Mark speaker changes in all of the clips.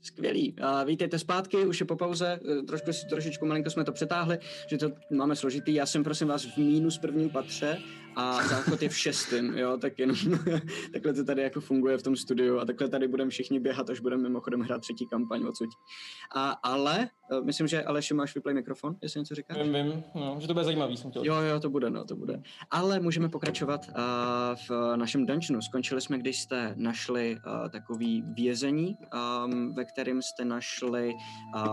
Speaker 1: Skvělý. A vítejte zpátky, už je po pauze, eh, trošku, si- trošičku malinko jsme to přetáhli, že to máme složitý. Já jsem, prosím vás, v mínus prvním patře a záchod je v šestém, jo, tak jenom takhle to tady jako funguje v tom studiu a takhle tady budeme všichni běhat, až budeme mimochodem hrát třetí kampaň odsud. A, ale, eh, myslím, že Aleši máš vyplay mikrofon, jestli něco říkáš?
Speaker 2: Vím, vím, no, že to bude zajímavý, jsem chtěl.
Speaker 1: Jo, jo, to bude, no, to bude. Ale můžeme pokračovat uh, v eh, našem dungeonu. Skončili jsme, když jste našli uh, takový vězení, um, ve kterém jste našli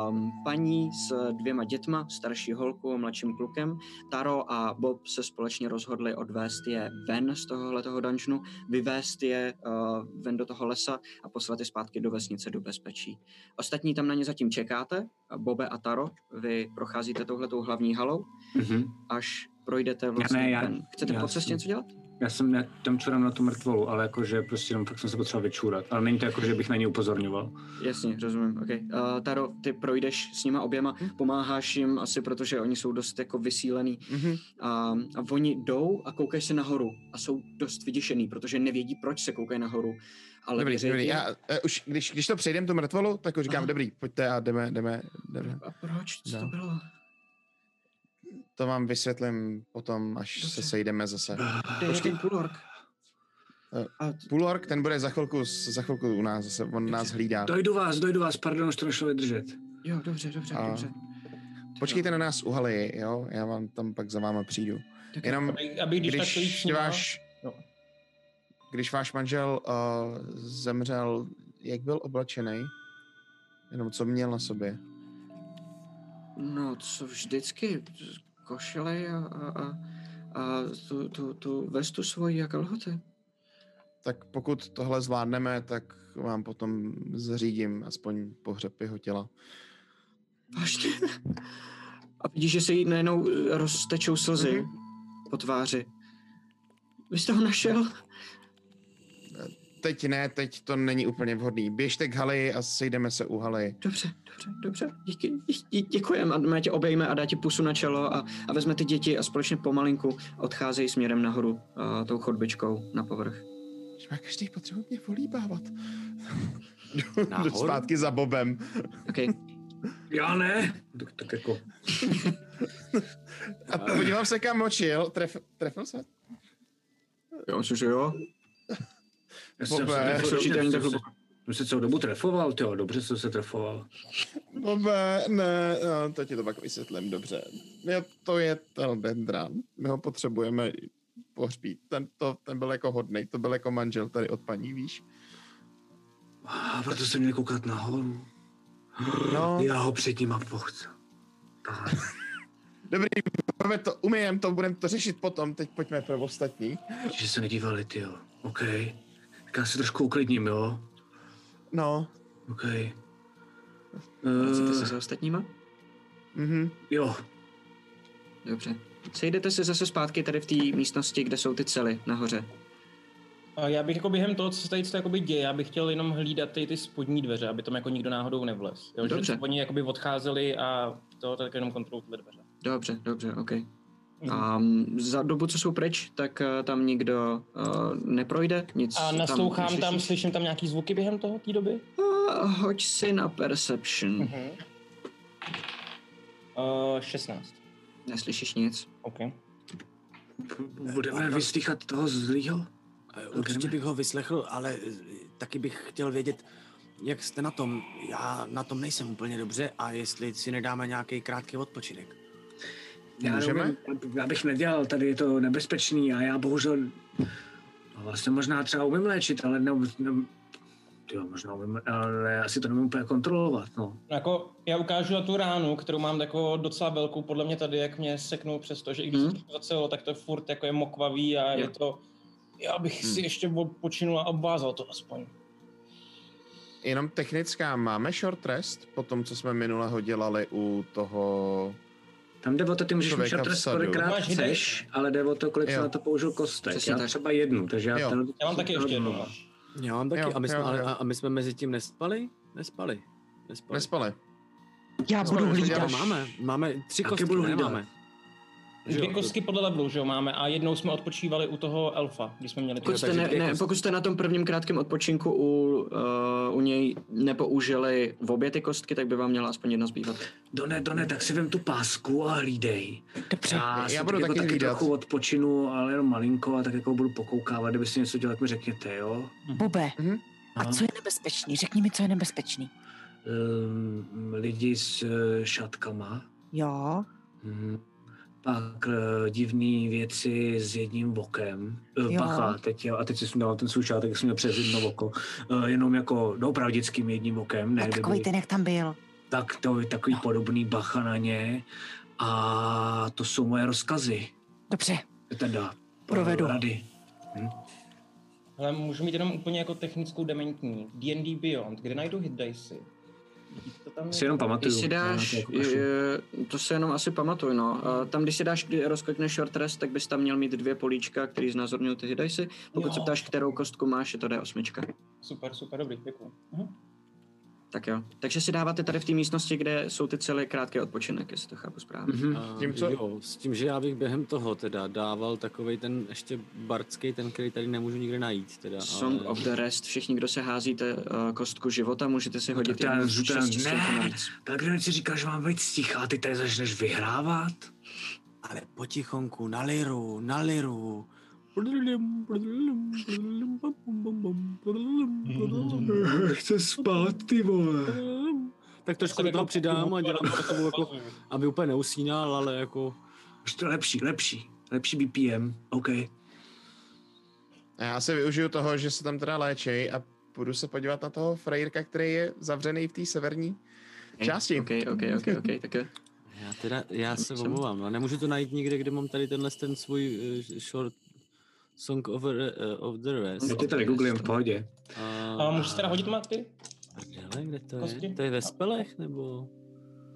Speaker 1: um, paní s dvěma dětma, starší holku a mladším klukem. Taro a Bob se společně rozhodli odvést je ven z tohohle toho dungeonu, vyvést je uh, ven do toho lesa a poslat je zpátky do vesnice do bezpečí. Ostatní tam na ně zatím čekáte. Bobe a Taro, vy procházíte touhletou hlavní halou
Speaker 3: Mhm.
Speaker 1: až projdete vlastně
Speaker 3: ne, já-
Speaker 1: ten. Chcete
Speaker 3: já
Speaker 1: po cestě
Speaker 3: jsem-
Speaker 1: něco dělat?
Speaker 3: Já jsem já tam čurám na tu mrtvolu, ale jakože prostě jenom fakt jsem se potřeboval vyčůrat. Ale není to jako, že bych na ní upozorňoval.
Speaker 1: Jasně, rozumím, ok. Uh, Taro, ty projdeš s nima oběma,
Speaker 4: Hm?
Speaker 1: pomáháš jim asi, protože oni jsou dost jako vysílený.
Speaker 4: Mhm.
Speaker 1: A, a oni jdou a koukají se nahoru a jsou dost vyděšený, protože nevědí, proč se koukají nahoru. Ale
Speaker 4: Dobrý,
Speaker 1: věří
Speaker 4: dobrý.
Speaker 1: ti.
Speaker 4: Já, eh, už, když, když to přejdem tu mrtvolu, tak už říkám,
Speaker 1: Aha.
Speaker 4: dobrý, pojďte a jdeme, jdeme, jdeme.
Speaker 1: A proč? Co to
Speaker 4: No.
Speaker 1: bylo?
Speaker 4: To vám vysvětlím potom, až
Speaker 1: Dobře.
Speaker 4: se sejdeme zase.
Speaker 1: Kde je ten půlork?
Speaker 4: Eh,
Speaker 1: A
Speaker 4: Půlork, ten bude za chvilku, s- za chvilku u nás, zase on nás hlídá.
Speaker 3: Dojdu vás, dojdu vás, pardon, už to nešlo vydržet.
Speaker 1: jo, dobře, dobře,
Speaker 4: A-
Speaker 1: dobře.
Speaker 4: Počkejte na nás u haly, jo? Já vám tam pak za váma přijdu.
Speaker 1: Tak-
Speaker 4: Jenom,
Speaker 2: Aby, aby když, tak to jít s
Speaker 4: když
Speaker 2: nima,
Speaker 4: váš,
Speaker 2: No.
Speaker 4: když váš manžel uh, zemřel, jak byl oblečený? Jenom co měl na sobě?
Speaker 1: No, co vždycky, košile a, a, a, a tu, tu, tu vestu svoji a kalhoty.
Speaker 4: Tak pokud tohle zvládneme, tak vám potom zřídím aspoň pohřeb jeho těla.
Speaker 1: Vážně. A vidíš, že se jí najednou eh, roztečou slzy
Speaker 4: Mhm.
Speaker 1: po tváři. Vy jste ho našel?
Speaker 4: Teď ne, teď to není úplně vhodný. Běžte k haly a sejdeme se u haly.
Speaker 1: Dobře, dobře, dobře. Díky, dí, děkujem. A má tě obejme a dá ti pusu na čelo a, a vezme ty děti a společně pomalinku odcházejí směrem nahoru a tou chodbičkou na povrch.
Speaker 4: Že má každý potřebu mě volíbávat. Jdu
Speaker 5: Nahoru?
Speaker 4: zpátky za Bobem.
Speaker 1: Okay.
Speaker 3: Já ne. Tak, tak jako,
Speaker 4: A podívám se, kam močil. Tref, trefil se?
Speaker 1: Jo, myslím, že jo.
Speaker 3: já jsem
Speaker 4: Bobe,
Speaker 3: se,
Speaker 1: já se
Speaker 3: trefil,
Speaker 1: určitě
Speaker 3: já
Speaker 1: ani tak
Speaker 3: jsem se,
Speaker 1: hluboko.
Speaker 3: jsem se celou dobu trefoval, jo, dobře jsem se trefoval.
Speaker 4: Bobe, ne, no, to ti to pak vysvětlím dobře. Jo, to je telbendran. My ho potřebujeme pohřbít. Ten, to, ten byl jako hodný, to byl jako manžel tady od paní, víš?
Speaker 3: A proto jsem měl koukat nahoru.
Speaker 4: No,
Speaker 3: Já ho před ním a pochc. Tak.
Speaker 4: dobrý, Bobe, to umijem, to budeme to řešit potom, teď pojďme pro ostatní.
Speaker 3: Že se nedívali, ty jo. OK. Tak já se trošku uklidním, jo.
Speaker 4: No,
Speaker 3: OK.
Speaker 1: Vracíte se
Speaker 3: Uh,
Speaker 1: za ostatníma?
Speaker 4: mhm.
Speaker 3: Eh, jo,
Speaker 1: Dobře. Sejdete se zase zpátky tady v té místnosti, kde jsou ty cely nahoře.
Speaker 2: A já bych jako během toho, co se tady co jakoby děje, já bych chtěl jenom hlídat ty, ty spodní dveře, aby tam jako nikdo náhodou nevlez. Jo,
Speaker 1: Dobře.
Speaker 2: Že oni jakoby odcházeli a to tak jenom kontrolu tyhle dveře.
Speaker 1: Dobře, dobře, ok.
Speaker 2: Mhm.
Speaker 1: A mm, za dobu, co jsou pryč, tak eh, tam nikdo uh, neprojde, nic
Speaker 2: A naslouchám tam,
Speaker 1: neslyšíš.
Speaker 2: slyším tam nějaký zvuky během toho té doby?
Speaker 1: A hoď si na perception.
Speaker 2: Mhm. Uh, 16.
Speaker 1: Neslyšíš nic.
Speaker 2: OK.
Speaker 3: budeme vyslýchat toho zlýho?
Speaker 5: Určitě bych ho vyslechl,
Speaker 3: e,
Speaker 5: ale eh, taky bych chtěl vědět, jak jste na tom. Já na tom nejsem úplně dobře a jestli si nedáme nějaký krátký odpočinek.
Speaker 3: Já,
Speaker 4: Můžeme?
Speaker 3: nevím, já bych nedělal, tady je to nebezpečný a já bohužel... No, vlastně možná třeba umím léčit, ale ne, ne, jo, možná umím, ale asi to nemůžu úplně kontrolovat, no.
Speaker 2: Jako, já ukážu na tu ránu, kterou mám jako docela velkou, podle mě tady, jak mě seknou přes to, že i když
Speaker 3: Hmm.
Speaker 1: Mhm.
Speaker 2: mm. to zacelo, tak to furt jako je mokvavý a
Speaker 1: Jo.
Speaker 2: je to... Já bych
Speaker 3: Hmm.
Speaker 2: si ještě odpočinul a obvázal to aspoň.
Speaker 4: Jenom technická, máme short rest po tom, co jsme minulého dělali u toho...
Speaker 3: Tam jde o to, ty můžeš mít
Speaker 4: Člověka v
Speaker 3: šatres,
Speaker 4: sadu.
Speaker 3: kolikrát
Speaker 2: Máš
Speaker 3: chceš, ale jde o to, kolik jsi
Speaker 4: Jo.
Speaker 3: na to použil kostek.
Speaker 1: Přesně
Speaker 3: já
Speaker 1: tak.
Speaker 3: třeba jednu, takže já...
Speaker 4: Jo.
Speaker 3: ten-
Speaker 2: Já mám taky ještě jednu.
Speaker 3: No.
Speaker 2: no.
Speaker 5: Já mám taky.
Speaker 4: Jo,
Speaker 5: a, my jsme,
Speaker 4: jo,
Speaker 5: ale,
Speaker 4: jo.
Speaker 5: a, a my jsme mezi tím nespali? Nespali. Nespali.
Speaker 4: Nespali.
Speaker 6: Já
Speaker 4: Co
Speaker 6: budu
Speaker 4: budeš
Speaker 6: hlídat.
Speaker 4: dělat?
Speaker 5: máme, máme tři
Speaker 3: Taky
Speaker 5: kostky,
Speaker 3: budu hlídat.
Speaker 5: nemáme.
Speaker 2: Dvě kostky podle levelu, že jo, máme. A jednou jsme odpočívali u toho elfa, když jsme měli
Speaker 1: Pokud jste, ne,
Speaker 2: dvě
Speaker 1: ne,
Speaker 2: kostky.
Speaker 1: pokud jste na tom prvním krátkém odpočinku u, uh, u něj nepoužili v obě ty kostky, tak by vám měla aspoň jedna zbývat.
Speaker 3: Done, Done, tak si vem tu pásku a hlídej. Dobře. Já,
Speaker 4: Já
Speaker 3: si
Speaker 4: budu
Speaker 3: tak jako
Speaker 4: taky
Speaker 3: taky
Speaker 4: hlídat.
Speaker 3: trochu odpočinu, ale jenom malinko a tak jako budu pokoukávat, kdyby si něco dělal, tak mi řekněte, jo?
Speaker 6: Bobe,
Speaker 4: Mhm.
Speaker 6: a co je nebezpečný? Řekni mi, co je nebezpečný.
Speaker 3: Ehm, lidi s eh, šatkama.
Speaker 6: Jo,
Speaker 3: Mhm. Pak eh, divný věci s jedním bokem. Eh,
Speaker 6: Jo.
Speaker 3: Bacha, teď jo, a teď si sundal ten soušátek, jak jsem měl přes jedno oko. Eh, jenom jako doopravdickým jedním bokem. Ne,
Speaker 6: tak
Speaker 3: kdyby-
Speaker 6: takový ten, jak tam byl.
Speaker 3: tak to je takový podobný bacha na ně. A to jsou moje rozkazy.
Speaker 6: Dobře,
Speaker 3: Teda
Speaker 6: Provedu.
Speaker 3: rady.
Speaker 2: Ale můžu mít jenom úplně jako technickou dementní. D&D Beyond, kde najdu hit dicey? To tam je-
Speaker 3: Si jenom pamatuju.
Speaker 1: Když si dáš,
Speaker 3: Já to jako kašlu.
Speaker 1: eh, to se jenom asi pamatuj, no. Eh, Tam, když si dáš, kdy rozklikneš short rest, tak bys tam měl mít dvě políčka, který znázorňují ty hidajsy. Pokud
Speaker 2: Jo.
Speaker 1: se ptáš, kterou kostku máš, je to D8.
Speaker 2: Super, super, dobrý, Mhm. děkuji.
Speaker 1: Tak jo. Takže si dáváte tady v té místnosti, kde jsou ty celé krátké odpočinek, jestli to chápu správně.
Speaker 3: Mhm.
Speaker 5: A
Speaker 4: tím, co-
Speaker 5: Jo, s tím, že já bych během toho teda dával takovej ten ještě bardský, ten, který tady nemůžu nikde najít. Teda,
Speaker 1: Song of the Rest, všichni, kdo se házíte eh, kostku života, můžete si hodit
Speaker 3: tak já
Speaker 1: jednu z
Speaker 3: zřutelem-
Speaker 1: šesti
Speaker 3: ne.
Speaker 1: stovek navíc.
Speaker 3: Tak když si říkáš, že mám být sticha a ty tady začneš vyhrávat?
Speaker 5: Ale potichonku, na liru, na liru.
Speaker 3: Chce spát, ty vole.
Speaker 5: Tak trošku do toho přidám a dělám takovou jako, aby úplně neusínal, ale jako...
Speaker 3: Už to je lepší, lepší. Lepší BPM, OK.
Speaker 4: A já se využiju toho, že se tam teda léčej a půjdu se podívat na toho frajírka, který je zavřený v té severní části.
Speaker 1: OK, OK, OK,
Speaker 3: Mhm.
Speaker 1: OK, tak jo.
Speaker 5: Já teda, já se
Speaker 1: Jsem-
Speaker 5: omlouvám, no, nemůžu to najít nikde, kde mám tady tenhle ten svůj eh, short song of, the- eh, of the rest.
Speaker 1: Já to tady
Speaker 3: googlím,
Speaker 1: v
Speaker 3: pohodě.
Speaker 5: A,
Speaker 2: A můžeš teda hodit maty?
Speaker 5: Prdele, kde to
Speaker 2: Kosti?
Speaker 5: je? To je ve spelech, nebo?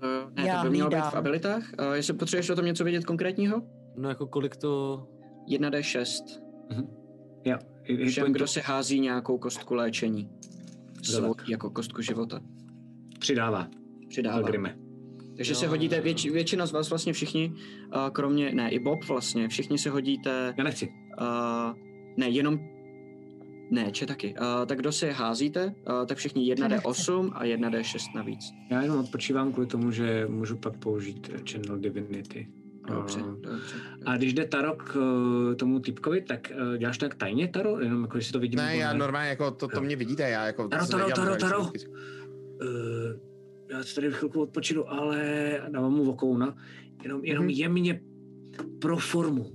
Speaker 1: Eh, Ne,
Speaker 6: Já
Speaker 1: to by mělo být
Speaker 6: hlídám.
Speaker 1: v abilitách. Eh, Jestli potřebuješ o tom něco vědět konkrétního?
Speaker 5: No jako kolik to...
Speaker 1: 1D6.
Speaker 3: Mhm. Jo. hit- hit
Speaker 1: Všem,
Speaker 3: pointu
Speaker 1: kdo si hází nějakou kostku léčení.
Speaker 3: No
Speaker 1: Svou,
Speaker 3: Dobrá.
Speaker 1: jako kostku života.
Speaker 3: Přidává,
Speaker 1: Přidává.
Speaker 3: Pelgrime.
Speaker 1: Takže
Speaker 5: Jo,
Speaker 1: se hodíte,
Speaker 5: jo, jo.
Speaker 1: věč, většina z vás vlastně všichni, eh, kromě, ne, i Bob vlastně, všichni se hodíte,
Speaker 3: Já nechci.
Speaker 1: eh, ne, jenom, ne, če taky. Eh, Tak kdo si házíte, eh, tak všichni 1D8 a 1D6 navíc.
Speaker 3: Já jenom odpočívám kvůli tomu, že můžu pak použít eh, Channel Divinity.
Speaker 1: Dobře,
Speaker 3: A-
Speaker 1: dobře.
Speaker 3: A když jde Taro k eh, tomu typkovi, tak eh, děláš tak tajně, Taro? Jenom jako, že si to vidím.
Speaker 4: Ne, já normálně, jako to, to mě vidíte, já jako...
Speaker 3: Taro,
Speaker 4: se
Speaker 3: Taro,
Speaker 4: nedělám
Speaker 3: Taro,
Speaker 4: žádný
Speaker 3: Taro.
Speaker 4: vtipky.
Speaker 3: Eh, já se tady chvilku odpočinu, ale dávám mu vokouna. Jenom, jenom
Speaker 4: Mhm.
Speaker 3: jemně pro formu.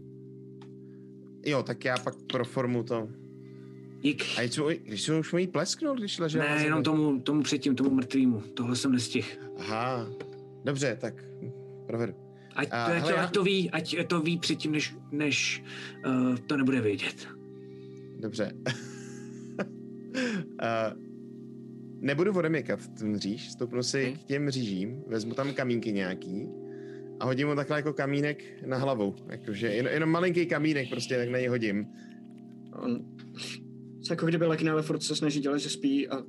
Speaker 4: Jo, tak já pak pro formu to...
Speaker 3: Dík.
Speaker 4: A když jsou, když jsou už mojí plesknul, když ležel na
Speaker 3: Ne,
Speaker 4: zemi?
Speaker 3: jenom tomu, tomu předtím, tomu mrtvýmu. Tohle jsem nestihl.
Speaker 4: Aha, dobře, tak provedu.
Speaker 3: Ať, to,
Speaker 4: A,
Speaker 3: ať,
Speaker 4: hele,
Speaker 3: to,
Speaker 4: já-
Speaker 3: ať to ví, ať to ví předtím, než, než uh, to nebude vědět.
Speaker 4: Dobře. uh, nebudu odemykat ten říž, stoupnu si k těm řížím, vezmu tam kamínky nějaký a hodím mu takhle jako kamínek na hlavu. Jakože jen, jenom malinký kamínek prostě tak na něj hodím.
Speaker 1: On se jako kdyby lekne, ale furt se snaží dělat, že spí a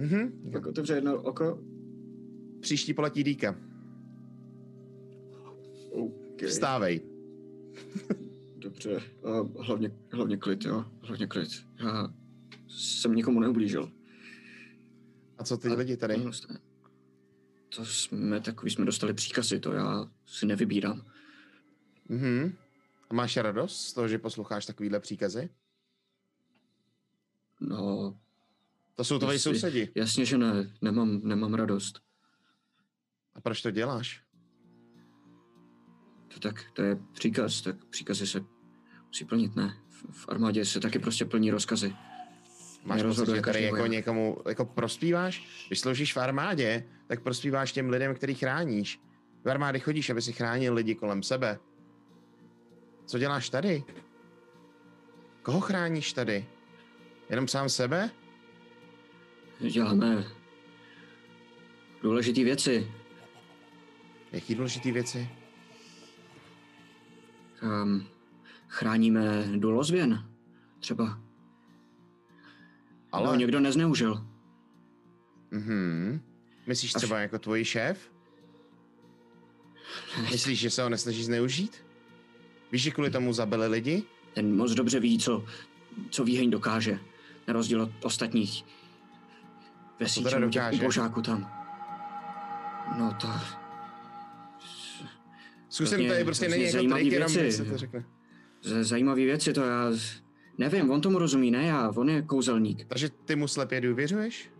Speaker 4: Mhm.
Speaker 1: pak otevře jedno oko.
Speaker 4: Příští poletí dýka.
Speaker 1: Okay.
Speaker 4: Vstávej.
Speaker 1: Dobře, a hlavně, hlavně klid, jo, hlavně klid. Já jsem nikomu neublížil.
Speaker 4: A co ty lidi tady?
Speaker 1: Mhm. To jsme takový, jsme dostali příkazy, to já si nevybírám.
Speaker 4: Mhm. A máš radost z toho, že posloucháš takovýhle příkazy?
Speaker 1: No,
Speaker 4: To jsou tvoji
Speaker 1: Jestli-
Speaker 4: sousedi.
Speaker 1: jasně, že ne, nemám, nemám radost.
Speaker 4: A proč to děláš?
Speaker 1: To tak, to je příkaz, tak příkazy se musí plnit, ne? V, v armádě se taky prostě plní rozkazy.
Speaker 4: Máš pocit,
Speaker 1: Nerozhoduje
Speaker 4: že tady
Speaker 1: každý
Speaker 4: jako
Speaker 1: voják.
Speaker 4: někomu jako prospíváš? Když sloužíš v armádě, tak prospíváš těm lidem, který chráníš. V armádě chodíš, aby si chránil lidi kolem sebe. Co děláš tady? Koho chráníš tady? Jenom sám sebe?
Speaker 1: Děláme důležité věci.
Speaker 4: Jaký důležitý věci?
Speaker 1: Um, chráníme dolozvěn, třeba. Ale no,
Speaker 4: Ale...
Speaker 1: někdo nezneužil.
Speaker 4: Mhm. Myslíš
Speaker 1: Až-
Speaker 4: třeba jako tvůj šéf? Myslíš, že se ho nesnaží zneužít? Víš, že kvůli tomu zabili lidi?
Speaker 1: Ten moc dobře ví, co, co výheň dokáže, na rozdíl od ostatních
Speaker 4: To teda
Speaker 1: vesničanů, těch
Speaker 4: dokáže.
Speaker 1: ubožáků tam. No to...
Speaker 4: Zkusím
Speaker 1: Hrozně-
Speaker 4: tady prostě není
Speaker 1: hrozně
Speaker 4: jako
Speaker 1: zajímavý
Speaker 4: trik, jenom
Speaker 1: věci.
Speaker 4: jak se to řekne.
Speaker 1: z- Zajímavé věci, to já... z- Nevím, on tomu rozumí, ne já, on je kouzelník.
Speaker 4: Takže ty mu slepě důvěřuješ?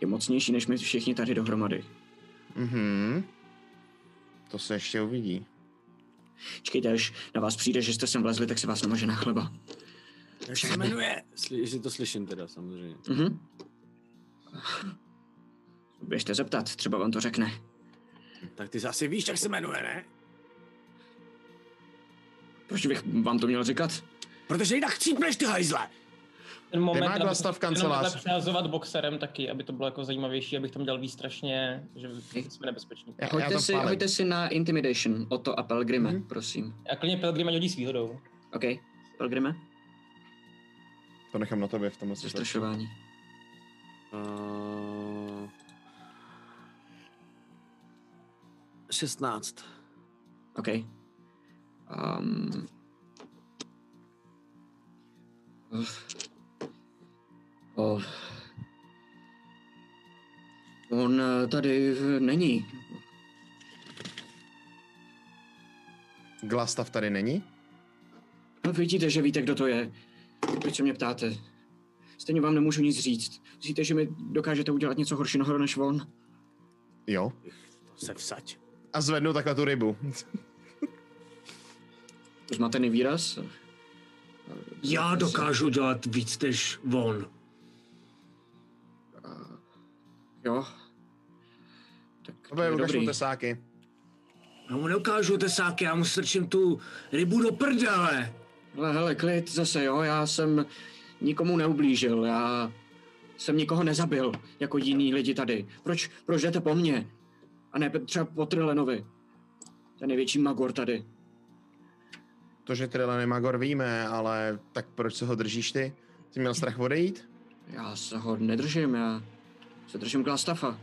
Speaker 1: Je mocnější, než my všichni tady dohromady.
Speaker 4: Mhm. To se ještě uvidí.
Speaker 1: Čekejte, až na vás přijde, že jste sem vlezli, tak se vás namaže na chleba.
Speaker 5: Jak se jmenuje? Sli- že to slyším teda samozřejmě.
Speaker 2: Hm.
Speaker 1: Mhm. Běžte zeptat, třeba vám to řekne.
Speaker 5: Tak ty asi víš, jak se jmenuje, ne?
Speaker 1: Proč bych vám to měl říkat?
Speaker 5: Protože jinak chcípneš ty hajzle!
Speaker 2: Ten moment,
Speaker 4: Nemá
Speaker 2: aby-
Speaker 4: Vlastav
Speaker 2: jenom
Speaker 4: kancelář.
Speaker 2: takhle přehazovat boxerem taky, aby to bylo jako zajímavější, abych tam dělal výstrašně, že jsme nebezpeční.
Speaker 4: Já, já
Speaker 1: Hoďte
Speaker 4: to
Speaker 1: si,
Speaker 4: pálím.
Speaker 1: hoďte si na Intimidation, o to a Pelgrime,
Speaker 4: Mhm.
Speaker 1: prosím.
Speaker 2: A klidně Pelgrima hodí s výhodou.
Speaker 1: OK, Pelgrime,
Speaker 4: To nechám na tobě v tomhle situaci.
Speaker 1: zastrašování.
Speaker 5: Uh, 16.
Speaker 1: OK. Um, uh, oh. On eh, tady eh, není.
Speaker 4: Glastav tady není?
Speaker 1: No vidíte, že víte, kdo to je. Proč se mě ptáte? Stejně vám nemůžu nic říct. Myslíte, že mi dokážete udělat něco horšího než on?
Speaker 4: Jo.
Speaker 5: To se vsaď.
Speaker 4: A zvednu takhle tu rybu.
Speaker 1: Zmatený výraz?
Speaker 3: Já dokážu dělat víc než on.
Speaker 1: Jo. Tak
Speaker 4: Tobě
Speaker 1: je
Speaker 4: ukažu
Speaker 1: dobrý.
Speaker 4: tesáky.
Speaker 3: Já mu neukážu tesáky, já mu strčím tu rybu do prdele.
Speaker 1: Hele, hele, klid zase, jo, já jsem nikomu neublížil, já jsem nikoho nezabil, jako jiní lidi tady. Proč, proč jdete po mně? A ne třeba po Trilenovi. Ten největší magor tady.
Speaker 4: To, že Trilany Magor víme, ale tak proč se ho držíš ty? Jsi měl strach odejít?
Speaker 1: Já se ho nedržím, já se držím Glastafa.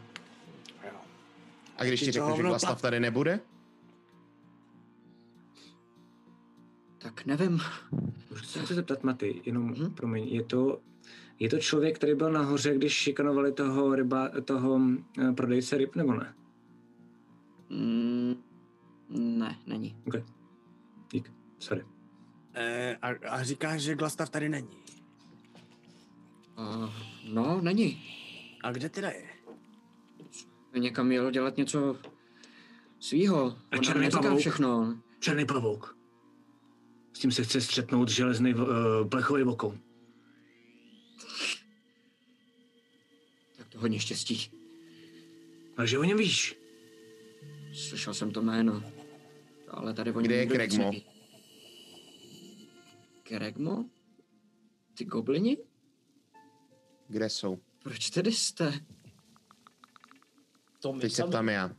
Speaker 4: A když
Speaker 5: Ty
Speaker 4: ti řeknu, že
Speaker 5: hovno,
Speaker 4: Glastav
Speaker 5: pak-
Speaker 4: tady nebude?
Speaker 1: Tak nevím.
Speaker 3: Můžu se chci zeptat, Maty, jenom,
Speaker 1: Mhm.
Speaker 3: hmm? promiň, je to, je to člověk, který byl nahoře, když šikanovali toho, ryba, toho eh, prodejce ryb, nebo ne?
Speaker 1: Mm, ne, není.
Speaker 3: Dík, sorry.
Speaker 5: Eh, a, a říkáš, že Glastav tady není.
Speaker 1: Uh, no, není.
Speaker 5: A kde teda je?
Speaker 1: Někam jel dělat něco svýho. On nám
Speaker 3: černý
Speaker 1: neříká
Speaker 3: pavouk?
Speaker 1: všechno.
Speaker 3: Černý pavouk. S tím se chce střetnout železný uh, plechový vokou.
Speaker 1: Tak to hodně štěstí.
Speaker 3: Takže o něm víš.
Speaker 1: Slyšel jsem to jméno. Ale tady o něm
Speaker 4: Kde je
Speaker 1: nikdo nic
Speaker 4: Kregmo?
Speaker 1: neví. Kregmo? Ty goblini?
Speaker 4: Kde jsou?
Speaker 1: Proč tedy jste?
Speaker 2: To mi
Speaker 4: Teď se
Speaker 2: sami-
Speaker 4: ptám já.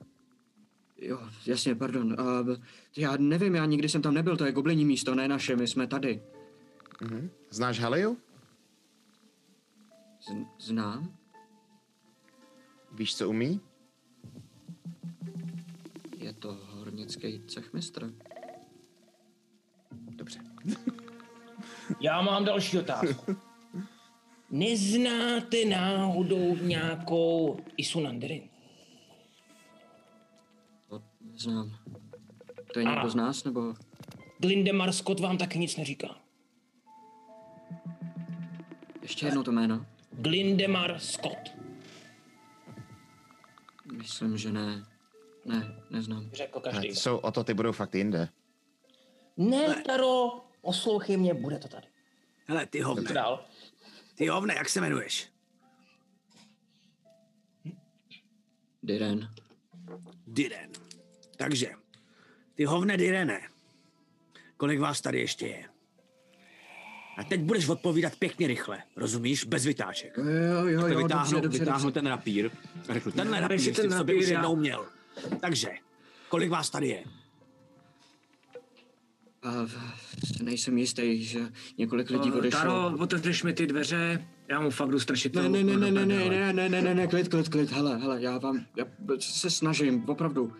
Speaker 1: Jo, jasně, pardon. Uh, já nevím, já nikdy jsem tam nebyl, to je goblinní místo, ne naše, my jsme tady.
Speaker 4: Mhm. Znáš Haliu?
Speaker 1: Z- znám?
Speaker 4: Víš, co umí?
Speaker 1: Je to hornický cechmistr.
Speaker 4: Dobře.
Speaker 2: Já mám další otázku. Neznáte náhodou nějakou Isunanderin?
Speaker 1: To neznám. To je někdo z nás, nebo...
Speaker 2: Glindemar Scott vám taky nic neříká.
Speaker 1: Ještě jednou to jméno.
Speaker 2: Glindemar Scott.
Speaker 1: Myslím, že ne. Ne, neznám.
Speaker 2: Řekl
Speaker 4: Ale
Speaker 2: každý.
Speaker 4: ty jsou o to, ty budou fakt jinde.
Speaker 2: Ne, Taro, poslouchej mě, bude to tady.
Speaker 5: Hele, ty
Speaker 2: Co
Speaker 5: hovne.
Speaker 2: dál?
Speaker 5: Ty hovne, jak se jmenuješ?
Speaker 1: Diren.
Speaker 5: Diren. Takže, ty hovne Direne, kolik vás tady ještě je? A teď budeš odpovídat pěkně rychle, rozumíš? Bez vytáček.
Speaker 1: Jo, jo, jo, jo dobře,
Speaker 5: vytáhnu,
Speaker 1: dobře,
Speaker 5: vytáhnu
Speaker 1: dobře.
Speaker 5: ten rapír a řekl, tenhle
Speaker 3: Dej
Speaker 5: rapír
Speaker 3: si
Speaker 5: jsi
Speaker 3: ten
Speaker 5: ten sobě
Speaker 3: rapír,
Speaker 5: už
Speaker 3: já-
Speaker 5: jednou měl. Takže, kolik vás tady je?
Speaker 1: A v- nejsem jistý, že několik lidí
Speaker 3: Eh,
Speaker 1: odešlo.
Speaker 3: Taro, otevřeš mi ty dveře, já mu fakt jdu strčit
Speaker 1: Ne,
Speaker 3: tu
Speaker 1: ne,
Speaker 3: ruku
Speaker 1: ne,
Speaker 3: do
Speaker 1: ne, ne,
Speaker 3: prdele.
Speaker 1: ne, ne, ne, ne, ne, klid, klid, klid, hele, hele, já vám, já se snažím, opravdu.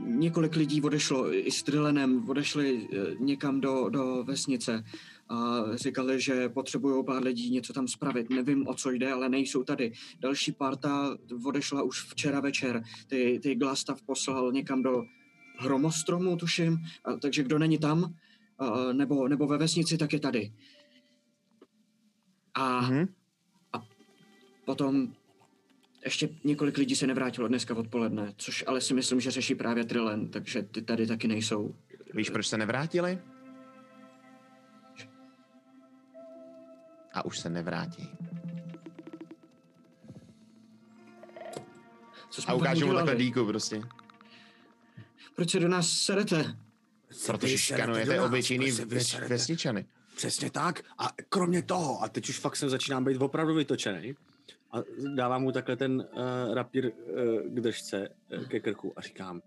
Speaker 1: několik lidí odešlo i s Trilenem, odešli eh, někam do, do vesnice a říkali, že potřebují pár lidí něco tam spravit. Nevím, o co jde, ale nejsou tady. Další parta odešla už včera večer. Ty, ty Glastav poslal někam do Hromostromu, tuším, a, takže kdo není tam, a, nebo, nebo ve vesnici, tak je tady. A
Speaker 4: Mhm.
Speaker 1: Potom ještě několik lidí se nevrátilo dneska odpoledne, což ale si myslím, že řeší právě Trillen, takže ty tady taky nejsou.
Speaker 4: Víš, proč se nevrátili? A už se nevrátí.
Speaker 1: Co jsme
Speaker 4: A
Speaker 1: vám
Speaker 4: ukážu mu
Speaker 1: udělali?
Speaker 4: takhle dýku prostě.
Speaker 1: Proč se do nás serete?
Speaker 5: Co
Speaker 4: Protože
Speaker 5: ty serete
Speaker 4: šikanujete
Speaker 5: do nás?
Speaker 4: obyčejný
Speaker 5: Proč se vy
Speaker 4: ves-
Speaker 5: serete?
Speaker 4: vesničany.
Speaker 5: Přesně tak. A kromě toho, a teď už fakt jsem začínám být opravdu vytočený, a dávám mu takhle ten uh, rapír uh, k držce, uh, ke krku a říkám,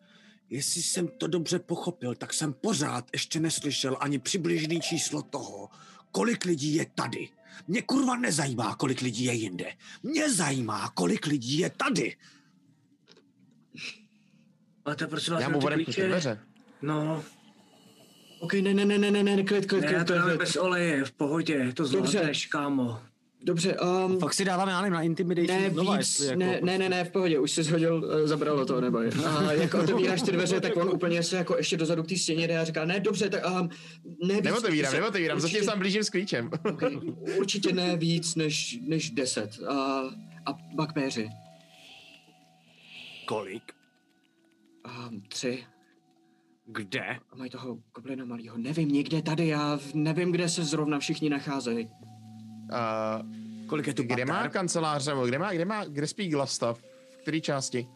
Speaker 5: jestli jsem to dobře pochopil, tak jsem pořád ještě neslyšel ani přibližný číslo toho, kolik lidí je tady. Mě kurva nezajímá, kolik lidí je jinde. Mě zajímá, kolik lidí je tady.
Speaker 3: Máte prosím vás
Speaker 4: Já
Speaker 3: jenom ty
Speaker 4: mu odepnu ty
Speaker 3: klíče?
Speaker 4: dveře.
Speaker 3: No,
Speaker 1: OK, ne, ne, ne, ne, ne, ne, klid, klid,
Speaker 3: ne, já
Speaker 1: klid,
Speaker 3: to
Speaker 1: klid,
Speaker 3: dáme
Speaker 1: klid.
Speaker 3: bez oleje, v pohodě, to
Speaker 1: Dobře.
Speaker 3: zvládneš, kámo.
Speaker 1: Dobře,
Speaker 4: No,
Speaker 1: um,
Speaker 5: Fakt si dávám, já nevím, na intimidation
Speaker 1: ne,
Speaker 5: znova,
Speaker 1: víc,
Speaker 5: jestli jako
Speaker 4: prostě-
Speaker 1: ne, ne, ne, ne, v pohodě, už jsi zhodil, uh, zabralo to, nebo je. A jak otevíráš ty dveře, tak on úplně se jako ještě dozadu k té stěně jde a říká, ne, dobře, tak um, ne víc.
Speaker 4: Neotevírám,
Speaker 1: se-
Speaker 4: neotevírám, zatím
Speaker 1: určitě-
Speaker 4: sám blížím s klíčem.
Speaker 1: Okay. Určitě ne víc než, než 10. A, a bakméři.
Speaker 5: Kolik?
Speaker 1: A, Um, tři.
Speaker 5: Kde?
Speaker 1: A mají toho goblina malýho. Nevím, někde tady, já v- nevím, kde se zrovna všichni nacházejí.
Speaker 4: A
Speaker 5: Kolik je tu
Speaker 4: kde má
Speaker 5: pater?
Speaker 4: kancelář, nebo kde má, kde má, kde spí Glastav? V které části?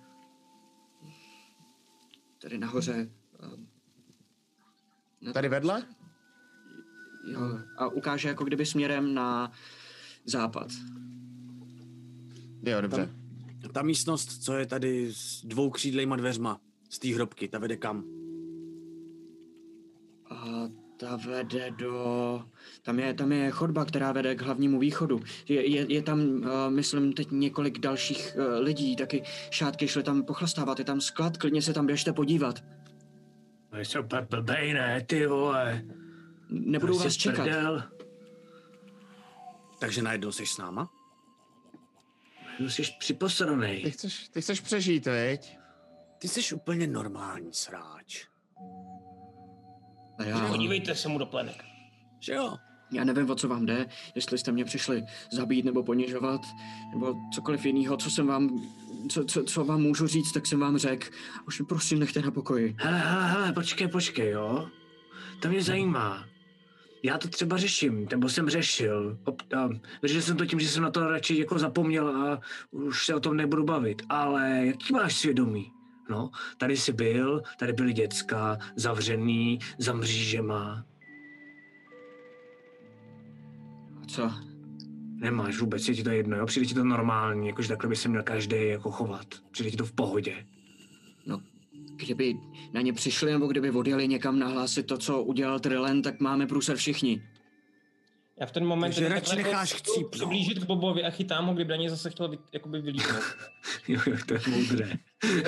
Speaker 1: Tady nahoře. ehm, na-
Speaker 4: Tady vedle?
Speaker 1: Jo, a ukáže jako kdyby směrem na západ.
Speaker 4: Jo, dobře.
Speaker 5: Ta místnost, co je tady s dvou křídlejma dveřma z té hrobky, ta vede kam?
Speaker 1: A ta vede do... Tam je, tam je chodba, která vede k hlavnímu východu. Je, je, je tam, uh, myslím, teď několik dalších uh, lidí. Taky šátky šly tam pochlastávat. Je tam sklad, klidně se tam běžte podívat.
Speaker 3: No jsi úplně blbej, ne, ty vole.
Speaker 1: Nebudou
Speaker 3: Jsi
Speaker 1: vás čekat.
Speaker 3: Prdel.
Speaker 5: Takže najednou jsi s náma?
Speaker 3: No, jsi připosranej.
Speaker 4: Ty chceš, ty chceš přežít, veď?
Speaker 5: Ty jsi úplně normální sráč.
Speaker 1: A já,
Speaker 2: Podívejte se mu do plenek.
Speaker 5: Že jo?
Speaker 1: já nevím, o co vám jde, jestli jste mě přišli zabít nebo ponižovat, nebo cokoliv jiného, co jsem vám, co, co, co vám můžu říct, tak jsem vám řekl. Už mi prosím nechte na pokoji.
Speaker 3: Hele, hele, hele, počkej, počkej, jo. To mě zajímá. Já to třeba řeším, nebo jsem řešil. Ob, a, řešil jsem to tím, že jsem na to radši jako zapomněl a už se o tom nebudu bavit. Ale jaký máš svědomí? No, tady jsi byl, tady byly děcka, zavřený, za mřížema.
Speaker 1: A co?
Speaker 3: Nemáš vůbec, je ti to jedno, jo? Přijde ti to normální, jakože takhle by se měl každý jako chovat. Přijde ti to v pohodě.
Speaker 1: Kdyby na ně přišli nebo kdyby odjeli někam nahlásit to, co udělal Trillen, tak máme průser všichni.
Speaker 2: Já v ten moment...
Speaker 5: Takže
Speaker 2: tedy
Speaker 5: radši
Speaker 2: takhle
Speaker 5: necháš no.
Speaker 2: jako
Speaker 5: chcípnout.
Speaker 2: Přiblížit k Bobovi a chytám ho, kdyby na něj zase chtěl vyt- jakoby vylítnout.
Speaker 3: Jo, jo, to je moudré.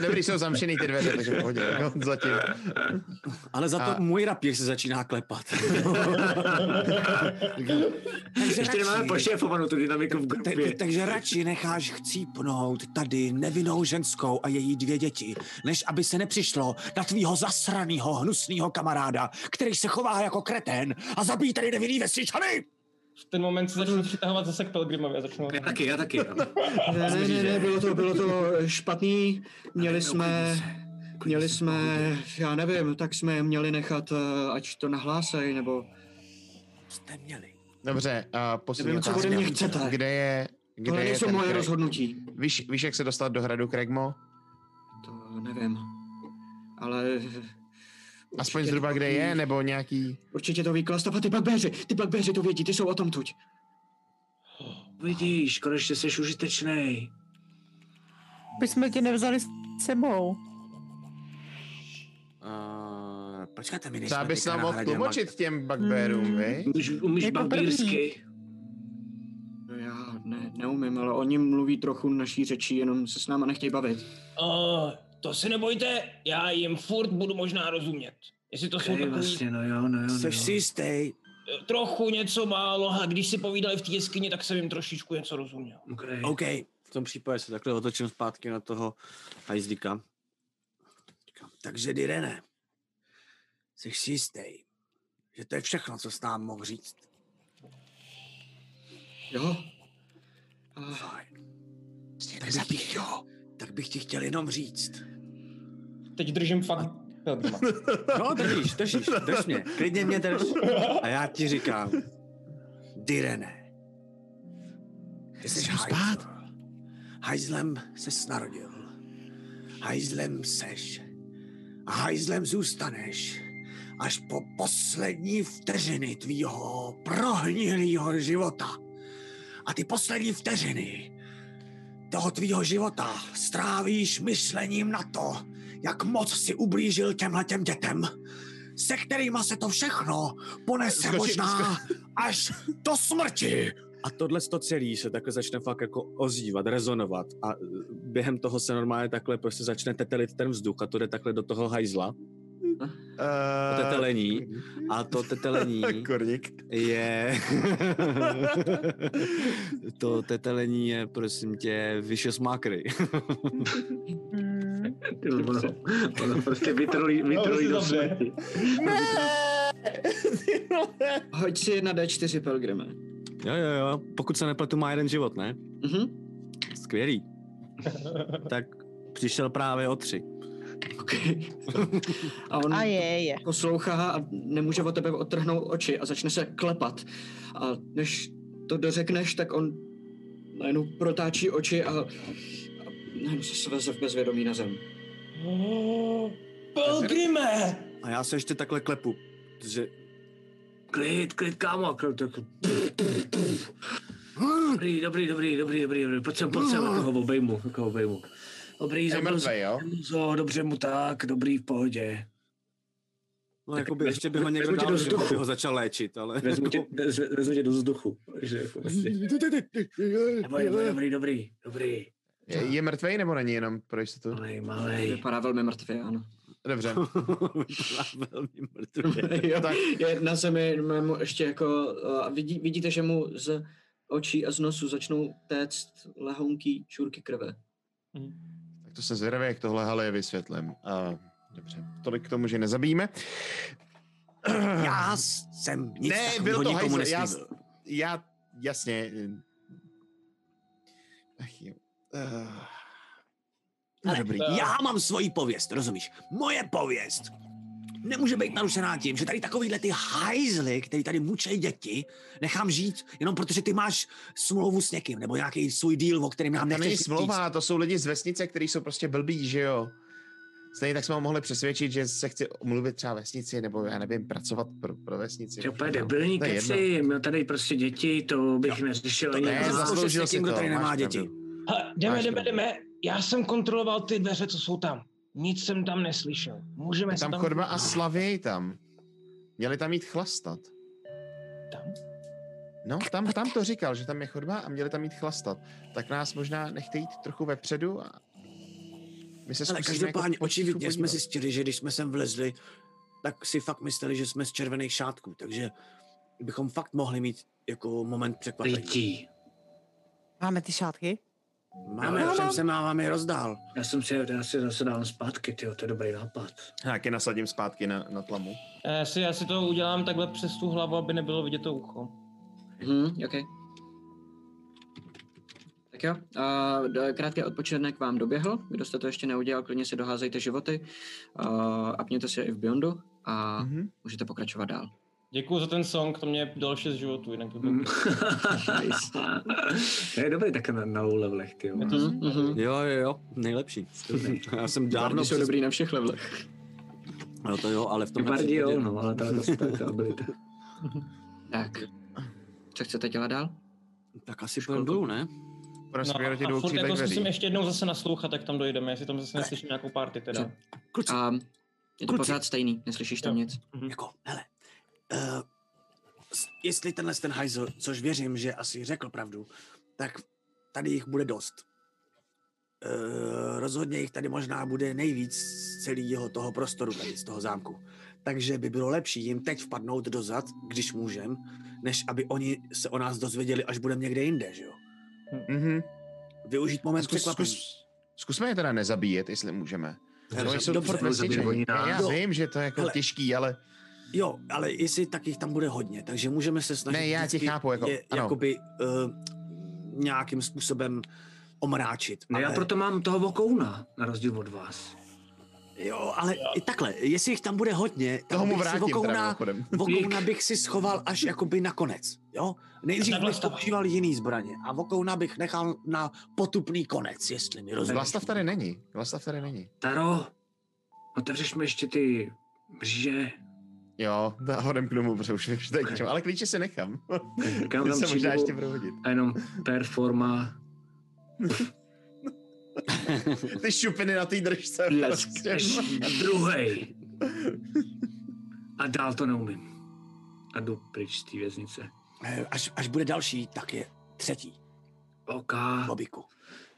Speaker 4: Dobrý, jsou zamčený ty dveře, takže v pohodě. jo, Zatím.
Speaker 5: Ale za to
Speaker 4: A-
Speaker 5: můj rapír se začíná klepat. takže,
Speaker 3: Ještě nemáme
Speaker 5: radši,
Speaker 3: pošéfovanou tu dynamiku v
Speaker 5: ta-
Speaker 3: grupě.
Speaker 5: takže radši necháš chcípnout tady nevinnou ženskou a její dvě děti, než aby se nepřišlo na tvýho zasranýho hnusného kamaráda, který se chová jako kretén a zabíjí tady nevinný vesničany!
Speaker 2: V ten moment se začnu přitahovat zase k Pelgrimovi a začnu...
Speaker 3: Já taky, já taky. Jo.
Speaker 1: Ne, ne, ne, ne bylo, to, bylo to eh, špatný. Měli jsme, měli jsme, já nevím, tak jsme je měli nechat, eh, ať to nahlásej, nebo...
Speaker 5: Jste měli.
Speaker 4: Dobře, a poslední
Speaker 1: Nevím, co ode
Speaker 4: otázka.
Speaker 1: mě chcete.
Speaker 4: Kde je, kde
Speaker 1: Tohle
Speaker 4: je
Speaker 1: nejsou
Speaker 4: ten
Speaker 1: moje
Speaker 4: Craig?
Speaker 1: rozhodnutí.
Speaker 4: Víš, víš, jak se dostat do hradu Kregmo?
Speaker 1: To nevím. Ale...
Speaker 4: Aspoň
Speaker 1: určitě
Speaker 4: zhruba
Speaker 1: to
Speaker 4: kde
Speaker 1: ví-
Speaker 4: je, nebo nějaký...
Speaker 1: Určitě to ví Klastav a ty bakbeři, ty bakbeři to vědí, ty jsou o tom tuď.
Speaker 3: Vidíš, konečně jsi užitečný.
Speaker 6: By jsme tě nevzali s sebou.
Speaker 5: Uh, počkáte, my
Speaker 4: Třeba
Speaker 5: nejsme
Speaker 4: bys
Speaker 5: teďka
Speaker 4: nám
Speaker 5: na
Speaker 4: mohl
Speaker 5: hradě Hmm.
Speaker 4: tlumočit těm bugbearům,
Speaker 6: Mm.
Speaker 4: vy?
Speaker 3: Umíš, umíš
Speaker 6: Jako
Speaker 3: babírsky?
Speaker 1: No já ne, neumím, ale oni mluví trochu naší řečí, jenom se s náma nechtějí bavit.
Speaker 2: Uh, To se nebojte, já jim furt budu možná rozumět. Jestli to jsou
Speaker 3: Hej,
Speaker 2: takový
Speaker 3: vlastně, no jo, no jo, no
Speaker 5: Seš si
Speaker 3: jo.
Speaker 5: jistý?
Speaker 2: eh, trochu něco málo a když si povídali v té jeskyni, tak jsem jim trošičku něco rozuměl.
Speaker 3: Okay.
Speaker 5: OK. V tom případě se takhle otočím zpátky na toho hajzlíka. Říkám, Takže Direne, jsi si jistý, že to je všechno, co s nám mohl říct.
Speaker 1: Jo. A
Speaker 5: Fajn. Tak bych, ti chtěl, tak bych ti chtěl jenom říct.
Speaker 2: Teď držím fakt Pilgrima.
Speaker 5: No, držíš, držíš, drž mě. Klidně mě drž. A já ti říkám, Direne, ty jsi spát. Hajzlem se narodil. Hajzlem seš. A hajzlem zůstaneš až po poslední vteřiny tvýho prohnilého života. A ty poslední vteřiny toho tvýho života strávíš myšlením na to, jak moc si ublížil těmhle těm dětem, se kterýma se to všechno ponese
Speaker 4: Skoči,
Speaker 5: možná
Speaker 4: sko-
Speaker 5: až do smrti. A tohle to celý se takhle začne fakt jako ozývat, rezonovat a eh, během toho se normálně takhle prostě začne tetelit ten vzduch a to jde takhle do toho hajzla,
Speaker 4: Uh,
Speaker 5: tetelení a to tetelení
Speaker 4: Korník.
Speaker 5: je... to tetelení je, prosím tě, vyšesmákry.
Speaker 6: Hmm.
Speaker 3: Ty vole, Ona prostě vytrolí, vytrolí do smrti.
Speaker 1: hoď si na D4 Pelgrime.
Speaker 5: jo, jo, jo, pokud se nepletu, má jeden život, ne?
Speaker 1: Mhm.
Speaker 5: Skvělý. tak přišel právě o tři.
Speaker 1: Okay. A on
Speaker 6: A je, je.
Speaker 1: poslouchá a nemůže od tebe odtrhnout oči a začne se klepat. A než to dořekneš, tak on najednou protáčí oči a, a najednou se sveze v bezvědomí na zem.
Speaker 2: Eh, Pilgrime!
Speaker 5: A já se ještě takhle klepu, že
Speaker 3: Klid, klid, kámo. Klid, tak... Dobrý, dobrý, dobrý, dobrý, dobrý, dobrý. Pojď sem, pojď sem,
Speaker 5: Mm.
Speaker 3: tak ho obejmu, tak ho obejmu. Dobrý,
Speaker 4: Je
Speaker 3: zabil
Speaker 5: prostě-
Speaker 4: mrtvej, jo?
Speaker 3: Zo, dobře mu tak, dobrý, v pohodě.
Speaker 5: No,
Speaker 3: Tak
Speaker 5: jako by
Speaker 3: vezmu-
Speaker 5: ještě by ho někdo
Speaker 3: vezmu tě
Speaker 5: dal,
Speaker 3: do
Speaker 5: že by
Speaker 3: vzduchu.
Speaker 5: ho začal léčit, ale...
Speaker 3: Vezmu tě, vez- vezmu tě do vzduchu. Že, jako prostě. Dobrý, dobrý, dobrý, dobrý, dobrý.
Speaker 4: Je, je mrtvej nebo není jenom pro jistotu?
Speaker 3: Malej, malej.
Speaker 1: Vypadá velmi mrtvě, ano.
Speaker 4: Dobře.
Speaker 5: Hm. Vypadá velmi mrtvě.
Speaker 1: jo,
Speaker 4: Tak.
Speaker 1: je na zemi, má mu ještě jako, a vidí, vidíte, že mu z očí a z nosu začnou téct lehonký čůrky krve.
Speaker 4: Tak to jsem zvědavý, jak tohle hale je vysvětlím. Uh, dobře, tolik k tomu, že nezabijíme.
Speaker 5: Já jsem nic
Speaker 4: Ne,
Speaker 5: takovýho
Speaker 4: byl to
Speaker 5: nikomu
Speaker 4: hajzl, já-
Speaker 5: neslíbil.
Speaker 4: Já, jasně. Ach jo. Uh,
Speaker 5: Ale-
Speaker 4: dobrý.
Speaker 2: Eh,
Speaker 5: Já mám svoji pověst, rozumíš? Moje pověst nemůže být narušená tím, že tady takovýhle ty hajzly, který tady mučejí děti, nechám žít jenom protože ty máš smlouvu s někým, nebo nějaký svůj díl, o kterém nám
Speaker 4: To není
Speaker 5: nechceš
Speaker 4: smlouva, to jsou lidi z vesnice, kteří jsou prostě blbí, že jo. Stejně tak jsme ho mohli přesvědčit, že se chci omluvit třeba vesnici, nebo já nevím, pracovat pro, pro vesnici. No,
Speaker 3: Ty úplně debilní
Speaker 4: To je jedno.
Speaker 3: keci, měl tady prostě děti, to bych neřešil ani.
Speaker 4: Ne,
Speaker 5: Ne,
Speaker 3: já.
Speaker 5: zasloužil
Speaker 4: zasloužil
Speaker 5: se
Speaker 4: si
Speaker 5: tím, kdo
Speaker 4: to,
Speaker 5: tady nemá
Speaker 4: máš
Speaker 5: děti.
Speaker 4: pravdu.
Speaker 2: Ha, jdeme,
Speaker 4: Máš
Speaker 2: jdeme,
Speaker 4: pravdu.
Speaker 2: jdeme. Já jsem kontroloval ty dveře, co jsou tam. Nic jsem tam neslyšel. Můžeme
Speaker 4: Je
Speaker 2: se
Speaker 4: Tam
Speaker 2: tam...
Speaker 4: chodba a slavěj tam. Měli tam jít chlastat.
Speaker 2: Tam?
Speaker 4: No, tam, tam to říkal, že tam je chodba a měli tam jít chlastat. Tak nás možná nechte jít trochu vepředu a my se zkusíme
Speaker 5: Ale každopádně,
Speaker 3: jako
Speaker 4: potichu
Speaker 5: očividně jsme
Speaker 4: podívat.
Speaker 5: zjistili, že když jsme sem vlezli, tak si fakt mysleli, že jsme z červených šátků, takže bychom fakt mohli mít jako moment překvapení.
Speaker 3: Dětí.
Speaker 6: Máme ty šátky?
Speaker 5: Máme, já jsem se má vám je rozdál.
Speaker 3: Já jsem si, já si zase dám zpátky, tyjo, to je dobrý nápad.
Speaker 4: Tak je nasadím zpátky na, na tlamu.
Speaker 2: Já Eh, si, já si to udělám takhle přes tu hlavu, aby nebylo vidět to ucho.
Speaker 1: Mhm, okay. Tak jo, a d- krátký odpočinek vám doběhl. Kdo jste to ještě neudělal, klidně si doházejte životy. A apněte si je i v Beyondu a
Speaker 4: Mhm.
Speaker 1: můžete pokračovat dál.
Speaker 2: Děkuji za ten song, to mě dal 6 životů, jinak by byl...
Speaker 1: Nice.
Speaker 3: to je dobrý tak na, na levelech, tyjo.
Speaker 2: Je to
Speaker 1: Mhm, mhm.
Speaker 5: Jo, jo, jo, nejlepší. Já jsem
Speaker 1: Bardi
Speaker 5: dávno
Speaker 1: jsou
Speaker 5: přes...
Speaker 1: dobrý na všech levelech.
Speaker 5: No to jo, ale v tom
Speaker 3: Bardi jo, no, ale ta, ta, ta, ta abilita.
Speaker 1: Tak, co chcete dělat dál?
Speaker 5: Tak asi půjdem dolů, ne?
Speaker 4: Pro no,
Speaker 2: a
Speaker 4: dvou
Speaker 2: furt
Speaker 4: křídlek
Speaker 2: jako
Speaker 4: dveří.
Speaker 2: zkusím ještě jednou zase naslouchat, tak tam dojdeme, jestli tam zase neslyším nějakou party teda.
Speaker 5: Kluci,
Speaker 1: A Ehm, je to
Speaker 5: Kluci.
Speaker 1: pořád stejný, neslyšíš tam
Speaker 2: Jo.
Speaker 1: nic.
Speaker 5: jako, hele, uh, jestli tenhle ten hajzl, což věřím, že asi řekl pravdu, tak tady jich bude dost. Eh, rozhodně jich tady možná bude nejvíc z celého toho prostoru tady z toho zámku. Takže by bylo lepší jim teď vpadnout do zad, když můžem, než aby oni se o nás dozvěděli, až budeme někde jinde, že jo?
Speaker 4: Mhm.
Speaker 5: Využít moment
Speaker 4: Zkus,
Speaker 5: překvapení.
Speaker 4: zkus, zkusme je teda nezabíjet, jestli můžeme. No, jsou
Speaker 5: dobře.
Speaker 4: furt nesvědčení.
Speaker 3: Zabili
Speaker 4: Já,
Speaker 3: nás.
Speaker 4: já
Speaker 5: Jo.
Speaker 4: vím, že to je jako
Speaker 5: Hele.
Speaker 4: těžký, ale
Speaker 5: Jo, ale jestli tak jich tam bude hodně, takže můžeme se snažit
Speaker 4: Ne, já tě
Speaker 5: vždycky
Speaker 4: chápu, jako-
Speaker 5: je,
Speaker 4: ano.
Speaker 5: jakoby uh, nějakým způsobem omráčit.
Speaker 3: No já
Speaker 5: ale-
Speaker 3: proto mám toho vokouna, na rozdíl od vás.
Speaker 5: Jo, ale i takhle, jestli jich tam bude hodně, tak
Speaker 4: toho mu
Speaker 5: bych si
Speaker 4: vrátím no. teda
Speaker 5: vokouna,
Speaker 4: mimochodem.
Speaker 5: vokouna bych si schoval až jakoby nakonec, jo? Nejdřív
Speaker 2: Takhle
Speaker 5: bych
Speaker 2: to-
Speaker 5: používal jiný zbraně a vokouna bych nechal na potupný konec, jestli mi rozumíš.
Speaker 4: Vlastav tady není. Vlastav tady není.
Speaker 3: Taro, otevřeš mi ještě ty mříže.
Speaker 4: Jo, já ho demknu mu, protože už, už to je k ničemu, Ale klíče si nechám.
Speaker 3: Říkám
Speaker 4: Ty
Speaker 3: tam
Speaker 4: se možná ještě
Speaker 3: přijdu
Speaker 4: prohodit.
Speaker 3: a jenom performa.
Speaker 4: Ty šupiny na té držce.
Speaker 3: Lesk.
Speaker 4: prostě.
Speaker 3: Druhej. A dál to neumím. A jdu pryč z té věznice.
Speaker 5: Eh, Až, až bude další, tak je třetí,
Speaker 3: OK,
Speaker 5: Bobiku.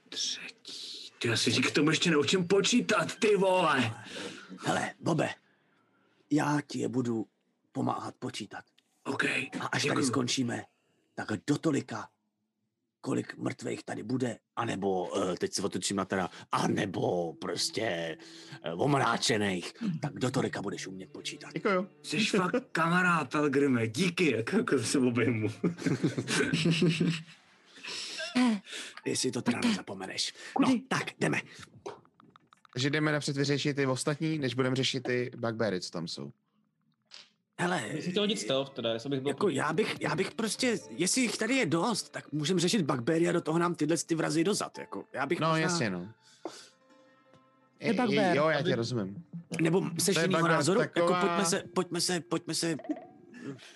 Speaker 3: třetí. Ty já si díky tomu ještě naučím počítat, ty vole.
Speaker 5: Hele, Bobe, já ti je budu pomáhat počítat.
Speaker 3: OK,
Speaker 5: A až
Speaker 3: děkuju.
Speaker 5: tady skončíme, tak do tolika, kolik mrtvých tady bude, anebo, eh, teď se otočím na teda, anebo prostě eh, omráčených,
Speaker 4: Mhm.
Speaker 5: tak do tolika budeš umět počítat.
Speaker 4: Jako jo.
Speaker 3: Jsi fakt kamarád, Pelgrime, díky, jak, jako se obejmu.
Speaker 5: Jestli to teda nezapomeneš. No, tak, jdeme.
Speaker 4: Že jdeme napřed vyřešit ty ostatní, než budeme řešit ty bugbery, co tam jsou.
Speaker 5: Hele,
Speaker 2: Musíte hodit stealth teda, jestli bych byl...
Speaker 5: jako já bych, já bych prostě, jestli jich tady je dost, tak můžeme řešit bugbery a do toho nám tyhle ty vrazy dozad, jako. Já bych
Speaker 4: No
Speaker 5: možná,
Speaker 4: jasně, no.
Speaker 6: Je bugbear.
Speaker 4: jo, já
Speaker 2: Aby-
Speaker 4: tě rozumím.
Speaker 5: Nebo seš
Speaker 4: To je
Speaker 5: jinýho
Speaker 4: bugbear
Speaker 5: názoru,
Speaker 4: taková-
Speaker 5: jako pojďme se, pojďme se, pojďme se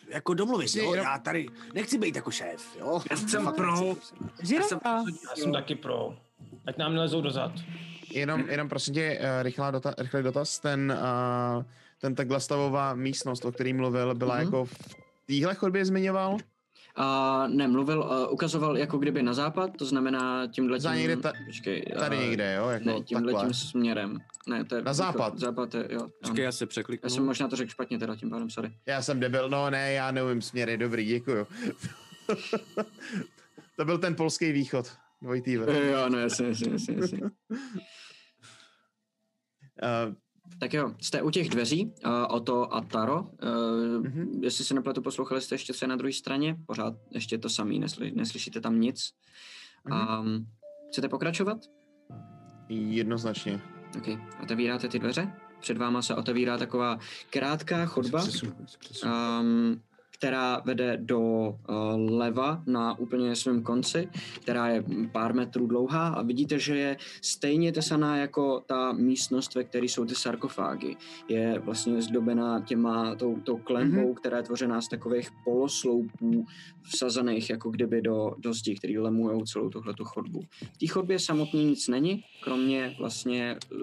Speaker 5: jako domluvit,
Speaker 4: Přijde
Speaker 5: jo?
Speaker 4: jenom-
Speaker 5: Já tady nechci být jako šéf, jo?
Speaker 3: Já jsem
Speaker 5: Fakt
Speaker 3: pro.
Speaker 5: nechci, prosím vás.
Speaker 3: Já jsem
Speaker 6: Žirafa.
Speaker 2: Já jsem taky pro. Ať nám nelezou dozad.
Speaker 4: Jenom, jenom prosím tě, eh, rychlá dota, rychlý dotaz. Ten, uh, ten ta glastavová místnost, o který mluvil, byla
Speaker 1: Mhm.
Speaker 4: jako v téhle chodbě zmiňoval?
Speaker 1: A nemluvil, a ukazoval jako kdyby na západ, to znamená tímhle
Speaker 4: Za někde ta-
Speaker 1: počkej, a-
Speaker 4: Tady někde, jo? Jako
Speaker 1: Eh, Ne, tímhle tím
Speaker 4: takhle.
Speaker 1: směrem. Ne, to je, jako
Speaker 4: Na západ.
Speaker 1: Západ je, jo. ano.
Speaker 5: Počkej, já se
Speaker 1: Já jsem
Speaker 5: překliknu.
Speaker 1: možná to řekl špatně teda tím pádem, sorry.
Speaker 4: Já jsem debil, no ne, já neumím směry, dobrý, děkuju. to byl ten polský východ, dvojitý V.
Speaker 1: Jo, ne, jasně, jasně, jasně, jasně. Eh.
Speaker 4: Uh,
Speaker 1: Tak jo, jste u těch dveří, uh, Oto a Taro. Uh,
Speaker 4: Mhm.
Speaker 1: Jestli se nepletu, poslouchali jste ještě, co je na druhé straně. Pořád ještě to samé, nesly, neslyšíte tam nic.
Speaker 4: Mhm.
Speaker 1: Um, chcete pokračovat?
Speaker 4: jednoznačně.
Speaker 1: OK, otevíráte ty dveře. Před váma se otevírá taková krátká chodba. um, která vede do uh, leva na úplně svém konci, která je pár metrů dlouhá a vidíte, že je stejně tesaná jako ta místnost, ve které jsou ty sarkofágy. Je vlastně zdobená těma, tou, tou klembou, mm-hmm. která je tvořená z takových polosloupů vsazených jako kdyby do, do zdi, který lemují celou tuhletu chodbu. V té chodbě samotný nic není, kromě vlastně eh,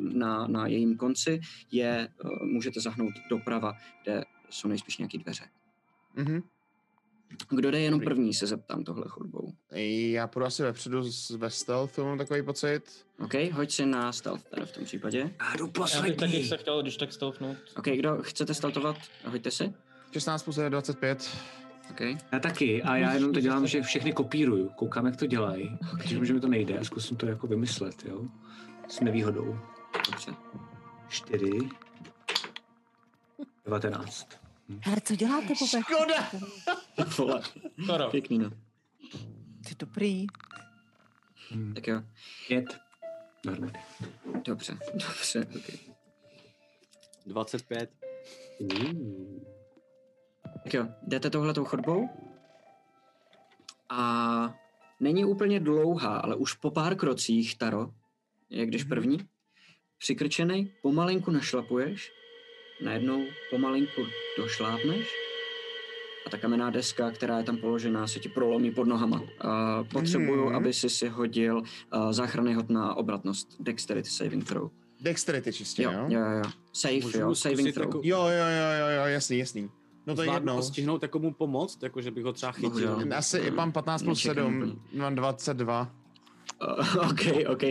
Speaker 1: na, na jejím konci je, eh, můžete zahnout doprava, kde jsou nejspíš nějaké dveře.
Speaker 4: Mhm.
Speaker 1: Kdo jde jenom
Speaker 4: Dobrý.
Speaker 1: první, se zeptám tohle chodbou.
Speaker 4: Já půjdu asi vepředu s- ve stealthu, mám takový pocit.
Speaker 1: OK, hoď si na stealth teda v tom případě.
Speaker 3: Já jdu
Speaker 2: Já bych taky
Speaker 3: poslední.
Speaker 2: se chtěl, když tak stealthnout.
Speaker 1: OK, kdo chcete stealthovat, hoďte si.
Speaker 4: 16 plus 9, 25.
Speaker 1: OK.
Speaker 3: Já taky a já jenom to dělám, že všechny kopíruju. Koukám, jak to dělají. Když vím, že mi to nejde a zkusím to jako vymyslet, jo. S nevýhodou.
Speaker 1: Dobře.
Speaker 3: 4, 19.
Speaker 6: Hele, co děláte, Bobe?
Speaker 4: Škoda!
Speaker 1: Vole,
Speaker 2: Toro,
Speaker 1: pěkný no.
Speaker 6: Ty dobrý.
Speaker 1: Tak jo,
Speaker 3: 5. Normálně.
Speaker 1: dobře, dobře, OK.
Speaker 5: 25.
Speaker 3: Mm.
Speaker 1: Tak jo, jdete touhletou chodbou a není úplně dlouhá, ale už po pár krocích, Taro, jak když první, přikrčenej, pomalinku našlapuješ, najednou pomalinku došlápneš a ta kamenná deska, která je tam položená, se ti prolomí pod nohama. Uh, potřebuju,
Speaker 4: Mhm.
Speaker 1: aby si si hodil uh, záchranný hod na obratnost Dexterity Saving Throw.
Speaker 4: Dexterity čistě,
Speaker 1: Jo,
Speaker 4: prostě, jo?
Speaker 1: jo, jo. Safe,
Speaker 5: Můžu
Speaker 1: jo,
Speaker 5: zkusit
Speaker 1: saving throw.
Speaker 5: jako-
Speaker 4: Jo, jo, jo, jo, jo, jasný, jasný. No to je jedno.
Speaker 5: stihnout jako mu pomoct, jako že bych ho třeba
Speaker 1: chytil. Bohužel.
Speaker 4: Asi mám 15 plus
Speaker 1: Nečekám
Speaker 4: 7, mám 22.
Speaker 1: Uh, OK, OK.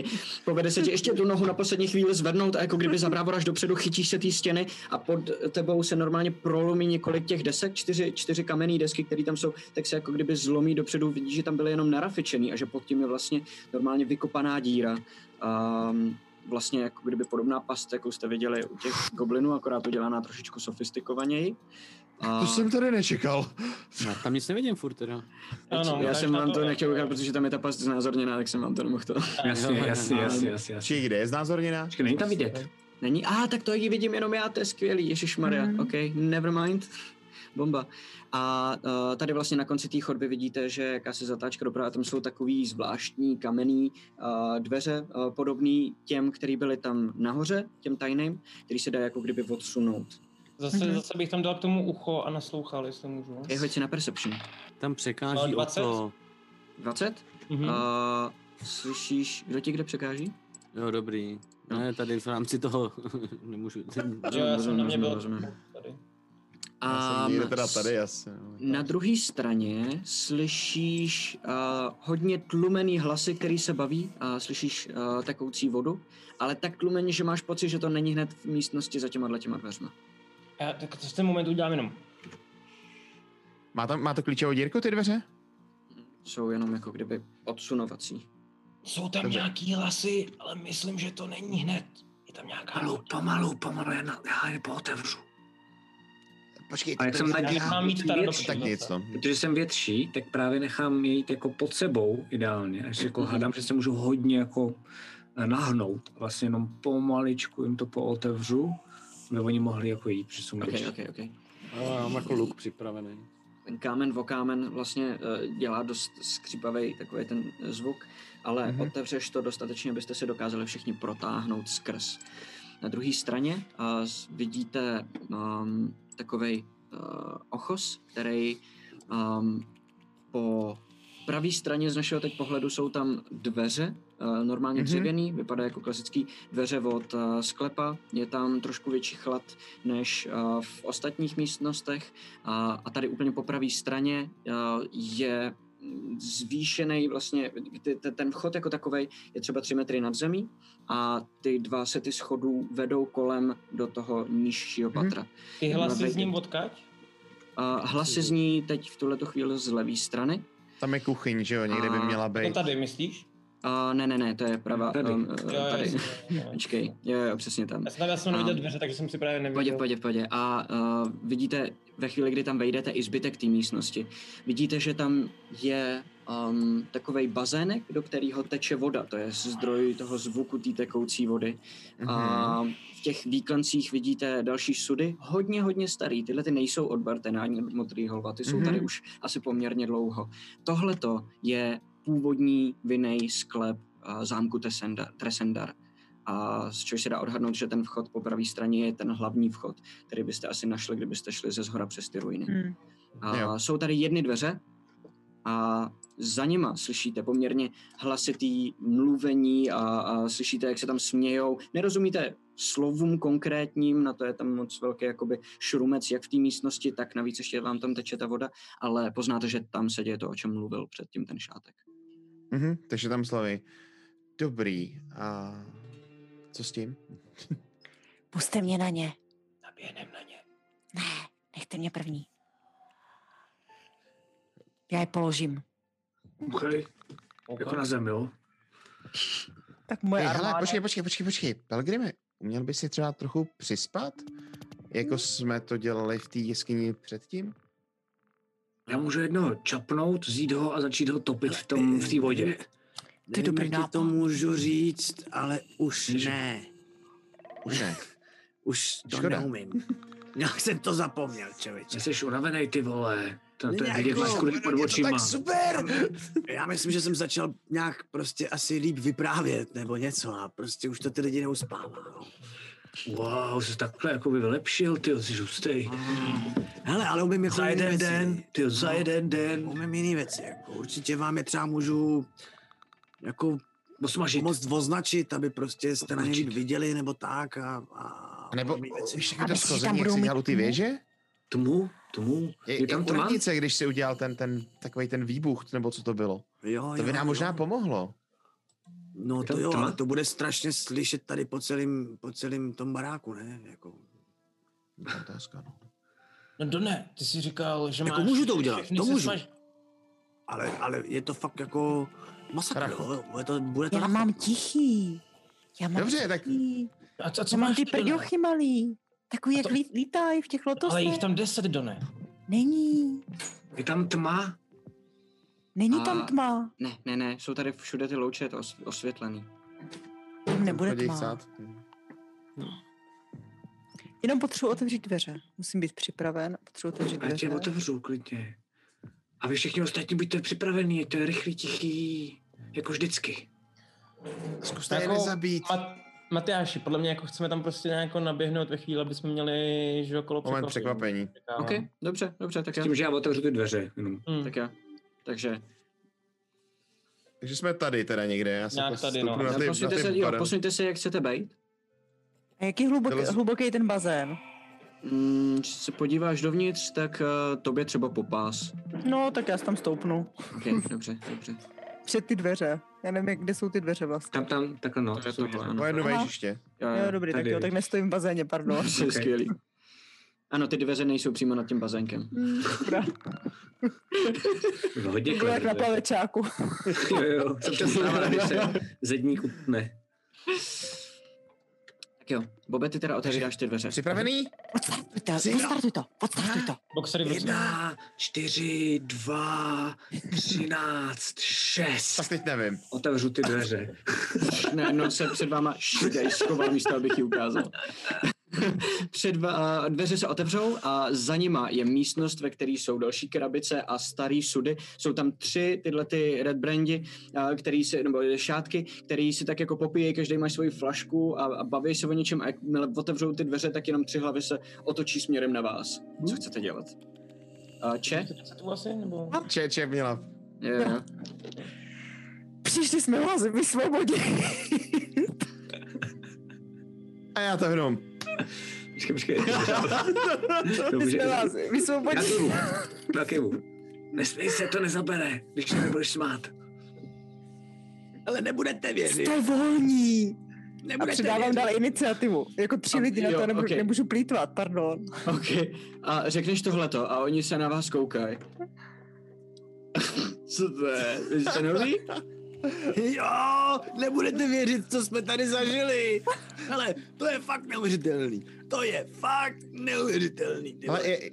Speaker 1: Povede se ti ještě tu nohu na poslední chvíli zvednout a jako kdyby zabrávoráš dopředu, chytíš se té stěny a pod tebou se normálně prolomí několik těch desek, čtyři, čtyři kamenné desky, které tam jsou, tak se jako kdyby zlomí dopředu, vidíš, že tam byly jenom narafičený a že pod tím je vlastně normálně vykopaná díra. Um, vlastně jako kdyby podobná past, jakou jste viděli u těch goblinů, akorát udělaná trošičku sofistikovaněji. A-
Speaker 4: To jsem tady nečekal.
Speaker 5: Já tam nic nevidím furt teda.
Speaker 2: Ano,
Speaker 1: já
Speaker 2: dáš
Speaker 1: jsem
Speaker 2: na
Speaker 1: vám to,
Speaker 2: to-
Speaker 1: nechtěl ukázat, protože tam je ta past znázorněná, tak jsem vám to nemohl to.
Speaker 3: Jasně, jasně, jasně, jasně. jasně.
Speaker 4: Či kde je znázorněná?
Speaker 3: Počkej, není tam vidět.
Speaker 1: Není, a ah, tak to ji vidím jenom já, to je skvělý, ježišmarja, mm.
Speaker 6: Mhm.
Speaker 1: ok, never mind. Bomba. A uh, tady vlastně na konci té chodby vidíte, že jaká se zatáčka doprava, tam jsou takový zvláštní kamenný uh, dveře, uh, podobný těm, který byly tam nahoře, těm tajným, který se dá jako kdyby odsunout.
Speaker 2: Zase,
Speaker 6: Mhm.
Speaker 2: zase bych tam dal k tomu ucho a naslouchal, jestli můžu.
Speaker 1: Hej, hoď si na Perception.
Speaker 5: Tam překáží o
Speaker 2: 20?
Speaker 5: to.
Speaker 1: 20? Mm.
Speaker 2: Mhm.
Speaker 1: Uh, slyšíš, kdo ti kde překáží?
Speaker 5: Jo, dobrý. Ne, tady v rámci toho nemůžu.
Speaker 2: Jo, já jsem na mě byl
Speaker 1: rozumím,
Speaker 2: tady.
Speaker 4: Já jsem
Speaker 1: Ám,
Speaker 4: někde teda tady asi. no.
Speaker 1: Na druhé straně slyšíš uh, hodně tlumený hlasy, který se baví a slyšíš uh, takoucí vodu, ale tak tlumeně, že máš pocit, že to není hned v místnosti za těma těma dveřma.
Speaker 2: Já, tak to v ten moment udělám jenom.
Speaker 4: Má, tam, má to klíčovou dírku ty dveře?
Speaker 1: Jsou jenom jako kdyby odsunovací.
Speaker 2: Jsou tam
Speaker 4: Dobře.
Speaker 2: nějaký hlasy, ale myslím, že to není hned. Je tam nějaká...
Speaker 3: Pomalu, pomalu, pomalu, já, na, já je pootevřu.
Speaker 4: Počkej,
Speaker 3: A jak jsem
Speaker 2: Já
Speaker 3: na
Speaker 2: mám mít teda
Speaker 4: tak
Speaker 2: dobře.
Speaker 4: nic, no.
Speaker 3: Protože jsem větší, tak právě nechám jít jako pod sebou ideálně. Takže jako hádám, že se můžu hodně jako eh, nahnout. Vlastně jenom pomaličku jim to pootevřu, aby oni mohli jako jít, protože jsou
Speaker 1: Okay,
Speaker 3: menší.
Speaker 1: okay, okay.
Speaker 5: Já mám jako luk připravený.
Speaker 1: Ten kámen o kámen vlastně eh, dělá dost skřípavý takový ten eh, zvuk, ale
Speaker 4: Mhm.
Speaker 1: mm-hmm. otevřeš to dostatečně, abyste se dokázali všichni protáhnout skrz. Na druhé straně eh, s- vidíte um, takový uh, ochos, který um, po pravé straně z našeho teď pohledu jsou tam dveře, uh, normálně
Speaker 4: Mhm.
Speaker 1: mm-hmm. dřevěný, vypadá jako klasický dveře od uh, sklepa, je tam trošku větší chlad než uh, v ostatních místnostech. A, a tady úplně po pravé straně a, je mm, zvýšený vlastně, ty- te- ten vchod jako takový je třeba 3 metry nad zemí a ty dva sety schodů vedou kolem do toho nižšího
Speaker 4: Mhm.
Speaker 1: patra.
Speaker 2: Ty hlasy
Speaker 1: Dobrý.
Speaker 2: s ním odkaď?
Speaker 1: A hlasy zní teď v tuhle chvíli z levé strany.
Speaker 4: Tam je kuchyň, že jo, někde by
Speaker 1: A-
Speaker 4: měla
Speaker 2: To
Speaker 4: být.
Speaker 2: tady, myslíš?
Speaker 1: A ne, ne, ne, to je pravá.
Speaker 3: Tady.
Speaker 1: Um,
Speaker 2: Jo, jo,
Speaker 1: tady.
Speaker 2: jasně, jo, jo.
Speaker 1: Počkej, jo, jo, přesně tam.
Speaker 2: Já jsem, já jsem neviděl
Speaker 1: A-
Speaker 2: dveře, takže jsem si právě
Speaker 1: Pojď,
Speaker 2: neviděl.
Speaker 1: pojď, pojď. A uh, vidíte, ve chvíli, kdy tam vejdete, i zbytek té místnosti, vidíte, že tam je um, takový bazének, do kterého teče voda. To je zdroj toho zvuku té tekoucí vody.
Speaker 4: Mhm.
Speaker 1: A v těch výklencích vidíte další sudy, hodně, hodně starý. Tyhle ty nejsou od Bartena ani od Modrý holva, ty jsou
Speaker 4: Mhm.
Speaker 1: tady už asi poměrně dlouho. Tohle to je původní vinej sklep a, zámku Tesenda- Tresendar. A z čehož se dá odhadnout, že ten vchod po pravé straně je ten hlavní vchod, který byste asi našli, kdybyste šli ze zhora přes ty ruiny.
Speaker 6: Hmm.
Speaker 1: A
Speaker 4: Jo.
Speaker 1: jsou tady jedny dveře a za nima slyšíte poměrně hlasitý mluvení a, a slyšíte, jak se tam smějou. Nerozumíte slovům konkrétním, na to je tam moc velký jakoby šrumec, jak v té místnosti, tak navíc ještě vám tam teče ta voda, ale poznáte, že tam se děje to, o čem mluvil předtím ten šátek.
Speaker 4: Mhm, takže tam slaví. Dobrý. A co s tím?
Speaker 6: Puste mě na ně.
Speaker 2: Naběhnem na ně.
Speaker 6: Ne, nechte mě první. Já je položím.
Speaker 3: Okay. Jako na zem, jo?
Speaker 6: Tak moje
Speaker 4: Hej,
Speaker 6: armáda...
Speaker 4: hele, počkej, počkej, počkej, počkej. Pelgrime, uměl by si třeba trochu přispat? Jako jsme to dělali v té jeskyni předtím?
Speaker 3: Já můžu jednoho čapnout, vzít ho a začít ho topit v tom, v té vodě.
Speaker 5: To je dobrý nápad. to můžu říct, ale už
Speaker 3: Ježi.
Speaker 5: ne.
Speaker 4: Už ne.
Speaker 5: Už to
Speaker 4: Škoda.
Speaker 5: neumím. Nějak jsem to zapomněl,
Speaker 3: Já
Speaker 5: člověče.
Speaker 3: jsi unavený, ty vole. To, to je
Speaker 5: Jako,
Speaker 3: vidět máš kurvy pod
Speaker 5: je to
Speaker 3: očima.
Speaker 5: Tak super! Já myslím, že jsem začal nějak prostě asi líp vyprávět nebo něco a prostě už to ty lidi neuspává. no.
Speaker 3: Wow, jsi takhle jako by vylepšil, ty jsi hustej.
Speaker 5: Hele, ale umím jako
Speaker 3: Za
Speaker 5: jiný
Speaker 3: jeden
Speaker 5: věci.
Speaker 3: den, ty za
Speaker 5: No,
Speaker 3: jeden den.
Speaker 5: Umím jiný věci, jako určitě vám je třeba můžu jako
Speaker 3: Osmažit.
Speaker 5: pomoct označit, aby prostě jste na ně
Speaker 3: Označit.
Speaker 5: líp viděli nebo tak a, a
Speaker 4: A nebo
Speaker 5: podobný věci.
Speaker 4: víš, jak
Speaker 6: A
Speaker 4: to
Speaker 6: myslíš, že tam
Speaker 4: schození, jak
Speaker 6: budou
Speaker 4: jsi
Speaker 6: mít
Speaker 4: dělal u ty
Speaker 6: tmu?
Speaker 4: věže?
Speaker 3: Tmu, tmu.
Speaker 4: Je, jako
Speaker 3: Je tam
Speaker 4: u
Speaker 3: tma?
Speaker 4: radnice, když si udělal ten, ten, takový ten výbuch, nebo co to bylo.
Speaker 5: Jo,
Speaker 4: To by
Speaker 5: jo,
Speaker 4: nám možná
Speaker 5: jo.
Speaker 4: pomohlo.
Speaker 5: No to
Speaker 1: To-
Speaker 5: jo,
Speaker 1: to má-
Speaker 5: ale to bude strašně slyšet tady po celém po celým tom baráku, ne? Jako,
Speaker 4: To je Otázka, no.
Speaker 2: No to ne, ty jsi říkal, že
Speaker 5: Jako
Speaker 2: máš...
Speaker 5: můžu to udělat,
Speaker 2: všechny
Speaker 5: to
Speaker 2: se
Speaker 5: můžu.
Speaker 2: snaž-
Speaker 5: ale, ale je to fakt jako masakr,
Speaker 4: Rachot.
Speaker 5: jo, bude to, bude to
Speaker 6: Já
Speaker 5: rachot.
Speaker 6: mám tichý. Já mám
Speaker 4: Dobře, tak-
Speaker 6: tichý.
Speaker 2: A co, a co
Speaker 6: Já mám
Speaker 2: máš
Speaker 6: ty
Speaker 2: ty, Done?
Speaker 6: prďochy malý. Takový, jak
Speaker 2: to-
Speaker 6: lít, lítají v těch lotosech.
Speaker 2: Ale jich tam deset, Done.
Speaker 6: Není.
Speaker 3: Je tam tma?
Speaker 6: Není
Speaker 1: A-
Speaker 6: tam tma.
Speaker 1: Ne, ne, ne, jsou tady všude ty louče to os- osvětlený.
Speaker 6: Tam nebude
Speaker 4: Chodí
Speaker 6: tma.
Speaker 4: chcát.
Speaker 6: Jenom potřebuji otevřít dveře. Musím být připraven. Potřebuji otevřít
Speaker 3: A já tě
Speaker 6: dveře.
Speaker 3: otevřu klidně. A vy všichni ostatní buďte připravení, je to je rychlý, tichý, jako vždycky.
Speaker 4: Zkuste
Speaker 2: Jako-
Speaker 4: je nezabít.
Speaker 2: Mat- Matyáši, podle mě jako chceme tam prostě nějak naběhnout ve chvíli, aby jsme měli že okolo
Speaker 4: Moment překvapení.
Speaker 1: OK, dobře, dobře, tak
Speaker 3: S
Speaker 1: já.
Speaker 3: tím, že já otevřu ty dveře. Jenom.
Speaker 2: Hmm.
Speaker 1: Tak já. Takže
Speaker 4: Takže jsme tady teda někde, já se
Speaker 2: Nějak
Speaker 4: pos-
Speaker 2: tady, no.
Speaker 4: stoupnu na ty, na
Speaker 1: posuňte, prostě se,
Speaker 4: ty
Speaker 1: jo,
Speaker 4: barem.
Speaker 1: posuňte se, jak chcete být.
Speaker 6: A jak je hluboký,
Speaker 4: Vylez-
Speaker 6: hluboký ten bazén?
Speaker 1: Mm, když se podíváš dovnitř, tak uh, tobě třeba popás.
Speaker 6: No, tak já se tam stoupnu.
Speaker 1: OK, dobře, dobře.
Speaker 6: Před ty dveře. Já nevím, jak, kde jsou ty dveře vlastně.
Speaker 3: Tam, tam, takhle no.
Speaker 1: To je
Speaker 3: jsou
Speaker 1: tohle,
Speaker 3: dveře.
Speaker 1: ano.
Speaker 4: Moje nové
Speaker 6: Aha.
Speaker 4: žiště.
Speaker 1: Jo,
Speaker 6: Jo, dobrý, tak
Speaker 3: tady.
Speaker 6: jo, tak nestojím v bazéně, pardon.
Speaker 1: To je
Speaker 3: Ok.
Speaker 1: skvělý. Ano, ty dveře nejsou přímo nad tím bazénkem.
Speaker 6: Dobrá.
Speaker 3: Bylo Hodně
Speaker 6: Bylo Jako jak na
Speaker 3: clever.
Speaker 6: plavečáku.
Speaker 3: Jo, jo, jsem přesně rád, když se zedník utne.
Speaker 1: Tak jo, Bobe, ty teda otevříš ty dveře.
Speaker 4: Připravený?
Speaker 6: Odstartuj to, odstartuj to, odstartuj to.
Speaker 2: Boxery v ruce.
Speaker 3: Jedna, čtyři, dva, třináct, šest.
Speaker 4: Tak teď nevím.
Speaker 3: Otevřu ty dveře.
Speaker 1: Ne, no se před váma šídej, schoval místo, abych ji ukázal. před va- a dveře se otevřou a za nima je místnost, ve které jsou další krabice a starý sudy. Jsou tam tři tyhle ty red brandy, a, který si, nebo šátky, který si tak jako popíjejí, každý má svoji flašku a, a baví se o něčem a jakmile otevřou ty dveře, tak jenom tři hlavy se otočí směrem na vás. Co chcete dělat? A, če?
Speaker 2: Se tu asi, nebo...
Speaker 4: Če, če měla.
Speaker 1: Jo, jo.
Speaker 6: Přišli jsme vás vysvobodili.
Speaker 4: A já to jenom.
Speaker 3: Počkej, počkej. Dobře.
Speaker 6: jsme vás
Speaker 3: Já
Speaker 6: vysvobodili.
Speaker 3: kivu. Já kivu. Nesmí se to nezabere, když se nebudeš smát.
Speaker 5: Ale nebudete věřit,
Speaker 6: Jste volní. A
Speaker 5: nebudete
Speaker 6: předávám
Speaker 5: věřit.
Speaker 6: dál iniciativu. Jako tři
Speaker 1: A-
Speaker 6: lidi na
Speaker 1: jo,
Speaker 6: to nebudu,
Speaker 1: okej.
Speaker 6: nemůžu plítvat, pardon.
Speaker 1: OK. A řekneš tohleto a oni se na vás koukají. Co to je? Vy jste nový?
Speaker 5: Jo, nebudete věřit, co jsme tady zažili. Hele, to je fakt neuvěřitelný. To je fakt neuvěřitelný. Ty
Speaker 4: Ale
Speaker 5: vole.
Speaker 4: je,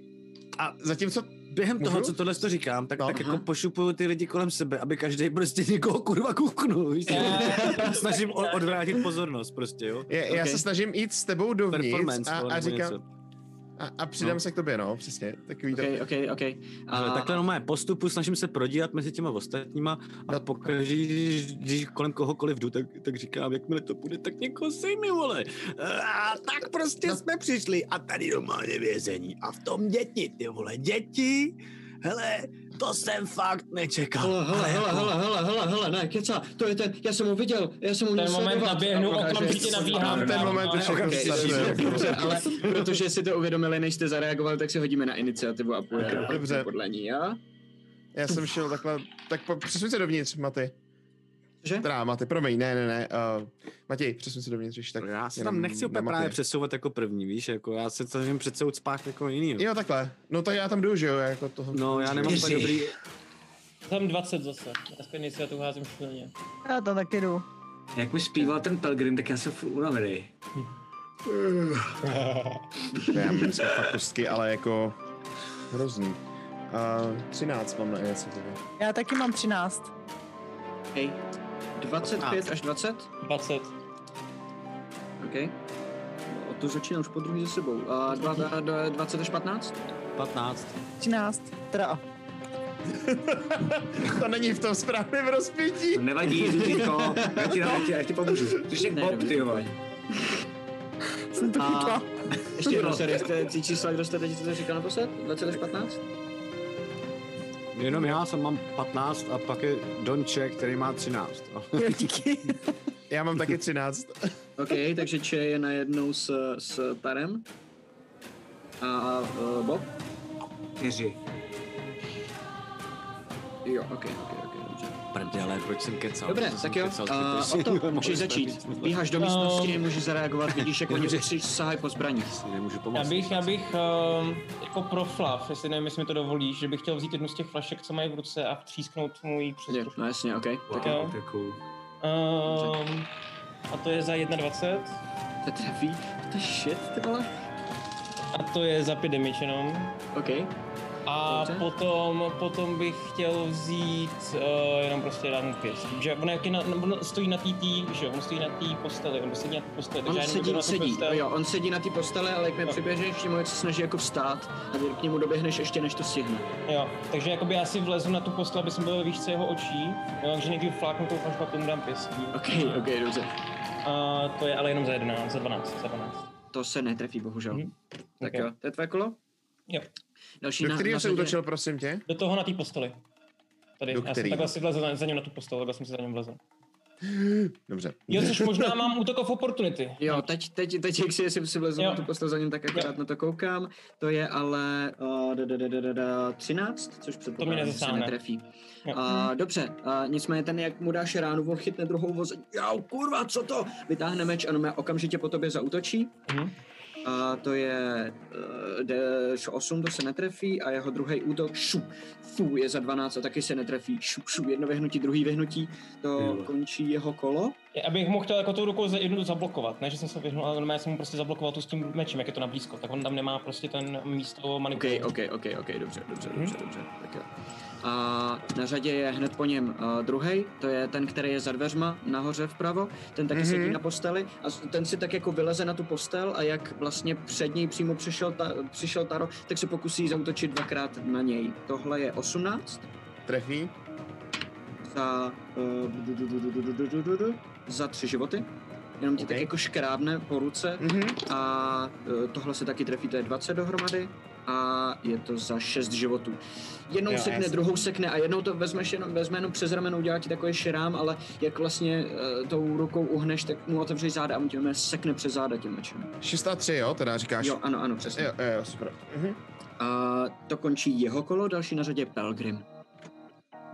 Speaker 4: a zatímco
Speaker 5: Během
Speaker 4: Můžu?
Speaker 5: toho, co tohle to říkám, tak,
Speaker 4: Mhm. No,
Speaker 5: tak
Speaker 1: aha.
Speaker 5: jako pošupuju ty lidi kolem sebe, aby každý prostě někoho kurva kuchnul. Víš?
Speaker 2: Ne.
Speaker 5: Snažím o- odvrátit pozornost prostě, jo.
Speaker 4: je, já
Speaker 1: Ok.
Speaker 4: se snažím jít s tebou dovnitř
Speaker 5: Performance,
Speaker 4: a,
Speaker 5: vole,
Speaker 4: a
Speaker 5: nebo
Speaker 4: říkám,
Speaker 5: něco.
Speaker 4: a, a přidám
Speaker 5: No.
Speaker 4: se k tobě, no, přesně, takový to.
Speaker 1: OK, OK, OK.
Speaker 5: Ale
Speaker 1: A,
Speaker 5: takhle no mé postupu snažím se prodírat mezi těma ostatníma a
Speaker 4: No.
Speaker 5: pokaždé, když, když kolem kohokoliv jdu, tak, tak říkám, jakmile to bude, tak někoho sejmi, vole. A tak prostě
Speaker 4: No.
Speaker 5: jsme přišli a tady normálně vězení a v tom děti, ty vole, děti, hele, to jsem fakt nečekal.
Speaker 1: Hele, hele,
Speaker 5: Ale
Speaker 1: hele,
Speaker 5: jako-
Speaker 1: hele, hele, hele, hele, ne, keca, to je ten, já jsem ho viděl, já jsem ho
Speaker 2: Ten
Speaker 1: měl
Speaker 2: moment
Speaker 1: sledovat.
Speaker 2: naběhnu,
Speaker 1: A
Speaker 2: okamžitě
Speaker 1: protože-
Speaker 2: nabíhám.
Speaker 1: A
Speaker 4: ten moment už
Speaker 1: Ok,
Speaker 4: jako
Speaker 1: dobře,
Speaker 4: vstane.
Speaker 1: dobře, ale protože si to uvědomili, než jste zareagovali, tak si hodíme na iniciativu a půjdeme
Speaker 4: Ok, dobře.
Speaker 1: podle ní, jo?
Speaker 4: Já jsem šel takhle, tak po, přesuň se dovnitř, Maty.
Speaker 1: Že?
Speaker 4: Teda, Maty, promiň, ne, ne, ne. Uh, Matěj, přesuň se dovnitř, ještě tak.
Speaker 5: Já se
Speaker 4: jenom
Speaker 5: tam nechci úplně
Speaker 4: na
Speaker 5: právě
Speaker 4: mapě.
Speaker 5: přesouvat jako první, víš, jako já se snažím přesout spát jako jiný.
Speaker 4: Jo, takhle. No tak já tam jdu, že jo, jako toho.
Speaker 5: No, já nemám tak
Speaker 3: Ježi.
Speaker 5: dobrý...
Speaker 2: Tam 20 zase. Aspoň nejsi, já tu házím špilně.
Speaker 6: Já tam taky jdu.
Speaker 3: Jak mi zpíval ten Pelgrim, tak já jsem furt unavený.
Speaker 4: Já mám dneska fakt kostky, ale jako hrozný. Uh, 13 mám na iniciativě.
Speaker 6: Já taky mám 13.
Speaker 1: Hej, 25 až 20?
Speaker 2: 20.
Speaker 1: OK. O to začíná už po druhý za sebou. A dva, dva- dva- 20 až 15?
Speaker 5: 15.
Speaker 6: 13. Teda.
Speaker 4: To není v tom správném rozpětí.
Speaker 3: To nevadí, Zuzíko, já ti, já ti, já ti pomůžu. Ty jsi jak
Speaker 1: Ne,
Speaker 3: Bob,
Speaker 1: dobrý,
Speaker 3: ty jo.
Speaker 6: Jsem to
Speaker 1: A-
Speaker 6: chytla.
Speaker 1: Ještě
Speaker 5: No.
Speaker 1: jednou, sorry, jste ty čísla, kdo jste teď co jste říkal naposled? 20 až 15?
Speaker 5: Jenom já jsem mám 15 a pak je Donček, který má 13.
Speaker 6: Jo, díky.
Speaker 4: Já mám taky 13.
Speaker 5: Hm.
Speaker 1: OK, takže Če je najednou s, s Tarem. A uh, Bob?
Speaker 3: Čtyři.
Speaker 1: Jo, OK, OK, OK, dobře.
Speaker 5: prdele, proč jsem kecal?
Speaker 1: Dobré,
Speaker 5: Proč jsem
Speaker 1: tak jo,
Speaker 5: kecal
Speaker 1: uh,
Speaker 5: zbytečně?
Speaker 1: o to
Speaker 5: Mohl jsem
Speaker 1: můžeš začít.
Speaker 5: být-
Speaker 1: Bíháš do místnosti, můžeš zareagovat, vidíš, jak oni
Speaker 5: No. Dobře.
Speaker 1: při- sahají po zbraní.
Speaker 5: Nemůžu
Speaker 2: Já
Speaker 5: pomoct.
Speaker 2: bych, já bych uh, jako pro flav, jestli nevím, jestli mi to dovolíš, že bych chtěl vzít jednu z těch flašek, co mají v ruce a vtřísknout mu ji přes
Speaker 1: Je,
Speaker 2: trošku.
Speaker 1: no jasně, OK.
Speaker 3: Wow,
Speaker 2: Tak jo.
Speaker 1: jako-
Speaker 3: to je cool.
Speaker 2: Ehm, a to je za 21
Speaker 1: To trefí, to je shit, ty vole.
Speaker 2: a to je za 5 damage jenom.
Speaker 1: OK,
Speaker 2: A
Speaker 1: Dobře.
Speaker 2: potom, potom bych chtěl vzít uh, jenom prostě ránu pěst. Že on, jak je na, on stojí na té tý, že jo, on stojí na té posteli, on sedí na té posteli. takže
Speaker 1: On
Speaker 2: já jenom jdu
Speaker 1: sedí,
Speaker 2: na tu
Speaker 1: sedí,
Speaker 2: postel.
Speaker 1: jo, on sedí na té postele, ale jakmile
Speaker 2: Jo.
Speaker 1: přiběžeš, tím se snaží jako vstát a ty k němu doběhneš ještě, než to stihne.
Speaker 2: Jo, takže jakoby já si vlezu na tu postel, aby jsem byl ve výšce jeho očí, jo, takže nejdřív fláknu tou flašku a tomu dám pěstí.
Speaker 1: OK, OK, dobře.
Speaker 2: A to je ale jenom za 11, za 12, za 12.
Speaker 1: To se netrefí, bohužel.
Speaker 2: Mhm.
Speaker 1: Tak
Speaker 2: Ok.
Speaker 1: jo, to je tvoje kolo?
Speaker 2: Jo.
Speaker 1: Další
Speaker 4: Do
Speaker 1: na, na
Speaker 4: kterého jsem
Speaker 1: řadě-
Speaker 4: útočil, prosím tě?
Speaker 2: Do toho na té posteli. Tady,
Speaker 4: Do
Speaker 2: já jsem
Speaker 4: kterýho?
Speaker 2: takhle si vlezl za, za ním na tu postel, takhle jsem si za ním vlezl.
Speaker 4: Dobře.
Speaker 2: Jo, což možná mám útok of opportunity.
Speaker 1: Jo, teď, teď, teď jak si, jestli si vlezu
Speaker 2: Jo.
Speaker 1: na tu postel za ním, tak akorát na to koukám. To je ale uh, da, da, da, da, da, da, 13, což předpokládám, že se
Speaker 2: nezasáhne.
Speaker 1: netrefí.
Speaker 2: Jo.
Speaker 1: Uh, dobře, uh, nicméně ten, jak mu dáš ránu, on chytne druhou voze. Jau, kurva, co to? Vytáhne meč, ano, má okamžitě po tobě zautočí.
Speaker 2: Mhm.
Speaker 1: A to je eh, dash 8, to se netrefí a jeho druhý útok šup, fu, je za 12 a taky se netrefí. Šup, šup, jedno vyhnutí, druhý vyhnutí, to
Speaker 3: Jo.
Speaker 1: končí jeho kolo.
Speaker 2: Je, Abych mu chtěl jako tou rukou za- jednu zablokovat, ne že jsem se vyhnul, ale normálně jsem mu prostě zablokoval tu s tím mečem, jak je to na blízko, tak on tam nemá prostě ten místo
Speaker 1: OK,
Speaker 2: manipulace.
Speaker 1: OK, OK, OK, dobře, dobře,
Speaker 2: Mhm.
Speaker 1: dobře, dobře, tak jo. A na řadě je hned po něm uh, druhý, to je ten, který je za dveřma nahoře vpravo, ten taky
Speaker 4: Mhm.
Speaker 1: sedí na posteli a s- ten si tak jako vyleze na tu postel a jak vlastně před něj přímo přišel, ta, přišel Taro, tak se pokusí zautočit dvakrát na něj. Tohle je 18.
Speaker 4: Trefí?
Speaker 1: za, eh, du- du- du- du- du- du- du- du- du- du- za tři životy. Jenom ti
Speaker 4: OK.
Speaker 1: tak jako škrábne po ruce
Speaker 4: Mhm.
Speaker 1: a eh, tohle se taky trefí, to je 20 dohromady a je to za 6 životů. Jednou
Speaker 5: Jo,
Speaker 1: jo,
Speaker 5: a
Speaker 1: sekne,
Speaker 5: já si-
Speaker 1: druhou sekne a jednou to vezmeš jenom, vezme jenom přes rameno, udělá ti takový širám, ale jak vlastně eh, tou rukou uhneš, tak mu otevřeš záda a mu tě normálně sekne přes záda tím mečem.
Speaker 4: 6 a 3, jo, teda říkáš?
Speaker 1: Jo, ano, ano, přesně.
Speaker 4: Jo, jo, super. Mhm.
Speaker 1: A to končí jeho kolo, další na řadě je Pelgrim.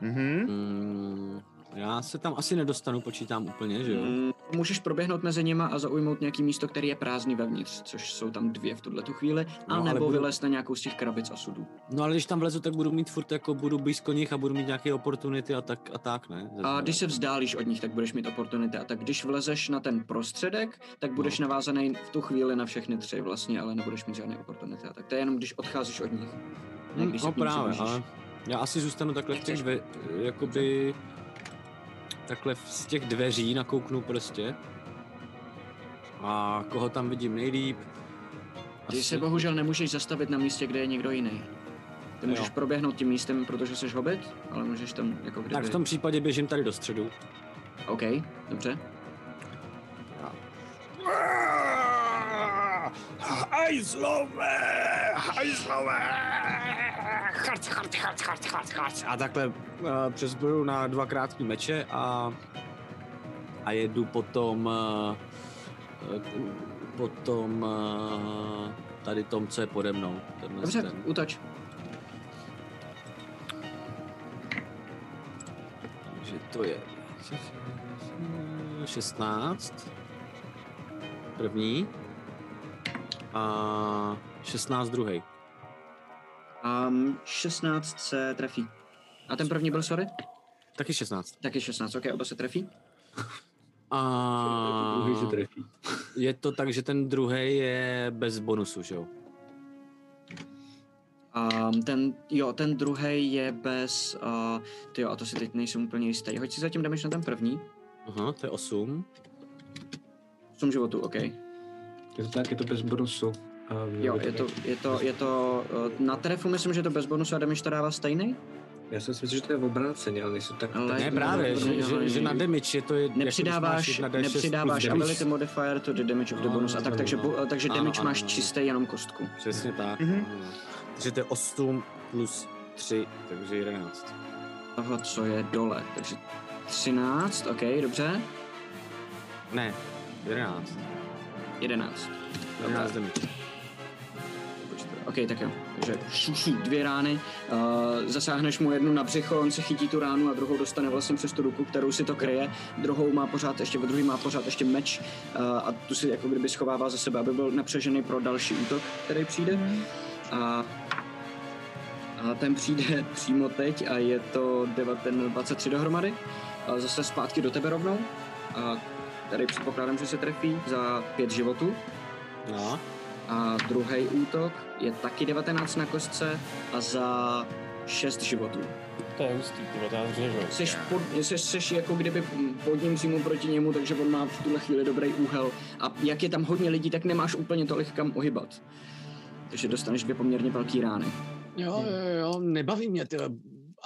Speaker 4: Mhm.
Speaker 5: Mm, já se tam asi nedostanu, počítám úplně, že jo?
Speaker 1: Mm, Můžeš proběhnout mezi nima a zaujmout nějaký místo, které je prázdný vevnitř, což jsou tam dvě v tuhle tu chvíli,
Speaker 5: No,
Speaker 1: a
Speaker 5: ale
Speaker 1: nebo
Speaker 5: budu-
Speaker 1: vylézt na nějakou z těch krabic osudů.
Speaker 5: No ale když tam vlezu, tak budu mít furt jako, budu blízko nich a budu mít nějaké opportunity a tak, a tak, ne?
Speaker 1: A když se vzdálíš od nich, tak budeš mít oportunity. A tak když vlezeš na ten prostředek, tak budeš
Speaker 5: No.
Speaker 1: navázaný v tu chvíli na všechny tři vlastně, ale nebudeš mít žádné oportunity. A tak to je jenom, když odcházíš od nich. Ne,
Speaker 5: Hmm,
Speaker 1: když se
Speaker 5: no
Speaker 1: k nim
Speaker 5: právě,
Speaker 1: přiblížíš.
Speaker 5: ale já asi zůstanu takhle v těch dve, jakoby, takhle v- z těch dveří nakouknu prostě. A koho tam vidím nejlíp?
Speaker 1: Ty se bohužel nemůžeš zastavit na místě, kde je někdo jiný. Ty
Speaker 5: Jo.
Speaker 1: můžeš proběhnout tím místem, protože jsi hobit, ale můžeš tam jako kdyby...
Speaker 5: Tak v tom případě běžím tady do středu.
Speaker 1: OK, dobře.
Speaker 5: Hajzlové! Hajzlové! Charc, charc, charc, charc, charc, charc. A takhle eh, přezbroju na dva krátké meče a, a jedu potom eh, eh, potom eh, tady tom, co je pode mnou. Tenhle
Speaker 1: Dobře,
Speaker 5: ten.
Speaker 1: utoč.
Speaker 5: Takže to je 16. První. A 16 druhý.
Speaker 1: Um, 16 se trefí. A ten první byl, sorry?
Speaker 5: Taky 16.
Speaker 1: Taky 16, ok, oba se trefí.
Speaker 5: A
Speaker 3: Druhý se trefí.
Speaker 5: je to tak, že ten druhý je bez bonusu, že jo?
Speaker 1: Um, ten, jo, ten druhý je bez, uh, tyjo, a to si teď nejsem úplně jistý. Hoď si zatím damage na ten první.
Speaker 5: Aha, to je 8.
Speaker 1: 8 životů, ok.
Speaker 5: Hm,
Speaker 3: Je to tak, je to bez bonusu. A
Speaker 1: Jo, je to, je to, je to, uh, na trefu myslím, že to bez bonusu a damage to dává stejný.
Speaker 3: Já jsem si myslel, že to je v obráceně, ale nejsem tak...
Speaker 1: Ale-
Speaker 5: Ne,
Speaker 1: to
Speaker 5: právě,
Speaker 1: je
Speaker 5: že,
Speaker 1: dobrý,
Speaker 5: že,
Speaker 1: dobrý.
Speaker 5: že na damage je to... Je,
Speaker 1: Nepřidáváš, nepřidáváš ability
Speaker 5: ability.
Speaker 1: modifier to the damage of the
Speaker 5: Ano,
Speaker 1: bonus a tak,
Speaker 5: ano,
Speaker 1: takže,
Speaker 5: ano.
Speaker 1: bo- takže
Speaker 5: No, Ano,
Speaker 1: damage
Speaker 5: ano,
Speaker 1: máš
Speaker 5: ano.
Speaker 1: čistý jenom kostku.
Speaker 5: Přesně tak.
Speaker 4: Mhm.
Speaker 5: ano. Takže to je 8 plus 3, takže 11.
Speaker 1: Toho, co je dole, takže 13, ok, dobře,
Speaker 5: Ne, 11.
Speaker 1: 11.
Speaker 5: 11 damage.
Speaker 1: Počkej. OK, tak jo. Takže šušu, dvě rány, uh, zasáhneš mu jednu na břicho, on se chytí tu ránu a druhou dostane vlastně přes tu ruku, kterou si to kryje. Druhou má pořád ještě, ve druhý má pořád ještě meč uh, a tu si jako kdyby schovává za sebe, aby byl napřežený pro další útok, který přijde. A, a ten přijde přímo teď a je to 19, 23 dohromady. A zase zpátky do tebe rovnou. A tady předpokládám, že se trefí za pět životů.
Speaker 5: No.
Speaker 1: A druhý útok je taky 19 na kostce a za 6 životů.
Speaker 2: To je hustý, ty otázky, že jo.
Speaker 1: Jseš, pod, jseš, jseš jako kdyby pod ním přímo proti němu, takže on má v tuhle chvíli dobrý úhel. A jak je tam hodně lidí, tak nemáš úplně tolik kam ohybat. Takže dostaneš dvě poměrně velký rány.
Speaker 5: Jo, jo, jo, nebaví mě ty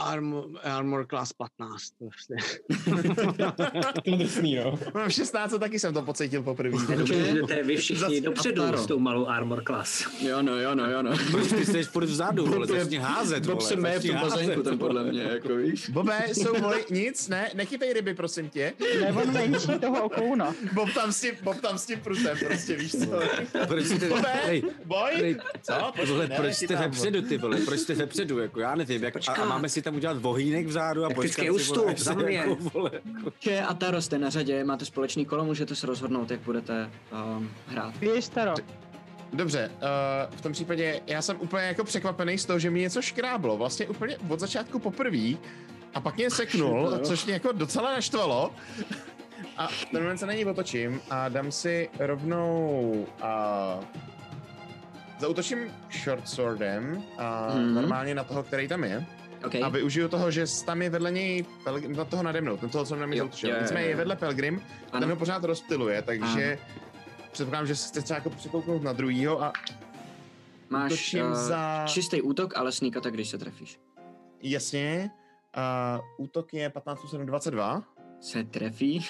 Speaker 5: arm, armor class 15. Prostě.
Speaker 2: To je drsný, no.
Speaker 4: Mám 16 a taky jsem to pocítil poprvé.
Speaker 3: Dobře,
Speaker 1: Dobře.
Speaker 3: že jdete vy všichni
Speaker 4: Zas-
Speaker 3: dopředu
Speaker 1: Aparo.
Speaker 3: s tou malou armor class.
Speaker 1: Jo no, jo no, jo no.
Speaker 5: Ty jsi furt vzadu, vole, začni házet,
Speaker 1: Bob
Speaker 5: vole,
Speaker 1: se meje v
Speaker 4: Prostě
Speaker 5: začni
Speaker 1: tom
Speaker 5: házet,
Speaker 1: bazénku, ten podle mě, jako víš.
Speaker 4: Bobe, jsou voli, nic, ne, nechytej ryby, prosím tě.
Speaker 6: Ne, on menší toho okouna.
Speaker 4: Bob tam s tím, Bob tam s tím prutem, prostě víš co.
Speaker 5: Proč jste,
Speaker 4: Bobe,
Speaker 5: hej,
Speaker 4: boj,
Speaker 5: hej,
Speaker 4: co? Počkej,
Speaker 5: vole,
Speaker 4: ne,
Speaker 5: proč jste
Speaker 4: nechytám,
Speaker 5: vepředu, ty vole, proč jste vepředu, jako já nevím, jak, a, a, máme si tam udělat vohýnek vzadu a
Speaker 3: Taktický
Speaker 5: počkat si, vole,
Speaker 3: ústup,
Speaker 5: až se
Speaker 3: za mě.
Speaker 5: jako, vole,
Speaker 1: Že a Taro jste na řadě, máte společný kolo, můžete se rozhodnout, jak budete um, hrát.
Speaker 6: Běž, Taro.
Speaker 4: Dobře, uh, v tom případě já jsem úplně jako překvapený z toho, že mi něco škráblo. Vlastně úplně od začátku poprvé a pak mě seknul, což mě jako docela naštvalo. A v ten moment se na něj otočím a dám si rovnou a zautočím short swordem a
Speaker 1: Mhm.
Speaker 4: hmm. normálně na toho, který tam je.
Speaker 1: Okay.
Speaker 4: A využiju toho, že tam je vedle něj Pelgrim, na toho nade mnou, ten toho, co na mě
Speaker 1: Jo,
Speaker 4: zautočil.
Speaker 1: jo, jo,
Speaker 4: Nicméně
Speaker 1: jo.
Speaker 4: je vedle Pelgrim,
Speaker 1: Ano.
Speaker 4: ten ho pořád rozptiluje, takže předpokládám, že se chce třeba jako přikouknout na druhýho a
Speaker 1: Máš
Speaker 4: útočím
Speaker 1: uh,
Speaker 4: za...
Speaker 1: čistý útok, ale sníkat, když se trefíš.
Speaker 4: Jasně. A útok je 15 7, 22.
Speaker 1: Se trefí.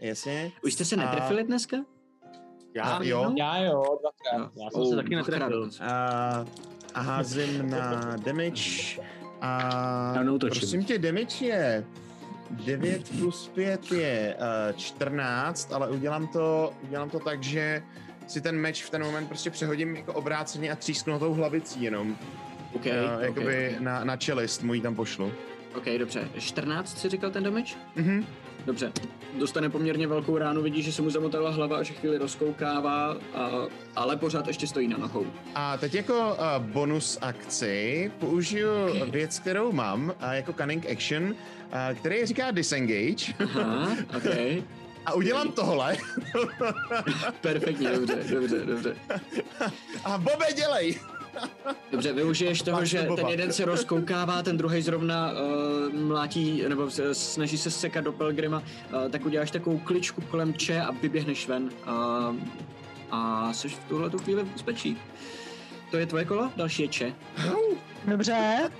Speaker 4: Jasně.
Speaker 1: Už jste se netrefili dneska?
Speaker 4: Já? Jo.
Speaker 2: Já jo, dvakrát. Já jsem
Speaker 1: Oh,
Speaker 2: se
Speaker 3: taky
Speaker 1: dvakrát
Speaker 3: netrefil.
Speaker 1: dokonce.
Speaker 4: A, a házím na damage. A
Speaker 3: Já neútočím.
Speaker 4: prosím tě, damage je 9 plus 5 je uh, 14, ale udělám to, udělám to tak, že si ten meč v ten moment prostě přehodím jako obráceně a třísknu tou hlavicí jenom.
Speaker 1: OK,
Speaker 4: Okay, uh,
Speaker 1: OK,
Speaker 4: jakoby okay. Na, na čelist mu ji tam pošlu.
Speaker 1: OK, dobře. 14 si říkal ten damage?
Speaker 4: Mhm.
Speaker 1: Dobře. Dostane poměrně velkou ránu, vidí, že se mu zamotala hlava a že chvíli rozkoukává, a, ale pořád ještě stojí na nohou.
Speaker 4: A teď jako uh, bonus akci použiju věc, kterou mám, uh, jako cunning action, uh, který říká disengage.
Speaker 1: Aha, OK.
Speaker 4: A udělám tohle.
Speaker 1: Perfektně, dobře, dobře, dobře.
Speaker 4: A Bobe, dělej!
Speaker 1: Dobře, využiješ toho,
Speaker 4: Pak
Speaker 1: že
Speaker 4: nebo
Speaker 1: ten
Speaker 4: pak.
Speaker 1: jeden se rozkoukává, ten druhý zrovna uh, mlátí, nebo se, snaží se sekat do Pelgrima, uh, tak uděláš takovou kličku kolem če a vyběhneš ven. Uh, a jsi v tuhle tu chvíli v bezpečí. To je tvoje kolo, další je če.
Speaker 6: Dobře.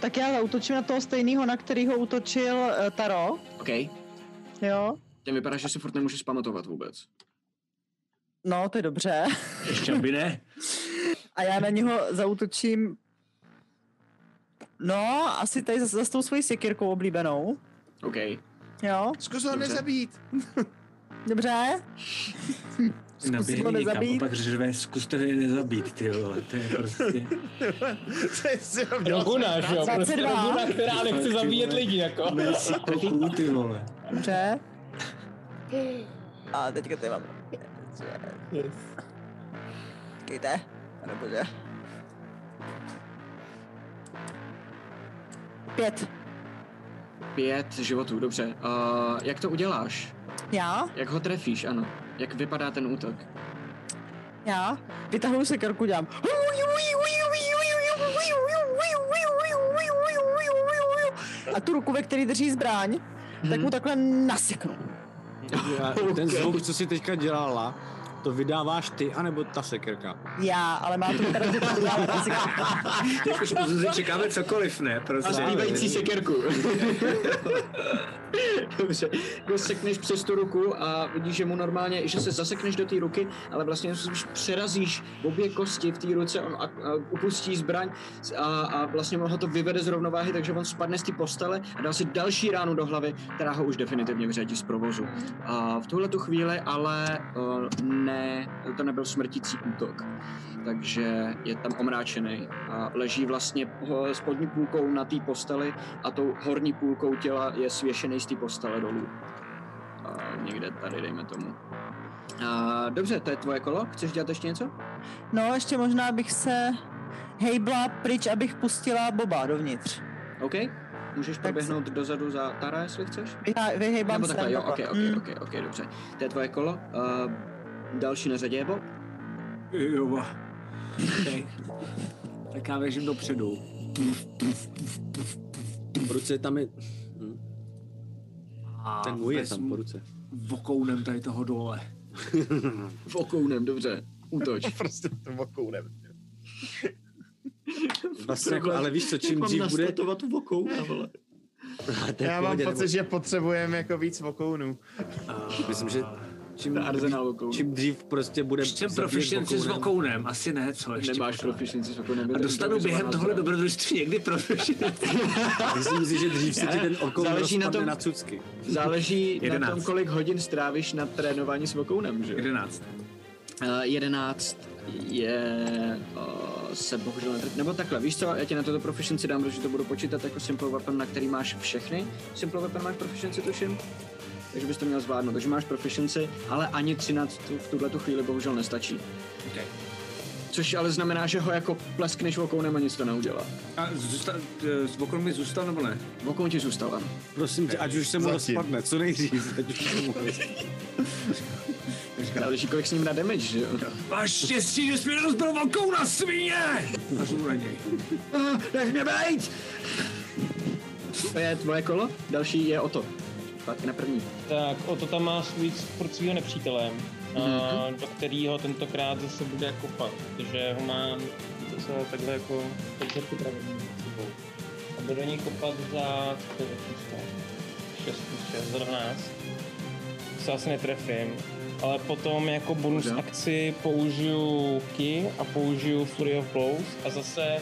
Speaker 6: Tak já zautočím na toho stejného, na kterýho útočil eh, Taro.
Speaker 1: OK.
Speaker 6: Jo.
Speaker 1: Ten vypadá, že si furt nemůžeš pamatovat vůbec.
Speaker 6: No, to je dobře.
Speaker 3: Ještě by ne.
Speaker 6: A já na něho zautočím... No, asi tady za, za s tou svojí sekirkou oblíbenou.
Speaker 1: OK.
Speaker 6: Jo,
Speaker 4: Zkus ho
Speaker 1: Dobře.
Speaker 4: nezabít.
Speaker 6: dobře. Zkusím ho
Speaker 3: Naběhni někam a
Speaker 6: nezabít.
Speaker 3: pak řve, zkuste je nezabít, ty vole, to je prostě...
Speaker 4: To je si ho dělal
Speaker 2: Roguna, že jo,
Speaker 4: práci.
Speaker 2: prostě
Speaker 6: 22.
Speaker 2: Roguna, která nechce zabíjet lidi, jako.
Speaker 3: Nejsi poků, ty vole.
Speaker 6: Dobře. A teďka tady mám. Kejte. Nebo že. Pět.
Speaker 1: Pět životů, dobře. Uh, jak to uděláš?
Speaker 6: Já?
Speaker 1: Jak ho trefíš, ano. Jak vypadá ten útok?
Speaker 6: Já? Vytahuju se krku, dělám. A tu ruku, ve který drží zbraň, tak mu takhle naseknu.
Speaker 5: Já, ten zvuk, co si teďka dělala, to vydáváš ty, anebo ta sekerka.
Speaker 6: Já, ale má to teda asi
Speaker 3: Tak už po Zuzi čekáme cokoliv, ne? Prostě.
Speaker 1: A zpívající sekerku. Dobře, jako sekneš přes tu ruku a vidíš, že mu normálně, že se zasekneš do té ruky, ale vlastně spíš přerazíš obě kosti v té ruce, on a, a upustí zbraň a, a vlastně on ho to vyvede z rovnováhy, takže on spadne z té postele a dá si další ránu do hlavy, která ho už definitivně vyřadí z provozu. A v tuhle tu chvíli ale uh, ne, to nebyl smrtící útok. Takže je tam omráčený a leží vlastně eh, spodní půlkou na té posteli a tou horní půlkou těla je svěšený z té postele dolů. A někde tady, dejme tomu. A, dobře, to je tvoje kolo. Chceš dělat ještě něco?
Speaker 6: No, ještě možná bych se hejbla pryč, abych pustila Boba dovnitř.
Speaker 1: OK? Můžeš proběhnout dozadu za Tara, jestli chceš?
Speaker 6: Vyha- Vyhejbám
Speaker 1: Nebo
Speaker 6: se.
Speaker 1: takhle, jo, OK,
Speaker 6: takhle.
Speaker 1: OK,
Speaker 6: Mm.
Speaker 1: OK, OK, dobře. To je tvoje kolo. Uh, další na řadě je Bob.
Speaker 3: Jo, ba. okay. Tak já věřím dopředu.
Speaker 5: Po ruce tam je... Hm,
Speaker 3: A
Speaker 5: Ten můj je tam
Speaker 3: vezmu
Speaker 5: po ruce.
Speaker 3: Vokounem tady toho dole.
Speaker 1: V okounem, dobře. Útoč.
Speaker 4: Prostě to vokou nevím.
Speaker 5: Vlastně jako, ale víš co, čím dřív bude...
Speaker 1: v okounem, vole.
Speaker 5: A to je
Speaker 4: Já
Speaker 5: v
Speaker 4: mám
Speaker 5: pohodě,
Speaker 4: pocit,
Speaker 5: nebo-
Speaker 4: že potřebujeme jako víc vokounů.
Speaker 3: A-
Speaker 5: Myslím, že čím,
Speaker 1: To je arzenál okounem.
Speaker 5: čím dřív prostě bude...
Speaker 3: Ještě jsem
Speaker 5: zabít
Speaker 3: proficienci s
Speaker 5: vokounem-
Speaker 3: vokounem, asi ne, co ještě.
Speaker 1: Nemáš
Speaker 3: pořád.
Speaker 1: proficiency s okounem.
Speaker 3: A dostanu během tohle
Speaker 1: dobré.
Speaker 3: dobrodružství někdy proficienci.
Speaker 5: Myslím si, že dřív se ti ten okoun
Speaker 1: Záleží
Speaker 5: rozpadne
Speaker 1: na
Speaker 5: na,
Speaker 1: tom-
Speaker 5: cucky.
Speaker 1: Záleží na tom,
Speaker 3: Jedenáct.
Speaker 1: kolik hodin strávíš na trénování s vokounem, že?
Speaker 3: 11.
Speaker 1: Eh, 11 je uh, se bohužel netrefí. Nebo takhle, víš co, já ti na toto proficiency dám, protože to budu počítat jako simple weapon, na který máš všechny. Simple weapon máš proficiency, tuším. Takže bys to měl zvládnout. Takže máš proficiency, ale ani 13 tu, v tuhle tu chvíli bohužel nestačí.
Speaker 3: Okay.
Speaker 1: Což ale znamená, že ho jako pleskneš okounem a nic to neudělá.
Speaker 3: A zůsta, eh, s vokounem mi zůstal nebo ne?
Speaker 1: Vokoun ti zůstal, ano.
Speaker 5: Prosím tě, ať už se mu
Speaker 4: Zatím.
Speaker 5: rozpadne, co nejdřív. Ať už se mu rozpadne.
Speaker 1: Záleží, kolik s ním na damage, že jo?
Speaker 3: Máš štěstí, že jsi mi rozbil vokouna, svině! Ah, A zvu na něj.
Speaker 1: Nech mě bejt! To je tvoje kolo, další je Oto. Pak na první.
Speaker 2: Tak o to tam má svůj, furt svýho nepřítele, a, do kterého tentokrát zase bude kopat, protože ho mám docela takhle jako dobře připravený před sebou. A bude do něj kopat za co to je za číslo? 6 plus 6, za 12. Se asi netrefím. Ale potom jako bonus
Speaker 1: Dobře.
Speaker 2: akci použiju Ki a použiju Fury of Blows a zase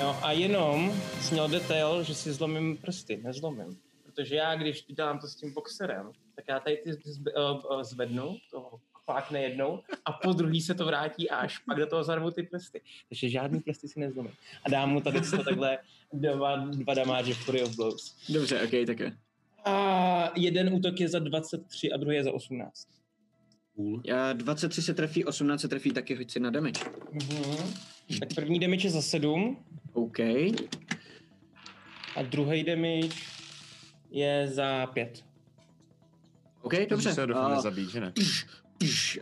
Speaker 2: Jo, a jenom jsi měl detail, že si zlomím prsty, nezlomím. Protože já, když dělám to s tím boxerem, tak já tady ty zbe, uh, uh, zvednu, to flákne jednou a po druhý se to vrátí a až pak do toho zarvu ty prsty. Takže žádný prsty si nezlomím. A dám mu tady to takhle dva, dva damáže Fury of Blows.
Speaker 1: Dobře, ok, tak je.
Speaker 2: A jeden útok je za 23 a druhý je za 18.
Speaker 1: Já 23 se trefí, 18 se trefí, taky hoď si na damage.
Speaker 2: Mhm. Tak první damage je za 7
Speaker 1: OK,
Speaker 2: a druhý damage je za 5.
Speaker 1: OK, dobře.
Speaker 4: Se doufám,
Speaker 1: A,
Speaker 4: nezabít, že ne?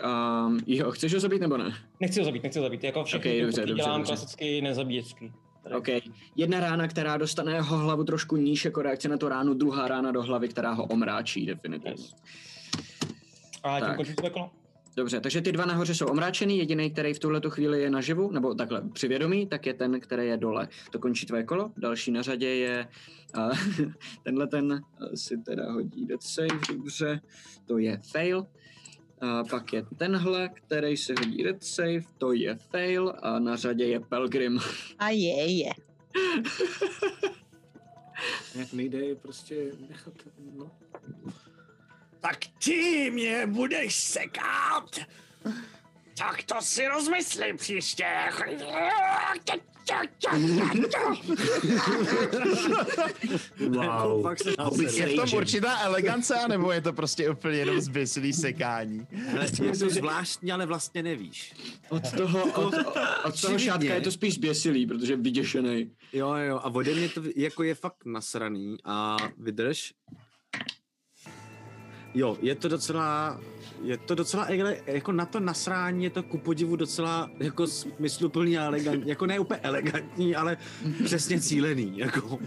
Speaker 1: um, jo, chceš ho zabít nebo ne?
Speaker 2: Nechci ho zabít, nechci ho zabít. Jako všechny
Speaker 1: Ok,
Speaker 2: okay,
Speaker 1: dobře,
Speaker 2: dobře,
Speaker 1: dobře,
Speaker 2: dělám
Speaker 1: dobře.
Speaker 2: dobře. klasicky nezabíjecky. Tady.
Speaker 1: OK. Jedna rána, která dostane jeho hlavu trošku níž jako reakce na tu ránu, druhá rána do hlavy, která ho omráčí definitivně.
Speaker 2: Yes. A tím
Speaker 1: Tak.
Speaker 2: končí to kolo.
Speaker 1: Dobře, takže ty dva nahoře jsou omráčený, jediný, který v tuhle chvíli je naživu, nebo takhle při vědomí, tak je ten, který je dole. To končí tvoje kolo, další na řadě je a, tenhle ten eh, si teda hodí dead save, dobře, to je fail. A pak je tenhle, který si hodí dead save, to je fail a na řadě je Pelgrim.
Speaker 6: A je, je.
Speaker 3: Jak nejde je prostě nechat, no.
Speaker 7: Tak ty mě budeš sekat! Tak to si rozmyslím příště.
Speaker 3: Wow.
Speaker 5: Fakt se
Speaker 4: Je v tom určitá elegance, anebo je to prostě úplně jenom zbyslý sekání?
Speaker 5: Ale je to zvláštní, ale vlastně nevíš.
Speaker 1: Od toho, od, od toho
Speaker 5: Očividně.
Speaker 1: šátka je to spíš zběsilý, protože je vyděšený.
Speaker 5: Jo, jo, a ode mě to jako je fakt nasraný a vydrž. Jo, je to docela, je to docela, ele- jako na to nasrání je to ku podivu docela jako smysluplný a elegantní, jako ne úplně elegantní, ale přesně cílený, jako.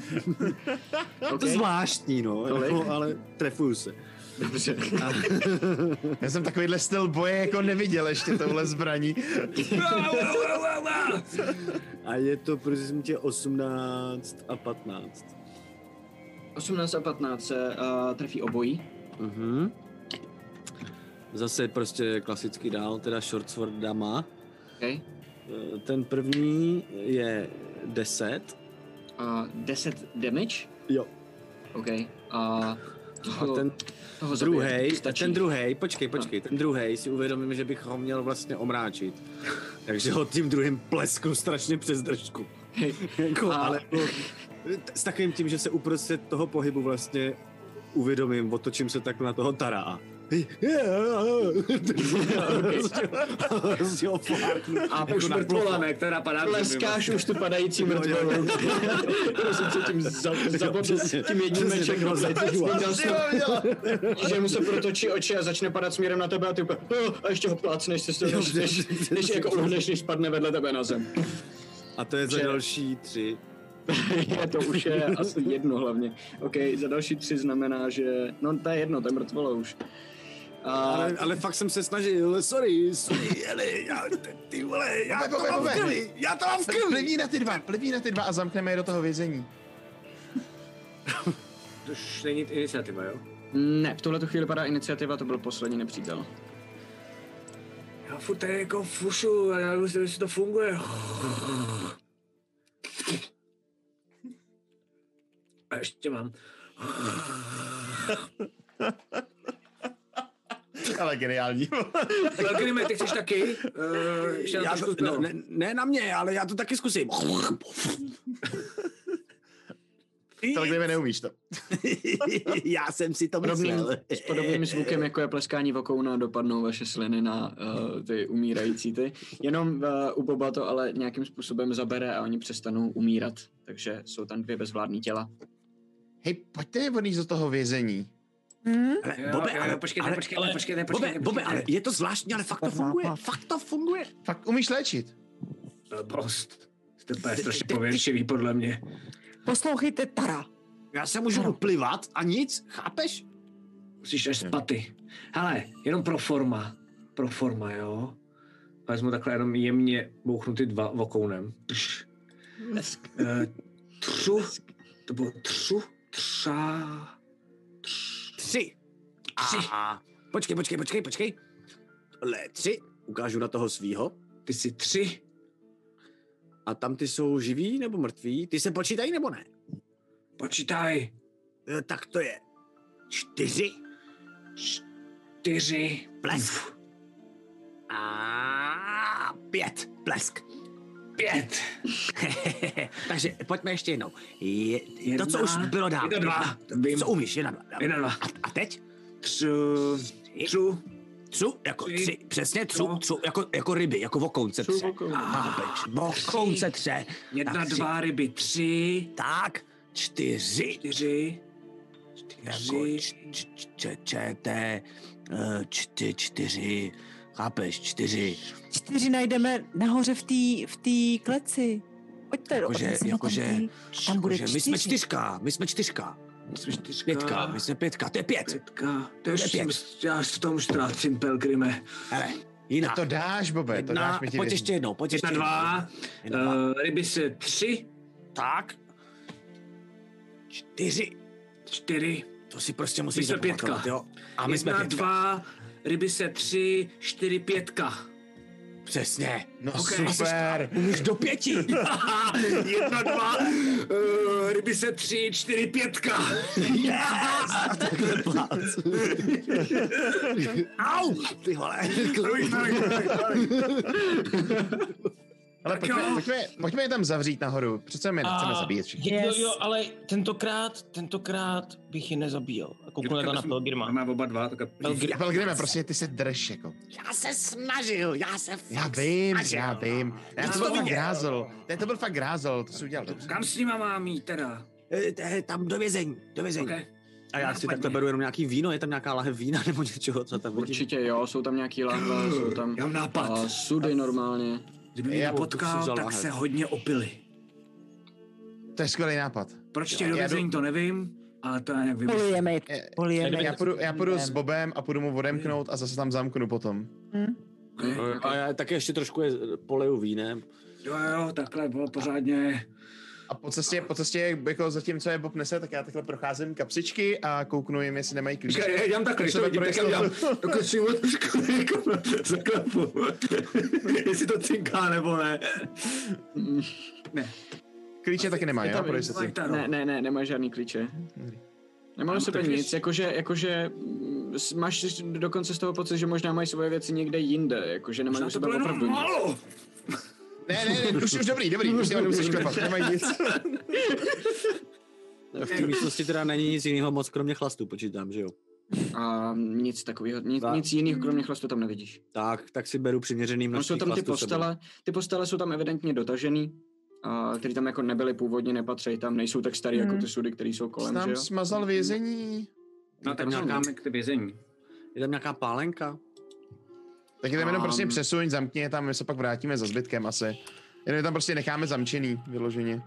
Speaker 5: Je to
Speaker 1: Okay?
Speaker 5: zvláštní, no,
Speaker 1: Kolik?
Speaker 5: jako, ale trefuju se.
Speaker 1: Dobře.
Speaker 4: Já jsem takovýhle styl boje jako neviděl ještě touhle zbraní.
Speaker 5: A je to, prosím tě, 18 a 15.
Speaker 1: 18 a 15 se uh, trefí obojí.
Speaker 5: Mhm. Zase prostě klasický dál, teda short sword dama.
Speaker 1: Okay.
Speaker 5: Eh, Ten první je 10.
Speaker 1: Uh, 10 damage?
Speaker 5: Jo.
Speaker 1: OK. Uh,
Speaker 5: A
Speaker 1: Toho,
Speaker 5: ten
Speaker 1: toho zabiju.
Speaker 5: druhý,
Speaker 1: Stačí.
Speaker 5: ten druhý, počkej, počkej, ten druhý si uvědomím, že bych ho měl vlastně omráčit. Takže ho tím druhým plesknu strašně přes držku. jako, ale jako, t- s takovým tím, že se uprostřed toho pohybu vlastně uvědomím, otočím se tak na toho Tara. a- Prostě- prostě ho fláknu.
Speaker 3: A
Speaker 5: Jako
Speaker 3: už
Speaker 5: na
Speaker 3: mrtvola,
Speaker 5: plochu.
Speaker 3: ne, která padá před
Speaker 1: Tleskáš už tu padající mrtvolu. Prosím se tím za, za
Speaker 5: přesně.
Speaker 1: tím jedním
Speaker 5: Přesně,
Speaker 1: meček
Speaker 5: tak ho zaťužu.
Speaker 1: že mu se protočí oči a začne padat směrem na tebe a ty úplně, "Jo," a ještě ho plácneš, než,
Speaker 5: Jo,
Speaker 1: než, než,
Speaker 5: přesně.
Speaker 1: než, jako uhneš, než padne vedle tebe na zem.
Speaker 5: A to je za
Speaker 1: Že-
Speaker 5: další tři.
Speaker 1: to už je asi jedno hlavně. OK, za další tři znamená, že... No to je jedno, to je mrtvola už. A,
Speaker 5: Ale, ale fakt jsem se snažil, sorry, sorry, Eli, já, ty vole, já to
Speaker 4: Pepe,
Speaker 5: mám v
Speaker 4: Pepe.
Speaker 5: krvi, já to mám v krvi.
Speaker 4: Plivní na ty dva, plivní na ty dva a zamkneme je do toho vězení.
Speaker 3: Tož není iniciativa, jo?
Speaker 1: ne, v tuhle chvíli padá iniciativa, to byl poslední nepřítel.
Speaker 3: Já furt tady jako fušu, a já nevím, jestli to funguje. A ještě mám.
Speaker 4: Ale geniální.
Speaker 3: Velkými, ty chceš taky? Uh, ještě na
Speaker 5: Já
Speaker 3: trošku
Speaker 5: to, no,
Speaker 3: zbylo.
Speaker 5: ne, ne na mě, ale já to taky zkusím.
Speaker 4: Ale kdyby neumíš to.
Speaker 5: já jsem si to
Speaker 1: Podobným-
Speaker 5: myslel.
Speaker 1: S podobným zvukem, jako je pleskání vokouna, dopadnou vaše sliny na uh, ty umírající ty. Jenom uh, u Boba to ale nějakým způsobem zabere a oni přestanou umírat. Takže jsou tam dvě bezvládní těla.
Speaker 4: Hej, pojďte je odníst do toho vězení.
Speaker 6: Hm?
Speaker 5: Ale,
Speaker 3: Jo,
Speaker 5: Bobe,
Speaker 3: jo,
Speaker 5: ale,
Speaker 3: počkejte,
Speaker 5: ale,
Speaker 3: počkejte,
Speaker 5: ale,
Speaker 3: počkejte,
Speaker 5: Bobe,
Speaker 3: počkejte,
Speaker 5: Bobe, ale
Speaker 3: počkejte.
Speaker 5: je to zvláštní, ale fakt to funguje, fakt to funguje.
Speaker 4: Fakt umíš léčit?
Speaker 3: Blbost. Eh, Jste úplně strašně pověrčivý, podle mě.
Speaker 6: Poslouchejte Tara.
Speaker 5: Já se můžu uplivat a nic, chápeš?
Speaker 3: Musíš až spaty. Hele, jenom pro forma. Pro forma, jo? Vezmu takhle jenom jemně bouchnu ty dva vokounem. Tš. Eh, Třu. To bylo třu. Třa.
Speaker 5: Tři. A, počkej, počkej, počkej, počkej. Le, tři. Ukážu na toho svýho.
Speaker 3: Ty jsi tři.
Speaker 5: A tam ty jsou živí nebo mrtví? Ty se počítají nebo ne?
Speaker 3: Počítaj.
Speaker 5: E, Tak to je čtyři.
Speaker 3: Čtyři.
Speaker 5: Plesk. A pět. Plesk.
Speaker 3: Pět.
Speaker 5: Takže pojďme ještě jednou. Je,
Speaker 3: Jedna,
Speaker 5: to, co už bylo dávno.
Speaker 3: jedna, dva. Vím.
Speaker 5: Co umíš? Jedna, dva.
Speaker 3: Jedna, dva.
Speaker 5: A, a teď?
Speaker 3: Třu. Třu.
Speaker 5: Třu, jako
Speaker 3: Tři.
Speaker 5: tři, přesně třu,
Speaker 3: No.
Speaker 5: třu, jako, jako ryby, jako vokounce
Speaker 1: Třu
Speaker 5: tře.
Speaker 1: vokounce.
Speaker 5: Chápeš? Vokounce tře.
Speaker 3: Jedna,
Speaker 5: Tak tři.
Speaker 3: dva ryby. Tři.
Speaker 5: Tak, čtyři.
Speaker 3: Čtyři.
Speaker 5: Jako
Speaker 3: Čtyři.
Speaker 5: č, č, č, č, čete, eh, čty, čtyři, chápeš, čtyři.
Speaker 6: Čtyři najdeme nahoře v té v tý kleci. Pojďte,
Speaker 5: Jakože-
Speaker 6: odnesem ho
Speaker 5: jakože-
Speaker 6: tam, tam bude
Speaker 5: Jakože jako my jsme
Speaker 6: čtyři.
Speaker 5: čtyřka, my jsme čtyřka.
Speaker 3: Jsme čtyřka.
Speaker 5: Pětka, my jsme pětka, to je pět.
Speaker 3: Pětka. To už
Speaker 5: To je pět.
Speaker 3: jsem- já se v tom ztrácím, Pelgrime.
Speaker 5: Hele, jinak.
Speaker 4: To dáš, Bobe, to dáš mi ti
Speaker 5: pojď
Speaker 4: vězení.
Speaker 5: ještě jednou, pojď ještě
Speaker 3: Jedna,
Speaker 5: jednou.
Speaker 3: dva.
Speaker 5: Jedna, dva.
Speaker 3: eh, ryby se tři.
Speaker 5: Tak. Čtyři.
Speaker 3: Čtyři.
Speaker 5: To si prostě musíš
Speaker 3: jsme pětka.
Speaker 5: zapamatovat, jo. A my
Speaker 3: Jedna,
Speaker 5: jsme pětka.
Speaker 3: dva. Ryby se tři. Čtyři, pětka.
Speaker 5: Přesně.
Speaker 4: No
Speaker 3: Ok.
Speaker 4: super.
Speaker 5: Umíš do pěti.
Speaker 3: Jedna, dva, uh, ryby se tři, čtyři, pětka.
Speaker 5: Yes! A takhle plác. Au! Ty vole.
Speaker 4: Ale pojďme, pojďme, pojďme je tam zavřít nahoru. Přece my nechceme zabíjet všichni.
Speaker 2: Jo,
Speaker 6: Yes.
Speaker 2: jo, ale tentokrát, tentokrát bych je nezabíjel. A kouknu na to na Pelgrima.
Speaker 3: Máme oba dva, tak
Speaker 2: Pelgrim,
Speaker 4: Pelgrime, prostě ty se drž, jako.
Speaker 5: Já se snažil, já se fakt
Speaker 4: Já vím,
Speaker 5: snažil.
Speaker 4: já vím. Ne,
Speaker 5: Já
Speaker 4: to
Speaker 5: to
Speaker 4: byl fakt
Speaker 5: viděl.
Speaker 4: grázl. Ne, to byl fakt grázl, to jsi udělal dobře.
Speaker 3: kam s nima mám jít teda?
Speaker 5: E, t- Tam do vězení, do vězení.
Speaker 3: Okay.
Speaker 5: A já si takhle beru jenom nějaký víno, je tam nějaká lahev vína nebo něčeho, co tam vidím.
Speaker 1: Určitě jo, jsou tam nějaký lahve, jsou tam
Speaker 3: Já mám nápad.
Speaker 1: a, sudy normálně.
Speaker 3: Kdyby mě
Speaker 4: Já-
Speaker 5: to
Speaker 3: napotkal,
Speaker 5: si vzal
Speaker 3: tak
Speaker 5: lahev.
Speaker 3: se hodně opili.
Speaker 4: To je skvělý nápad.
Speaker 3: Proč tě
Speaker 4: Já-
Speaker 3: do
Speaker 4: já jdu-
Speaker 3: vězení, to nevím, ale to já nějak vymyslím.
Speaker 6: Polijeme,
Speaker 1: Eh,
Speaker 6: je-
Speaker 4: Je-
Speaker 6: polijeme.
Speaker 4: Já
Speaker 6: je-
Speaker 4: půjdu, já půjdu s Bobem a půjdu mu odemknout a zase tam zamknu potom.
Speaker 3: Okay.
Speaker 5: A já taky ještě trošku je poleju vínem.
Speaker 3: Jo, jo, takhle bylo pořádně.
Speaker 4: A po cestě, po cestě, jako zatímco je Bob nese, tak já takhle procházím kapsičky a kouknu jim, jestli nemají klíč.
Speaker 3: Počkej, já dělám takhle, když to
Speaker 4: Třeba
Speaker 3: vidím, tak já
Speaker 4: pro
Speaker 3: dělám
Speaker 4: jistotu.
Speaker 3: takhle si odpušku, jako zaklepu. Jestli to cinká nebo ne.
Speaker 4: Klíče taky nemá,
Speaker 1: Je
Speaker 4: jo,
Speaker 1: tam-
Speaker 4: pro jistotu.
Speaker 3: Fajn, Taro.
Speaker 1: Ne, ne, ne, nemá žádný klíče. Nemám
Speaker 5: no. Tam
Speaker 1: super
Speaker 5: totiž-
Speaker 1: nic, jakože, jakože mm, s- máš s- dokonce z toho pocit, že možná mají svoje věci někde jinde, jakože nemají u
Speaker 5: to
Speaker 1: sebe
Speaker 5: bylo
Speaker 1: opravdu
Speaker 5: jenom
Speaker 1: nic.
Speaker 5: málo.
Speaker 4: Ne, ne, ne, už, už dobrý, dobrý, už tě nemusíš klepat, nemají nic.
Speaker 5: V té místnosti teda není nic jiného moc, kromě chlastu, počítám, že jo.
Speaker 1: A nic takového, nic,
Speaker 5: Tak.
Speaker 1: nic jiného kromě chlastu tam nevidíš.
Speaker 5: Tak, tak si beru přiměřený
Speaker 1: No,
Speaker 5: množství
Speaker 1: jsou tam ty
Speaker 5: chlastu sebou.
Speaker 1: postele, ty postele jsou tam evidentně dotažený, a, který tam jako nebyly původně, nepatří tam, nejsou tak starý jako
Speaker 6: Mhm.
Speaker 1: ty sudy, které jsou kolem, že
Speaker 4: Tam
Speaker 1: jo?
Speaker 4: smazal vězení.
Speaker 3: No, tak
Speaker 5: Tam
Speaker 3: nějaká k vězení.
Speaker 5: Je tam nějaká pálenka?
Speaker 4: Tak je tam jenom
Speaker 1: Tam.
Speaker 4: prostě přesuň, zamkni je tam, my se pak vrátíme za zbytkem asi. Jenom je tam prostě necháme zamčený, vyloženě.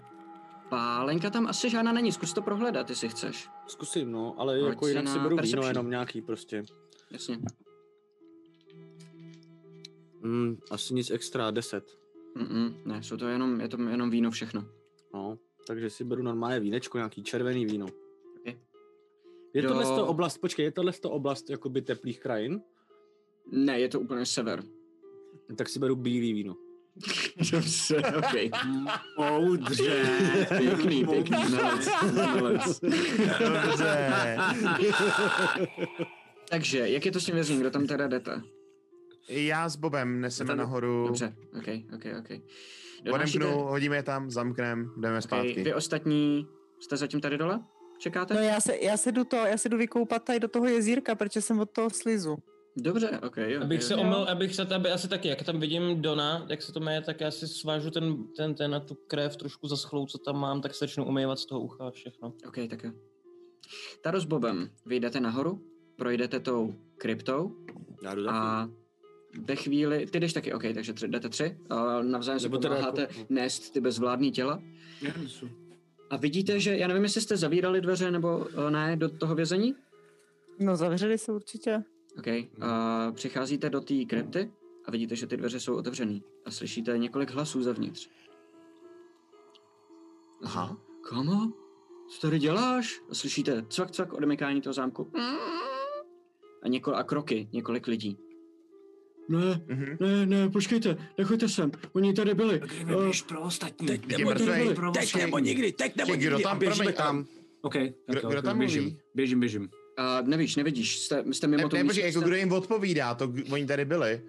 Speaker 1: Pálenka tam asi žádná není, zkus to prohledat, jestli chceš.
Speaker 5: Zkusím, no, ale
Speaker 1: Hoď
Speaker 5: jako
Speaker 1: si
Speaker 5: jinak
Speaker 1: na
Speaker 5: si beru víno,
Speaker 1: perception.
Speaker 5: jenom nějaký prostě.
Speaker 1: Jasně.
Speaker 5: Mm, asi nic extra, 10.
Speaker 1: Mm-mm, ne, jsou to jenom, je to jenom víno všechno.
Speaker 5: No, takže si beru normálně vínečko, nějaký červený víno.
Speaker 1: Taky.
Speaker 5: Je
Speaker 1: Do-
Speaker 5: tohle to oblast, počkej, je tohle to oblast jakoby teplých krajin?
Speaker 1: Ne, je to úplně sever.
Speaker 5: Tak si beru bílý víno.
Speaker 1: Dobře, okej.
Speaker 3: Moudře.
Speaker 1: Pěkný, pěkný, znalec, znalec.
Speaker 4: Dobře.
Speaker 1: Takže, jak je to s tím vězněním, kdo tam teda jdete?
Speaker 4: Já s Bobem neseme
Speaker 1: Tady.
Speaker 4: nahoru,
Speaker 1: Dobře, okej, okej, okej. Donášíte-
Speaker 4: odemknu, hodíme je tam, zamknem, jdeme
Speaker 1: Okej,
Speaker 4: zpátky.
Speaker 1: Vy ostatní jste zatím tady dole? Čekáte?
Speaker 6: No já se, já se jdu to, já se jdu vykoupat tady do toho jezírka, protože jsem od toho slizu.
Speaker 1: Dobře, okej, okay,
Speaker 2: Abych se omyl, abych se tady asi taky, jak tam vidím Dona, jak se to jmenuje, tak já si svážu ten, ten, ten na tu krev trošku zaschlou, co tam mám, tak se začnu umývat z toho ucha a všechno.
Speaker 1: OK, tak jo. Taro s Bobem, vyjdete nahoru, projdete tou kryptou
Speaker 5: Já jdu taky.
Speaker 1: a ve chvíli, ty jdeš taky, OK, takže tři, jdete tři, a navzájem se
Speaker 5: Nebo teda
Speaker 1: pomáháte
Speaker 5: jako- no.
Speaker 1: nést ty bezvládní těla a vidíte, že, já nevím, jestli jste zavírali dveře nebo eh, ne do toho vězení?
Speaker 6: No zavřeli se určitě.
Speaker 1: OK, a přicházíte do té krypty a vidíte, že ty dveře jsou otevřený a slyšíte několik hlasů zavnitř.
Speaker 5: Aha.
Speaker 1: Kamo? Co tady děláš? A slyšíte cvak, cvak odemykání toho zámku. A, něko, a kroky několik lidí. Ne,
Speaker 4: Mhm.
Speaker 1: ne, ne, počkejte, nechoďte sem, oni tady byli.
Speaker 3: Tak
Speaker 1: Eh,
Speaker 3: jdeme pro ostatní.
Speaker 5: Teď
Speaker 4: nebo
Speaker 3: Jdeme
Speaker 4: nikdy,
Speaker 3: pro
Speaker 5: Teď
Speaker 3: ostatní.
Speaker 5: nebo nikdy, teď nebo
Speaker 4: Že kdo
Speaker 5: nikdy a
Speaker 4: tam,
Speaker 5: běžíme
Speaker 4: promiň,
Speaker 5: tam.
Speaker 3: OK, tak
Speaker 4: Kdo-
Speaker 3: jo,
Speaker 4: kdo
Speaker 3: tak
Speaker 4: tam
Speaker 3: běžím.
Speaker 4: mluví?
Speaker 3: Běžím, běžím.
Speaker 1: A nevíš, nevidíš, jste, jste mimo
Speaker 4: Ne,
Speaker 1: to
Speaker 4: ne, počkej, jako
Speaker 1: jste-
Speaker 4: kdo jim odpovídá, to k- oni tady byli.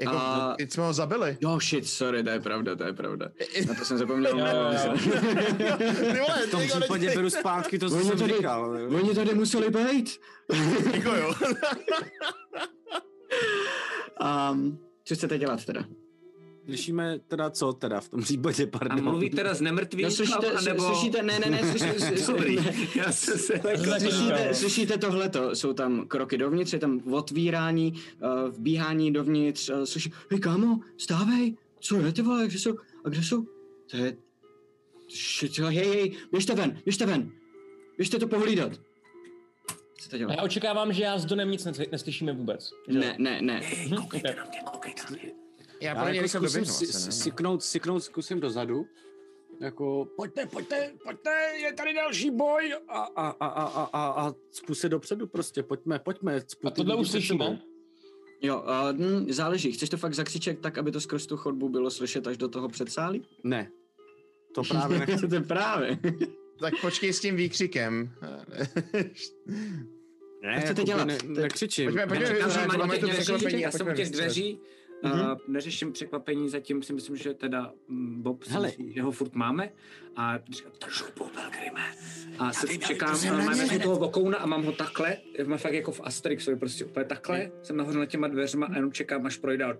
Speaker 4: Jako,
Speaker 1: A-
Speaker 4: teď jsme ho zabili.
Speaker 1: Jo, No shit, sorry, to je pravda, to je pravda. Na to jsem zapomněl.
Speaker 2: Jo, jo,
Speaker 4: Ty vole,
Speaker 5: V tom
Speaker 4: ty vole,
Speaker 5: případě
Speaker 4: ty-
Speaker 5: beru zpátky No, to, co
Speaker 1: Oni
Speaker 5: jsem
Speaker 1: tady-
Speaker 5: říkal.
Speaker 1: Oni tady museli být.
Speaker 4: Jako jo.
Speaker 1: A Ehm, co chcete dělat teda? No,
Speaker 5: Slyšíme teda co teda v tom případě,
Speaker 3: A
Speaker 5: pardon.
Speaker 3: mluví teda z nemrtvých
Speaker 1: No, slyšíte,
Speaker 3: hlav, anebo...
Speaker 1: slyšíte, ne, ne, ne, slyšíte,
Speaker 3: Dobrý,
Speaker 1: ne,
Speaker 3: já jsem se...
Speaker 1: Slyšíte, slyšíte tohleto, jsou tam kroky dovnitř, je tam otvírání, eh, vbíhání dovnitř, eh, slyší, hej kámo, stávej, co je ty vole, kde jsou, a kde jsou, to je, shit, jo, hej, hej, běžte ven, běžte ven, běžte to pohlídat. Co to
Speaker 2: A
Speaker 5: No.
Speaker 1: dělá?
Speaker 2: já očekávám, že já s Donem nic nesly- neslyšíme vůbec. že jo?
Speaker 1: Ne, ne, ne,
Speaker 2: Okay.
Speaker 4: Já pro
Speaker 5: Já
Speaker 4: ně
Speaker 5: jako
Speaker 4: rychle
Speaker 5: zkusím
Speaker 4: doběhnu.
Speaker 5: si,
Speaker 4: asi, ne?
Speaker 5: siknout, siknout, zkusím dozadu. Jako, pojďte, pojďte, pojďte, je tady další boj a, a, a, a, a, a, a cpu se dopředu prostě, pojďme, pojďme. Cpu
Speaker 2: A
Speaker 5: No, ty
Speaker 2: tohle
Speaker 5: lidi
Speaker 2: už
Speaker 5: před sebou.
Speaker 2: slyšíme.
Speaker 1: jo, eh, hm, záleží, chceš to fakt zakřičet tak, aby to skrz tu chodbu bylo slyšet až do toho předsálí?
Speaker 5: Ne, to právě nechci.
Speaker 1: to je právě.
Speaker 4: Tak počkej s tím výkřikem.
Speaker 5: Ne,
Speaker 1: chcete
Speaker 5: jakoby
Speaker 1: dělat?
Speaker 5: Ne,
Speaker 1: To-
Speaker 5: nekřičím.
Speaker 4: Pojďme,
Speaker 3: Já
Speaker 4: pojďme,
Speaker 3: čekám,
Speaker 4: vyhrát,
Speaker 3: že
Speaker 4: máme
Speaker 3: Matěj
Speaker 4: tu
Speaker 3: neřeší,
Speaker 4: překvapení.
Speaker 3: Já
Speaker 4: a
Speaker 3: jsem u
Speaker 4: pojďme
Speaker 3: těch
Speaker 4: vystřelit.
Speaker 3: dveří, a neřeším překvapení, zatím si myslím, že teda mm, Bob, si
Speaker 5: Hele.
Speaker 3: myslí, že ho furt máme a říkám, držu Pelgrime. A se
Speaker 7: vím, já
Speaker 3: čekám,
Speaker 7: vím, to
Speaker 3: a
Speaker 7: jsem
Speaker 3: máme
Speaker 7: na
Speaker 3: si
Speaker 7: něm.
Speaker 3: toho vokouna a mám ho takhle, mám fakt jako v Asterixovi, prostě úplně takhle, jsem nahoře nad těma dveřma a jenom čekám, až projde a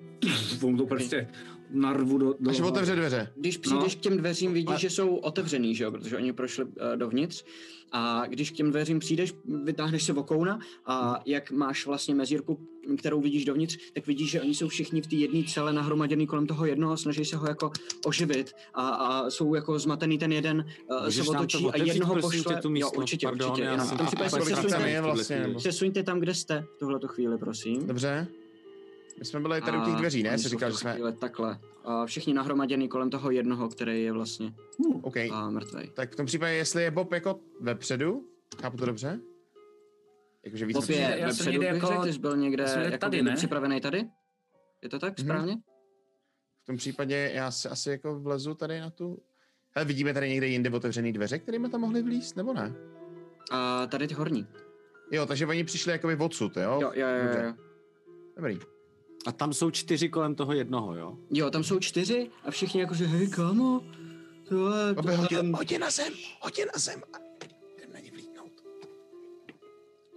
Speaker 3: on to prostě narvu do... do
Speaker 1: No,
Speaker 4: Až otevře dveře.
Speaker 1: Když přijdeš k těm dveřím, vidíš,
Speaker 5: No. Ale-
Speaker 1: že jsou otevřený, že jo, protože oni prošli eh, dovnitř. A když k těm dveřím přijdeš, vytáhneš se vokouna a jak máš vlastně mezírku, kterou vidíš dovnitř, tak vidíš, že oni jsou všichni v té jedné celé nahromaděný kolem toho jednoho, snaží se ho jako oživit a, a jsou jako zmatený ten jeden, eh,
Speaker 5: Můžeš
Speaker 1: se
Speaker 5: nám to
Speaker 1: otočí a
Speaker 5: otevřít,
Speaker 1: jednoho
Speaker 5: prosím tě,
Speaker 1: pošle.
Speaker 5: tu místnost?
Speaker 1: jo, určitě,
Speaker 5: Pardon,
Speaker 1: určitě.
Speaker 5: já
Speaker 1: jenom.
Speaker 5: jsem-
Speaker 1: V tom
Speaker 5: a-
Speaker 1: případě
Speaker 5: a-
Speaker 1: se
Speaker 5: kolik
Speaker 4: tam
Speaker 1: přesuňte,
Speaker 4: je vlastně, nebo-
Speaker 1: přesuňte tam, kde jste, tuhleto chvíli, prosím.
Speaker 4: Dobře. My jsme byli tady u těch
Speaker 1: A
Speaker 4: dveří, ne?
Speaker 1: oni
Speaker 4: Jsi
Speaker 1: jsou v
Speaker 4: říkal,
Speaker 1: tu
Speaker 4: že jsme...
Speaker 1: chvíli Takhle. A všichni nahromaděný kolem toho jednoho, který je vlastně
Speaker 4: OK.
Speaker 1: a mrtvej.
Speaker 4: Tak v tom případě, jestli je Bob jako vepředu, chápu to dobře? Jakože víc
Speaker 1: Bob
Speaker 4: nepřijde.
Speaker 1: je
Speaker 3: já jsem
Speaker 1: vepředu,
Speaker 3: někde
Speaker 1: bych
Speaker 3: jako-
Speaker 1: řekl, ty jsi byl někde
Speaker 3: jsme
Speaker 1: jako
Speaker 3: tady, ne?
Speaker 1: připravený tady? Je to tak
Speaker 4: Mhm.
Speaker 1: správně?
Speaker 4: V tom případě já se asi jako vlezu tady na tu... Hele, vidíme tady někde jinde otevřený dveře, kterými tam mohli vlíst, nebo ne?
Speaker 1: A tady ty horní.
Speaker 4: Jo, takže oni přišli jakoby odsud, jo?
Speaker 1: Jo,
Speaker 5: No,
Speaker 1: jo, jo, jo, jo.
Speaker 4: Dobrý.
Speaker 5: A tam jsou čtyři kolem toho jednoho, jo?
Speaker 1: Jo, tam jsou čtyři a všichni jakože, hej, kámo, tohle,
Speaker 4: Aby hodě,
Speaker 1: tam-
Speaker 4: hodě na zem, hodě na zem. a Jdem na ně vlítnout.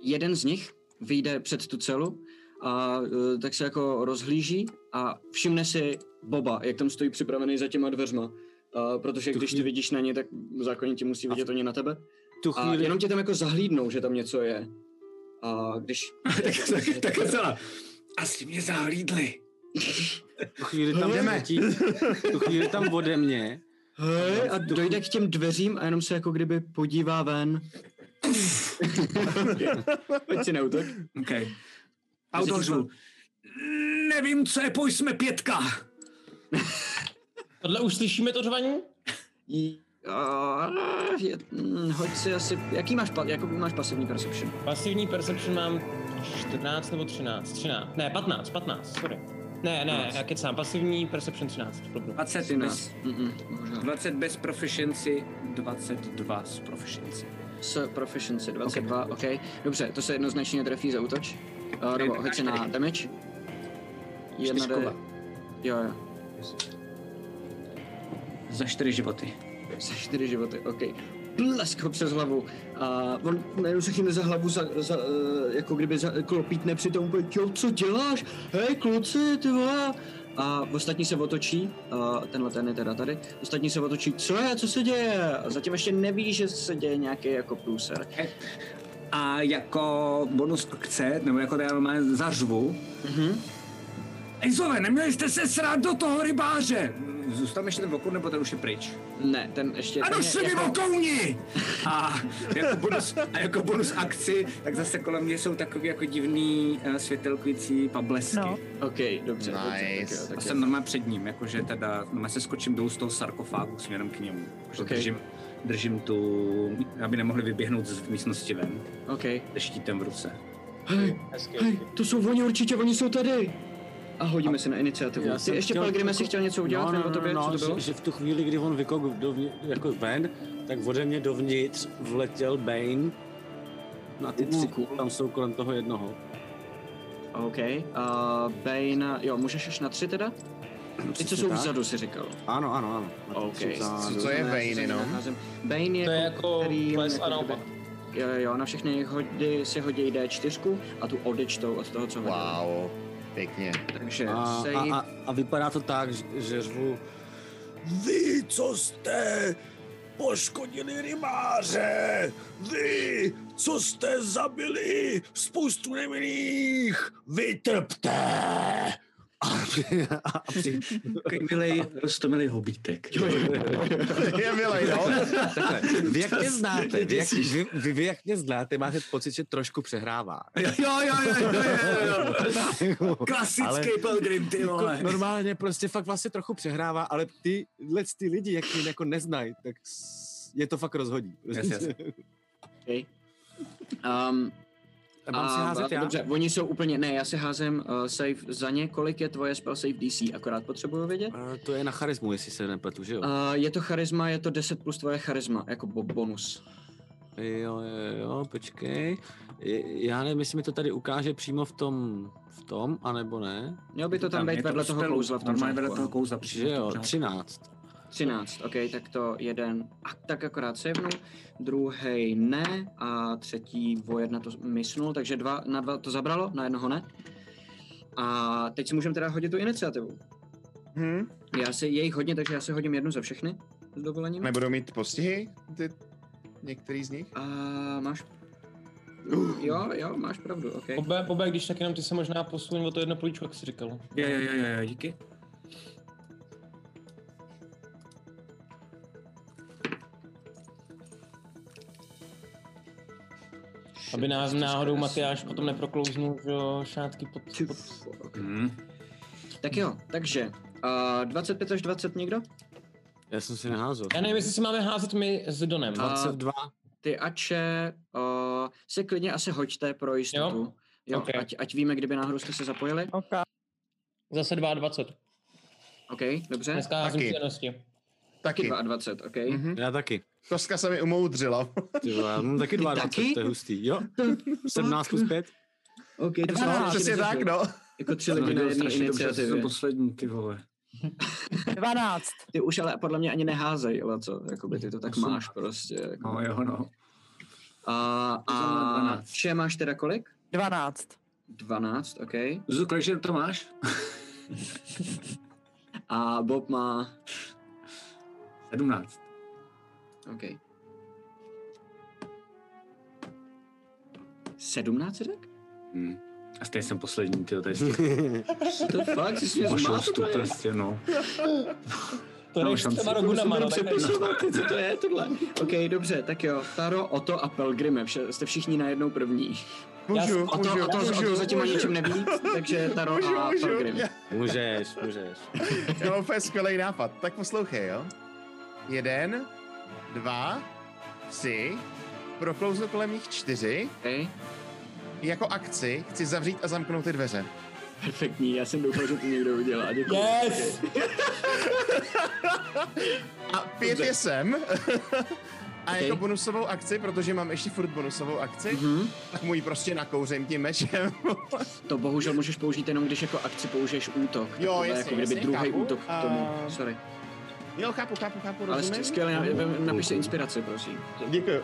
Speaker 1: jeden z nich vyjde před tu celu a eh, tak se jako rozhlíží a všimne si Boba, jak tam stojí připravený za těma dveřma. A protože
Speaker 5: Tu
Speaker 1: když ty
Speaker 5: chvíli-
Speaker 1: vidíš na ně, tak zákonitě musí vidět oni na tebe.
Speaker 5: Tu
Speaker 1: A
Speaker 5: chvíli...
Speaker 1: jenom tě tam jako zahlídnou, že tam něco je. A když...
Speaker 3: tak, tak, tak docela. Asi mě zahlídli.
Speaker 5: Tu chvíli tam
Speaker 4: Jdeme.
Speaker 5: letí, tu chvíli tam ode mě,
Speaker 1: Hej, a dojde k těm dveřím a jenom se jako kdyby podívá ven. Pojď si neutek.
Speaker 3: OK. Autořů. Nevím, co je, pojďme pětka.
Speaker 2: Tohle už slyšíme to řvaní?
Speaker 1: Jí- a- je- hm, Hoď si asi... Jaký máš, pa- jakou máš pasivní perception?
Speaker 2: Pasivní perception mám 14 nebo 13, 13, ne 15, 15, sorry. Ne, ne, já kecám, pasivní perception 13, blbnu.
Speaker 3: 20
Speaker 1: 13.
Speaker 3: bez,
Speaker 1: Mm-mm, Mm, možná.
Speaker 3: 20 bez proficiency, 22 s proficiency.
Speaker 1: S proficiency 22, OK. Dobře, to se jednoznačně trefí za útoč. Uh, nebo hoď se na damage. Jedna D...
Speaker 3: Čtyřkova.
Speaker 1: Jo, jo.
Speaker 3: Za 4 životy.
Speaker 1: Za čtyři životy, OK. Blesk ho přes hlavu. A on najednou se chytne za hlavu, za, za, eh, jako kdyby za, klopítne při tom, úplně, jo, co děláš? Hej, kluci, ty vole. A ostatní se otočí, a tenhle ten je teda tady, ostatní se otočí, co je, co se děje? A zatím ještě neví, že se děje nějaký jako průser.
Speaker 3: A jako bonus akce, nebo jako tady normálně zařvu. Mhm. Izové, neměli jste se srát do toho rybáře! Zůstane ještě ten vokur, nebo ten už je pryč?
Speaker 1: Ne, ten ještě...
Speaker 3: Ano,
Speaker 1: ten je
Speaker 3: se mi
Speaker 1: jako-
Speaker 3: vokouni! A jako, bonus, a jako bonus akci, tak zase kolem mě jsou takový jako divný uh, světelkující pablesky.
Speaker 6: No.
Speaker 3: No.
Speaker 1: OK, dobře. Dobře,
Speaker 4: Nice.
Speaker 1: tak jo,
Speaker 3: A
Speaker 1: tak
Speaker 3: jsem
Speaker 1: jo.
Speaker 3: normálně před ním, jakože teda normálně se skočím dolů z toho sarkofágu směrem k němu. Jakože
Speaker 1: Okay.
Speaker 3: držím, držím tu, aby nemohli vyběhnout z místnosti ven,
Speaker 1: OK.
Speaker 3: se štítem v ruce.
Speaker 1: Hej,
Speaker 2: Hezky,
Speaker 1: hej, to jsou oni určitě, oni jsou tady. A hodíme se na iniciativu.
Speaker 5: Já
Speaker 1: Ty
Speaker 5: jsem
Speaker 1: ještě,
Speaker 5: chtěl
Speaker 1: Pelgrime,
Speaker 5: jako-
Speaker 1: si chtěl něco udělat, nebo tobě, co to
Speaker 5: že-
Speaker 1: bylo?
Speaker 5: no, Že, v tu chvíli, kdy on vykok dovně, jako ven, tak ode mě dovnitř vletěl Bane na ty tři,
Speaker 1: Úlku.
Speaker 5: tam jsou kolem toho jednoho.
Speaker 1: OK. Uh, Bane, jo, můžeš až na tři teda? Ty, co
Speaker 5: No, Přesně
Speaker 1: jsou
Speaker 5: tak.
Speaker 1: vzadu, si říkal.
Speaker 5: Ano, ano, ano. Na ty
Speaker 1: OK.
Speaker 5: tři vzadu.
Speaker 4: Co- co je no?
Speaker 1: znamená,
Speaker 4: Bane
Speaker 1: že se
Speaker 4: jenom?
Speaker 1: nenacházím. Bane je,
Speaker 2: To je jako
Speaker 1: který-
Speaker 2: ples a
Speaker 1: jako
Speaker 2: naopak.
Speaker 1: kdyby- Jo, jo, na všechny hody si hodí D4 a tu odečtou od toho, co hodí.
Speaker 4: Wow, pěkně.
Speaker 1: Takže
Speaker 5: A,
Speaker 1: save.
Speaker 5: a, a, a vypadá to tak, že, že řvu Vy, co jste poškodili rybáře! Vy, co jste zabili spoustu nevinných! Vytrpte! A, a, a při,
Speaker 3: Milej, rostomilý hobítek.
Speaker 4: je milej, no.
Speaker 5: takhle, vy jak mě znáte, vy jak, vy, vy, vy jak mě znáte, máte pocit, že trošku přehrává.
Speaker 3: Jo, jo, jo, jo, jo, jo. Klasický
Speaker 5: Ale-
Speaker 3: Pelgrim, ty vole.
Speaker 1: No,
Speaker 5: Jako normálně prostě fakt vlastně trochu přehrává, ale tyhle ty lidi, jak mě jako neznají, tak s- je to fakt rozhodí.
Speaker 3: Jasně, jasně.
Speaker 1: OK. Um,
Speaker 5: A mám si házet já?
Speaker 1: Dobře, oni jsou úplně, ne, já si házím uh, save za ně, kolik je tvoje spell save DC, akorát potřebuju vědět.
Speaker 5: Eh, To je na charismu, jestli se nepletu, že jo?
Speaker 1: Uh, je to charisma, je to 10 plus tvoje charisma, jako bo- bonus.
Speaker 5: Jo, jo, jo, počkej. Je- Já nevím, jestli mi to tady ukáže přímo v tom, v tom, anebo ne.
Speaker 1: Měl by to tam,
Speaker 3: je
Speaker 1: být vedle
Speaker 3: u
Speaker 1: toho
Speaker 3: spelu,
Speaker 1: kouzla v tom no.
Speaker 3: Normálně vedle
Speaker 1: řádku,
Speaker 3: toho
Speaker 1: ano.
Speaker 3: kouzla.
Speaker 5: Že jo, 13.
Speaker 1: 13, ok, tak to jeden, a tak akorát savenu, druhý ne a třetí o jedna to mysnul, takže dva, na dva to zabralo, na jednoho ne. A teď si můžeme teda hodit tu iniciativu.
Speaker 4: Hm?
Speaker 1: Já si, je jich hodně, takže já si hodím jednu za všechny s dovolením.
Speaker 4: Nebudou mít postihy? Ty, některý z nich?
Speaker 1: A máš... Jo, jo, máš pravdu, ok.
Speaker 2: Bobe, Bobe, když tak jenom ty se možná posuň o to jedno políčko, jak jsi říkal.
Speaker 3: Jo, jo, jo, jo, díky.
Speaker 2: Aby nás náhodou Matyáš potom neproklouznul, že jo, šátky pod...
Speaker 1: Ty
Speaker 2: pod...
Speaker 1: fuck.
Speaker 3: Hmm.
Speaker 1: Tak jo, takže uh, 25 až 20 někdo?
Speaker 5: Já jsem si neházel.
Speaker 2: Já nevím, jestli si máme házet my s
Speaker 1: A-
Speaker 2: Donem.
Speaker 5: 22.
Speaker 1: Ty ače uh, se klidně asi hoďte pro jistotu. Jo? Jo,
Speaker 2: Ok.
Speaker 1: okay. ať, ať víme, kdyby náhodou jste se zapojili.
Speaker 6: OK.
Speaker 2: Zase 22.
Speaker 1: OK, dobře.
Speaker 2: Dneska házím
Speaker 4: Taky.
Speaker 2: zkušenosti.
Speaker 1: Taky
Speaker 4: Taky.
Speaker 1: 22, OK.
Speaker 4: Mhm.
Speaker 5: Já taky.
Speaker 4: Kostka se mi umoudřila.
Speaker 1: No,
Speaker 5: Ty vole, já mám taky 22,
Speaker 1: Taky?
Speaker 5: to je hustý. Jo, 17 plus 5.
Speaker 1: OK, to
Speaker 3: Dvanáct,
Speaker 1: jsou tři
Speaker 4: Přesně
Speaker 1: lidi.
Speaker 4: tak, no.
Speaker 1: Jako tři
Speaker 3: To
Speaker 1: lidi na
Speaker 3: bylo
Speaker 1: jedné
Speaker 3: strašně dobře, já jsem
Speaker 1: iniciativě.
Speaker 3: poslední, ty vole.
Speaker 8: 12.
Speaker 1: Ty už ale podle mě ani neházej, ale co, jakoby ty to tak
Speaker 3: Osm.
Speaker 1: máš prostě. Jako.
Speaker 3: No jo, no.
Speaker 1: A,
Speaker 3: To znamená
Speaker 1: a
Speaker 3: 12.
Speaker 1: vše máš teda kolik?
Speaker 8: 12.
Speaker 1: 12, OK.
Speaker 3: Zuzu, kolik žen to máš?
Speaker 1: A Bob má,
Speaker 3: 17.
Speaker 1: OK. 17 řek? Hmm.
Speaker 3: Hm. A stejně jsem poslední, ty tady jsi
Speaker 1: To fakt, jsi mě
Speaker 3: pošel
Speaker 1: zmátl,
Speaker 3: vstup,
Speaker 1: ne?
Speaker 3: prostě, no.
Speaker 2: To
Speaker 3: Dám
Speaker 2: než
Speaker 3: šanci.
Speaker 2: třeba rogu na mano, tak ne-
Speaker 1: Přepisovat, ty, co to je tohle? OK, dobře, tak jo. Taro, Oto a Pelgrime, vše, jste všichni najednou první.
Speaker 4: Můžu,
Speaker 1: Oto,
Speaker 4: můžu,
Speaker 1: Oto, Oto,
Speaker 4: můžu,
Speaker 1: zatím o
Speaker 4: můžu.
Speaker 1: ničem neví, takže Taro
Speaker 4: Můžu,
Speaker 1: a
Speaker 4: můžu.
Speaker 1: Pelgrim.
Speaker 4: Já-
Speaker 5: Můžeš, můžeš.
Speaker 4: Já mám úplně skvělý nápad. Tak poslouchej, jo. Jeden, dva, tři, proklouznu kolem nich čtyři.
Speaker 1: Okay.
Speaker 4: Jako akci chci zavřít a zamknout ty dveře.
Speaker 1: Perfektní, já jsem doufal, že to někdo udělá. Děkuji.
Speaker 8: Yes!
Speaker 4: A pět je sem. A
Speaker 1: Okej.
Speaker 4: jako bonusovou akci, protože mám ještě furt bonusovou akci,
Speaker 1: Mhm.
Speaker 4: tak mu ji prostě nakouřím tím mečem.
Speaker 1: To bohužel můžeš použít jenom, když jako akci použiješ útok. Tak
Speaker 4: Jo,
Speaker 1: tohle je
Speaker 4: jasně,
Speaker 1: jako kdyby
Speaker 4: jasně,
Speaker 1: druhý
Speaker 4: chápu.
Speaker 1: útok k tomu.
Speaker 4: A-
Speaker 1: Sorry.
Speaker 4: jo, chápu, chápu, chápu,
Speaker 1: Ale
Speaker 4: rozumím.
Speaker 1: skvěle, napiš si inspiraci, prosím.
Speaker 4: Děkuji.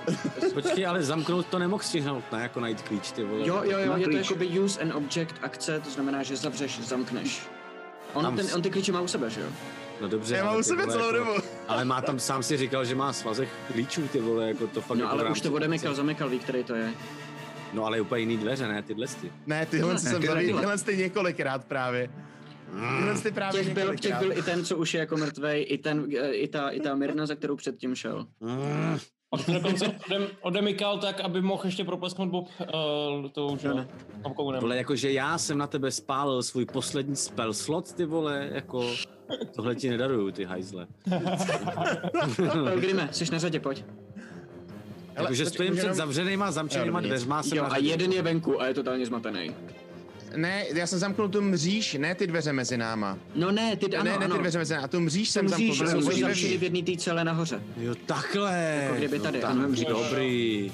Speaker 5: Počkej, ale zamknout to nemohl stihnout, ne? Jako najít klíč, ty vole. No,
Speaker 1: Jo, jo, jo,
Speaker 3: Má
Speaker 1: je to
Speaker 3: klíč.
Speaker 1: jakoby use an object akce, to znamená, že zavřeš, zamkneš. On,
Speaker 5: Tam
Speaker 1: ten,
Speaker 5: s-
Speaker 1: on ty klíče má u sebe, že jo?
Speaker 5: No dobře.
Speaker 4: Já
Speaker 5: ale
Speaker 4: mám u
Speaker 5: ty
Speaker 4: sebe
Speaker 5: vole,
Speaker 4: celou
Speaker 5: jako-
Speaker 4: dobu.
Speaker 5: Ale má tam, sám si říkal, že má svazek klíčů, ty vole, jako to fakt
Speaker 1: No
Speaker 5: jako v
Speaker 1: ale už
Speaker 5: rámci
Speaker 1: to odemykal,
Speaker 5: akce.
Speaker 1: zamykal, ví, který to je.
Speaker 5: No ale úplně jiný dveře, ne? Tyhle ty.
Speaker 4: Ne, tyhle
Speaker 1: Ne,
Speaker 4: jsem
Speaker 1: tyhle
Speaker 4: zavíl,
Speaker 1: ne.
Speaker 4: tyhle ty několikrát právě. Tyhle ty právě
Speaker 1: Těch byl, těch
Speaker 4: několikrát.
Speaker 1: byl i ten, co už je jako mrtvej, i, ten, eh, i, ta, i ta Mirna, za kterou předtím šel.
Speaker 2: On to dokonce odem, odemykal tak, aby mohl ještě proplesknout Bob uh, tou, že jo, kapkou nebo.
Speaker 5: Vole, jakože já jsem na tebe spálil svůj poslední spell slot, ty vole, jako... Tohle ti nedaruju, ty hajzle.
Speaker 1: Pelgrime, jsi na řadě, pojď.
Speaker 4: Hele,
Speaker 5: Jakože
Speaker 4: počkej,
Speaker 5: stojím před
Speaker 4: jenom-
Speaker 5: zavřenýma, zamčenýma
Speaker 4: Jo, dobrý.
Speaker 5: dveřma, jsem
Speaker 1: Jo,
Speaker 5: na
Speaker 1: a
Speaker 5: řadě.
Speaker 1: jeden je venku a je totálně zmatený.
Speaker 4: Ne, já jsem zamknul tu mříž, ne ty dveře mezi náma.
Speaker 1: No ne, ty, ano,
Speaker 4: ne, ne
Speaker 1: ano.
Speaker 4: ty dveře mezi náma, tu mříž jsem
Speaker 3: mříž,
Speaker 4: zamknul.
Speaker 3: ale
Speaker 4: protože
Speaker 1: Jsou
Speaker 4: oni
Speaker 1: zavřený v
Speaker 4: vevnitř.
Speaker 1: jedné té celé nahoře.
Speaker 5: Jo, takhle.
Speaker 1: Jako kdyby tady,
Speaker 5: no,
Speaker 1: ano.
Speaker 5: tak, dobrý.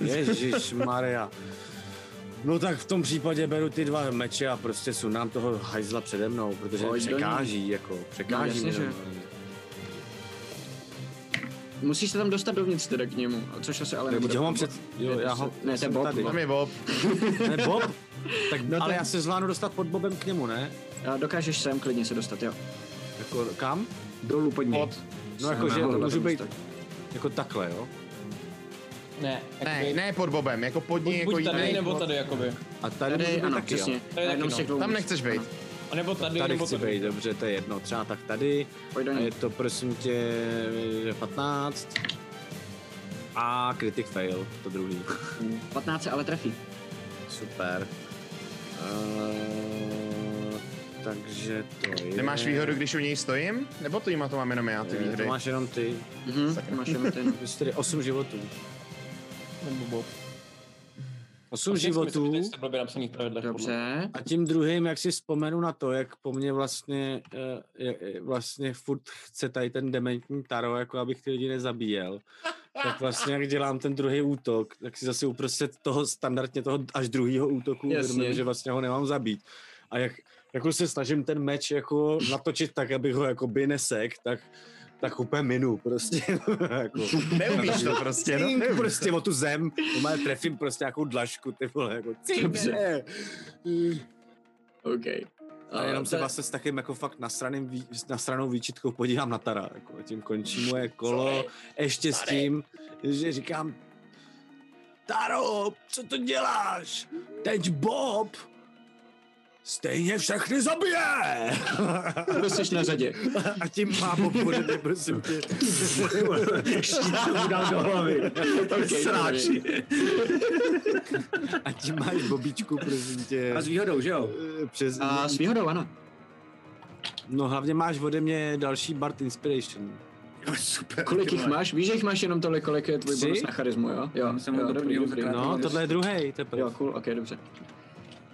Speaker 5: Ježíš Maria. No tak v tom případě beru ty dva meče a prostě sundám toho hajzla přede mnou, protože
Speaker 1: Pojď do ní.
Speaker 5: překáží, jako překáží.
Speaker 1: No, jasně,
Speaker 5: mě.
Speaker 1: Musíš se tam dostat dovnitř teda k němu, což asi ale
Speaker 5: Nebo
Speaker 1: nebude.
Speaker 5: ho mám před... Jo, já ho...
Speaker 1: Ne, to je
Speaker 5: jsem
Speaker 1: Bob,
Speaker 5: tady.
Speaker 1: Bob.
Speaker 4: Tam je Bob.
Speaker 5: Ne, Bob? Tak,
Speaker 1: No
Speaker 5: ale
Speaker 1: tak-
Speaker 5: já se zvládnu dostat pod Bobem k němu, ne?
Speaker 1: A Dokážeš sem klidně se dostat, jo.
Speaker 5: Jako kam?
Speaker 3: Dolů pod něj.
Speaker 5: No
Speaker 1: Sem
Speaker 5: jako, že
Speaker 1: nahoru,
Speaker 5: můžu
Speaker 1: tam
Speaker 5: být
Speaker 1: dostat.
Speaker 5: jako takhle, jo?
Speaker 2: Ne,
Speaker 4: Ne,
Speaker 2: jakoby-
Speaker 4: ne pod Bobem, jako pod ní,
Speaker 2: Buď,
Speaker 4: jako
Speaker 2: buď tady,
Speaker 4: jiný.
Speaker 2: nebo tady, jakoby.
Speaker 5: A tady, můžu
Speaker 1: Tady,
Speaker 5: být
Speaker 1: ano,
Speaker 5: taky, jo?
Speaker 1: přesně.
Speaker 2: To je
Speaker 1: Na jednom z
Speaker 2: taky no.
Speaker 1: těch dvou
Speaker 4: Tam
Speaker 1: míst.
Speaker 4: nechceš být.
Speaker 1: Ano,
Speaker 2: A nebo tady,
Speaker 5: Tady
Speaker 2: nebo
Speaker 5: chci
Speaker 2: tady.
Speaker 5: být, dobře, to je jedno, třeba tak tady.
Speaker 1: Pojď do
Speaker 5: A
Speaker 1: něj.
Speaker 5: je to prosím tě 15. A critic fail, to druhý.
Speaker 1: 15 se ale trefí.
Speaker 5: Super. Uh, takže to je...
Speaker 4: Nemáš výhodu, když u něj stojím? Nebo to jí má, to mám jenom já ty
Speaker 5: Eh,
Speaker 4: výhody?
Speaker 5: To máš jenom ty.
Speaker 1: Mhm, máš jenom ten.
Speaker 5: Máš tedy 8 životů.
Speaker 2: Nebo Bob.
Speaker 5: 8 životů.
Speaker 2: Jste blbě napsaný v pravidlech. podle-
Speaker 1: Dobře.
Speaker 5: A tím druhým, jak si vzpomenu na to, jak po mně vlastně, eh, je- je- vlastně furt chce tady ten dementní taro, jako abych ty lidi nezabíjel, tak vlastně jak dělám ten druhý útok, tak si zase uprostřed toho standardně toho až druhého útoku
Speaker 1: Jasně.
Speaker 5: uvědomím, že vlastně ho nemám zabít. A jak jako se snažím ten meč jako natočit tak, abych ho jako by nesek, tak tak úplně minu prostě. jako.
Speaker 4: Neumíš to prostě, no.
Speaker 5: Cink, prostě o tu zem. Normálně trefím prostě nějakou dlažku, ty vole, jako cink,
Speaker 1: Dobře.
Speaker 5: ne.
Speaker 1: OK. Eh,
Speaker 5: A jenom se
Speaker 1: ta-
Speaker 5: vlastně s takým jako fakt nasraným, vý- s nasranou výčitkou podívám na Tara. Jako tím končí moje kolo. Ještě s tím, že říkám Taro, co to děláš? Teď Bob stejně všechny zabije!
Speaker 1: Kdo jsi na řadě?
Speaker 5: A tím má Bob bude mě, prosím tě. Štítu mu dám do hlavy.
Speaker 3: Sráči.
Speaker 5: A tím máš Bobičku, prosím tě.
Speaker 3: A s výhodou, že jo?
Speaker 5: eh, Přes,
Speaker 1: A s výhodou, ano.
Speaker 5: No hlavně máš ode mě další Bart Inspiration.
Speaker 3: Super.
Speaker 1: Kolik
Speaker 3: ty
Speaker 1: jich
Speaker 3: vole.
Speaker 1: máš? Víš, že jich máš jenom tolik, kolik je tvůj
Speaker 5: Tři?
Speaker 1: bonus na charismu, jo? Jo,
Speaker 3: Já jsem
Speaker 1: jo
Speaker 3: mu to
Speaker 1: dobrý,
Speaker 3: prvního
Speaker 1: dobrý.
Speaker 3: zakrát
Speaker 5: No, tohle je druhý
Speaker 1: Jo,
Speaker 5: teprve.
Speaker 1: cool, ok, dobře.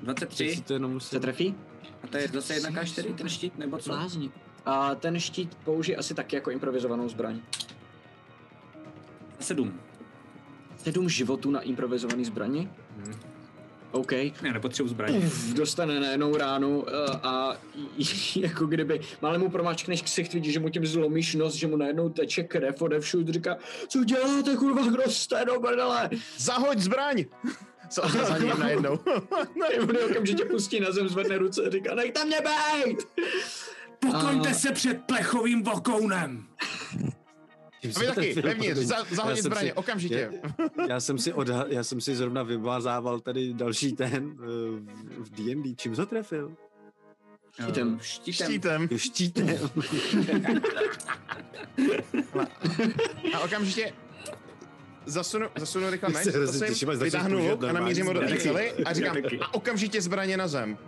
Speaker 5: Teď
Speaker 3: 23.
Speaker 5: si to jenom
Speaker 1: Se
Speaker 5: musím...
Speaker 1: trefí?
Speaker 3: A to je zase 1k4 ten štít, nebo co?
Speaker 1: Blázni. A ten štít použije asi taky jako improvizovanou zbraň.
Speaker 3: sedm.
Speaker 1: Sedm životů na improvizovaný zbrani?
Speaker 3: Mhm.
Speaker 1: OK.
Speaker 3: Já nepotřebuji zbraně.
Speaker 1: Uf, dostane najednou ránu eh, a jako kdyby malému promáčkneš ksicht, vidíš, že mu tím zlomíš nos, že mu najednou teče krev ode všud, říká, co děláte, kurva, kdo jste, do prdele?
Speaker 4: Zahoď zbraň! Co za něj najednou?
Speaker 1: Nejvody okamžitě pustí na zem, zvedne ruce a říká, nechte mě bejt!
Speaker 3: Pokloňte
Speaker 1: A-
Speaker 3: se před plechovým vokounem!
Speaker 4: A vy taky, levněř, za,
Speaker 5: Já
Speaker 4: zahodit
Speaker 5: jsem
Speaker 4: zbraně,
Speaker 5: si-
Speaker 4: okamžitě.
Speaker 5: Já jsem si, odha- já jsem si zrovna vymazával tady další ten eh, v- v D&D. Čím jsi ho trefil?
Speaker 1: Štítem.
Speaker 3: Štítem.
Speaker 4: Štítem.
Speaker 5: Jo, štítem.
Speaker 4: A okamžitě zasunu, zasunu rychle
Speaker 5: Já
Speaker 4: meč,
Speaker 5: se hrozně
Speaker 4: zase
Speaker 5: těším, až
Speaker 4: jim
Speaker 5: začnu
Speaker 4: vytáhnu
Speaker 5: používat
Speaker 4: luk a namířím ho do té
Speaker 5: normální
Speaker 4: cely a říkám,
Speaker 3: Já taky.
Speaker 4: a okamžitě zbraně na zem.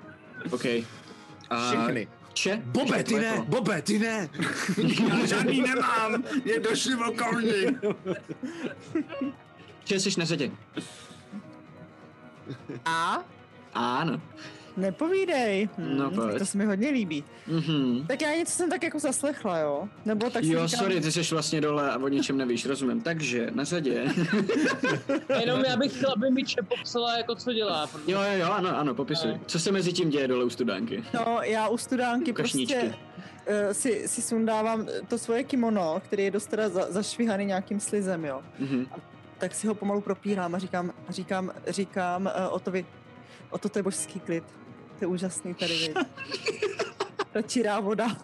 Speaker 1: OK. A
Speaker 4: Všechny.
Speaker 1: Če?
Speaker 5: Bobe,
Speaker 1: ještě
Speaker 5: ty
Speaker 1: tvoje
Speaker 5: ne!
Speaker 1: kolo.
Speaker 5: Bobe, ty ne!
Speaker 3: Já žádný nemám, je došli vokouní.
Speaker 1: Če, jsi na řadě.
Speaker 6: A?
Speaker 1: Ano.
Speaker 6: Nepovídej. Hm,
Speaker 1: No pojď.
Speaker 6: to se mi hodně líbí.
Speaker 1: Mhm.
Speaker 6: Tak já něco jsem tak jako zaslechla, jo? Nebo tak si
Speaker 1: Jo,
Speaker 6: říkám,
Speaker 1: sorry, ty jsi vlastně dole a o ničem nevíš, rozumím. Takže, na řadě.
Speaker 2: Jenom já bych chtěl, aby mi Če popsala, jako co dělá. protože-
Speaker 1: Jo, jo, jo, ano, ano, popisuj. Co se mezi tím děje dole u studánky?
Speaker 6: No, já u studánky
Speaker 1: Kašničky.
Speaker 6: prostě eh, si, si sundávám to svoje kimono, který je dost teda za, zašvihaný nějakým slizem, jo.
Speaker 1: Mhm.
Speaker 6: Tak si ho pomalu propírám a říkám, a říkám, říkám uh, Otovi, o to je božský klid. To je úžasný tady, viď. Ta čirá voda,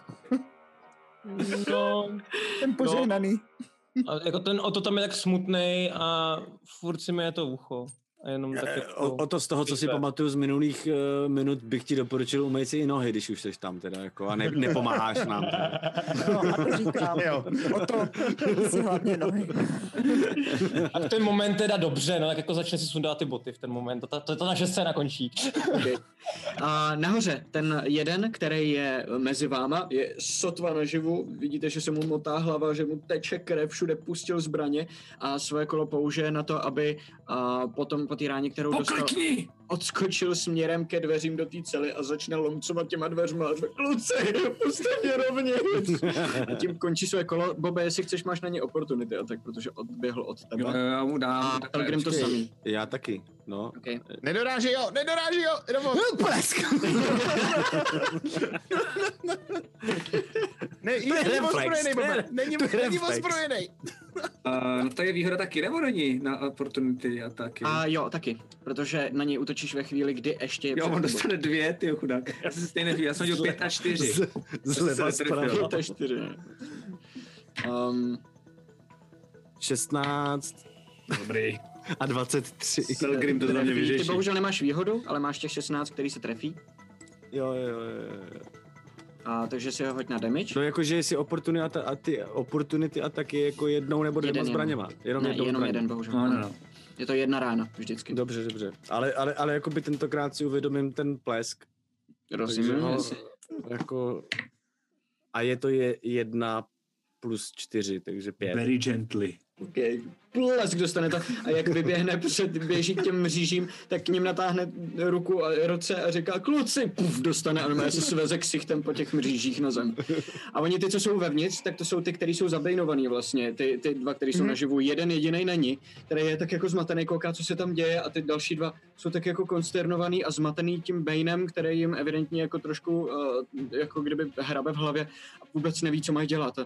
Speaker 2: No,
Speaker 6: ten požehnaný.
Speaker 2: a jako ten Oto tam je tak smutný a furt si mi je to ucho. A jenom tak
Speaker 5: Eh,
Speaker 2: jako...
Speaker 5: O, o to z toho, co si
Speaker 2: Víte.
Speaker 5: pamatuju z minulých eh, minut, bych ti doporučil umýt si i nohy, když už jsi tam teda jako a ne, nepomáháš nám. Teda.
Speaker 6: No, a to říkám,
Speaker 4: Jo.
Speaker 6: o to si hlavně nohy.
Speaker 2: A v ten moment teda dobře, no tak jako začne si sundat ty boty v ten moment. To, to, to, to naše scéna končí.
Speaker 1: Okay. A nahoře, ten jeden, který je mezi váma, je sotva naživu. Vidíte, že se mu motá hlava, že mu teče krev, všude pustil zbraně a svoje kolo použije na to, aby a potom po té ráně, kterou dostal,
Speaker 3: Poklekni!
Speaker 1: odskočil směrem ke dveřím do té cely a začne lomcovat těma dveřma a řekl, kluci, puste mě rovněž. A tím končí své kolo. Bobe, jestli chceš, máš na ně opportunity, a tak protože odběhl od
Speaker 3: Jo,
Speaker 1: tebe.
Speaker 3: jo, já mu dám.
Speaker 1: A
Speaker 3: takhle,
Speaker 1: Pelgrim to
Speaker 5: počkej.
Speaker 1: samý.
Speaker 5: Já taky, no.
Speaker 1: Okay.
Speaker 4: Nedoráží jo, nedoráží jo, nebo...
Speaker 5: Plesk!
Speaker 4: Ne, je,
Speaker 5: je
Speaker 4: není
Speaker 5: reflex,
Speaker 4: ozbrojený,
Speaker 5: to je-
Speaker 4: Bobe, není,
Speaker 5: to je
Speaker 4: není
Speaker 5: reflex.
Speaker 4: ozbrojený.
Speaker 3: Eh, to je výhoda taky, nebo není na opportunity a taky?
Speaker 1: A jo, taky, protože na něj útočíš ve chvíli, kdy ještě je
Speaker 3: Jo,
Speaker 1: před
Speaker 3: on
Speaker 1: tebou.
Speaker 3: dostane dvě, ty chudák. Já jsem si stejně říkal, já jsem hodil pět a čtyři.
Speaker 5: Zleva
Speaker 3: se netrefil.
Speaker 5: zprava.
Speaker 1: Pět a čtyři.
Speaker 3: Hmm.
Speaker 1: Um,
Speaker 5: 16
Speaker 3: Dobrý.
Speaker 5: a 23.
Speaker 3: Pelgrim to za mě
Speaker 1: trefí. Ty
Speaker 3: vyřeší.
Speaker 1: bohužel nemáš výhodu, ale máš těch 16, který se trefí.
Speaker 5: Jo, jo, jo, jo.
Speaker 1: A, takže si ho hoď na damage.
Speaker 5: No jakože jestli opportunity a, ta- a ty opportunity a taky jako jednou nebo dvěma
Speaker 1: Jeden jenom.
Speaker 5: zbraněma. Jenom,
Speaker 1: ne,
Speaker 5: jednou
Speaker 1: jenom
Speaker 5: zbraní.
Speaker 1: jeden, bohužel.
Speaker 3: No, no, no.
Speaker 1: Je to jedna rána vždycky.
Speaker 5: Dobře, dobře. Ale, ale, ale jako by tentokrát si uvědomím ten plesk.
Speaker 1: Rozumím.
Speaker 5: Takže ho-
Speaker 1: jasně.
Speaker 5: Jako... A je to je jedna plus čtyři, takže pět.
Speaker 3: Very gently.
Speaker 1: Okay. Plesk dostane to a jak vyběhne před, běží k těm mřížím, tak k ním natáhne ruku a ruce a říká kluci, puf, dostane a normálně se sveze ksichtem po těch mřížích na zem. A oni ty, co jsou vevnitř, tak to jsou ty, kteří jsou zabejnovaný vlastně, ty, ty dva, kteří jsou mm. naživu, jeden jediný není, který je tak jako zmatený, kouká, co se tam děje a ty další dva jsou tak jako konsternovaný a zmatený tím bejnem, který jim evidentně jako trošku uh, jako kdyby hrabe v hlavě a vůbec neví, co mají dělat. A,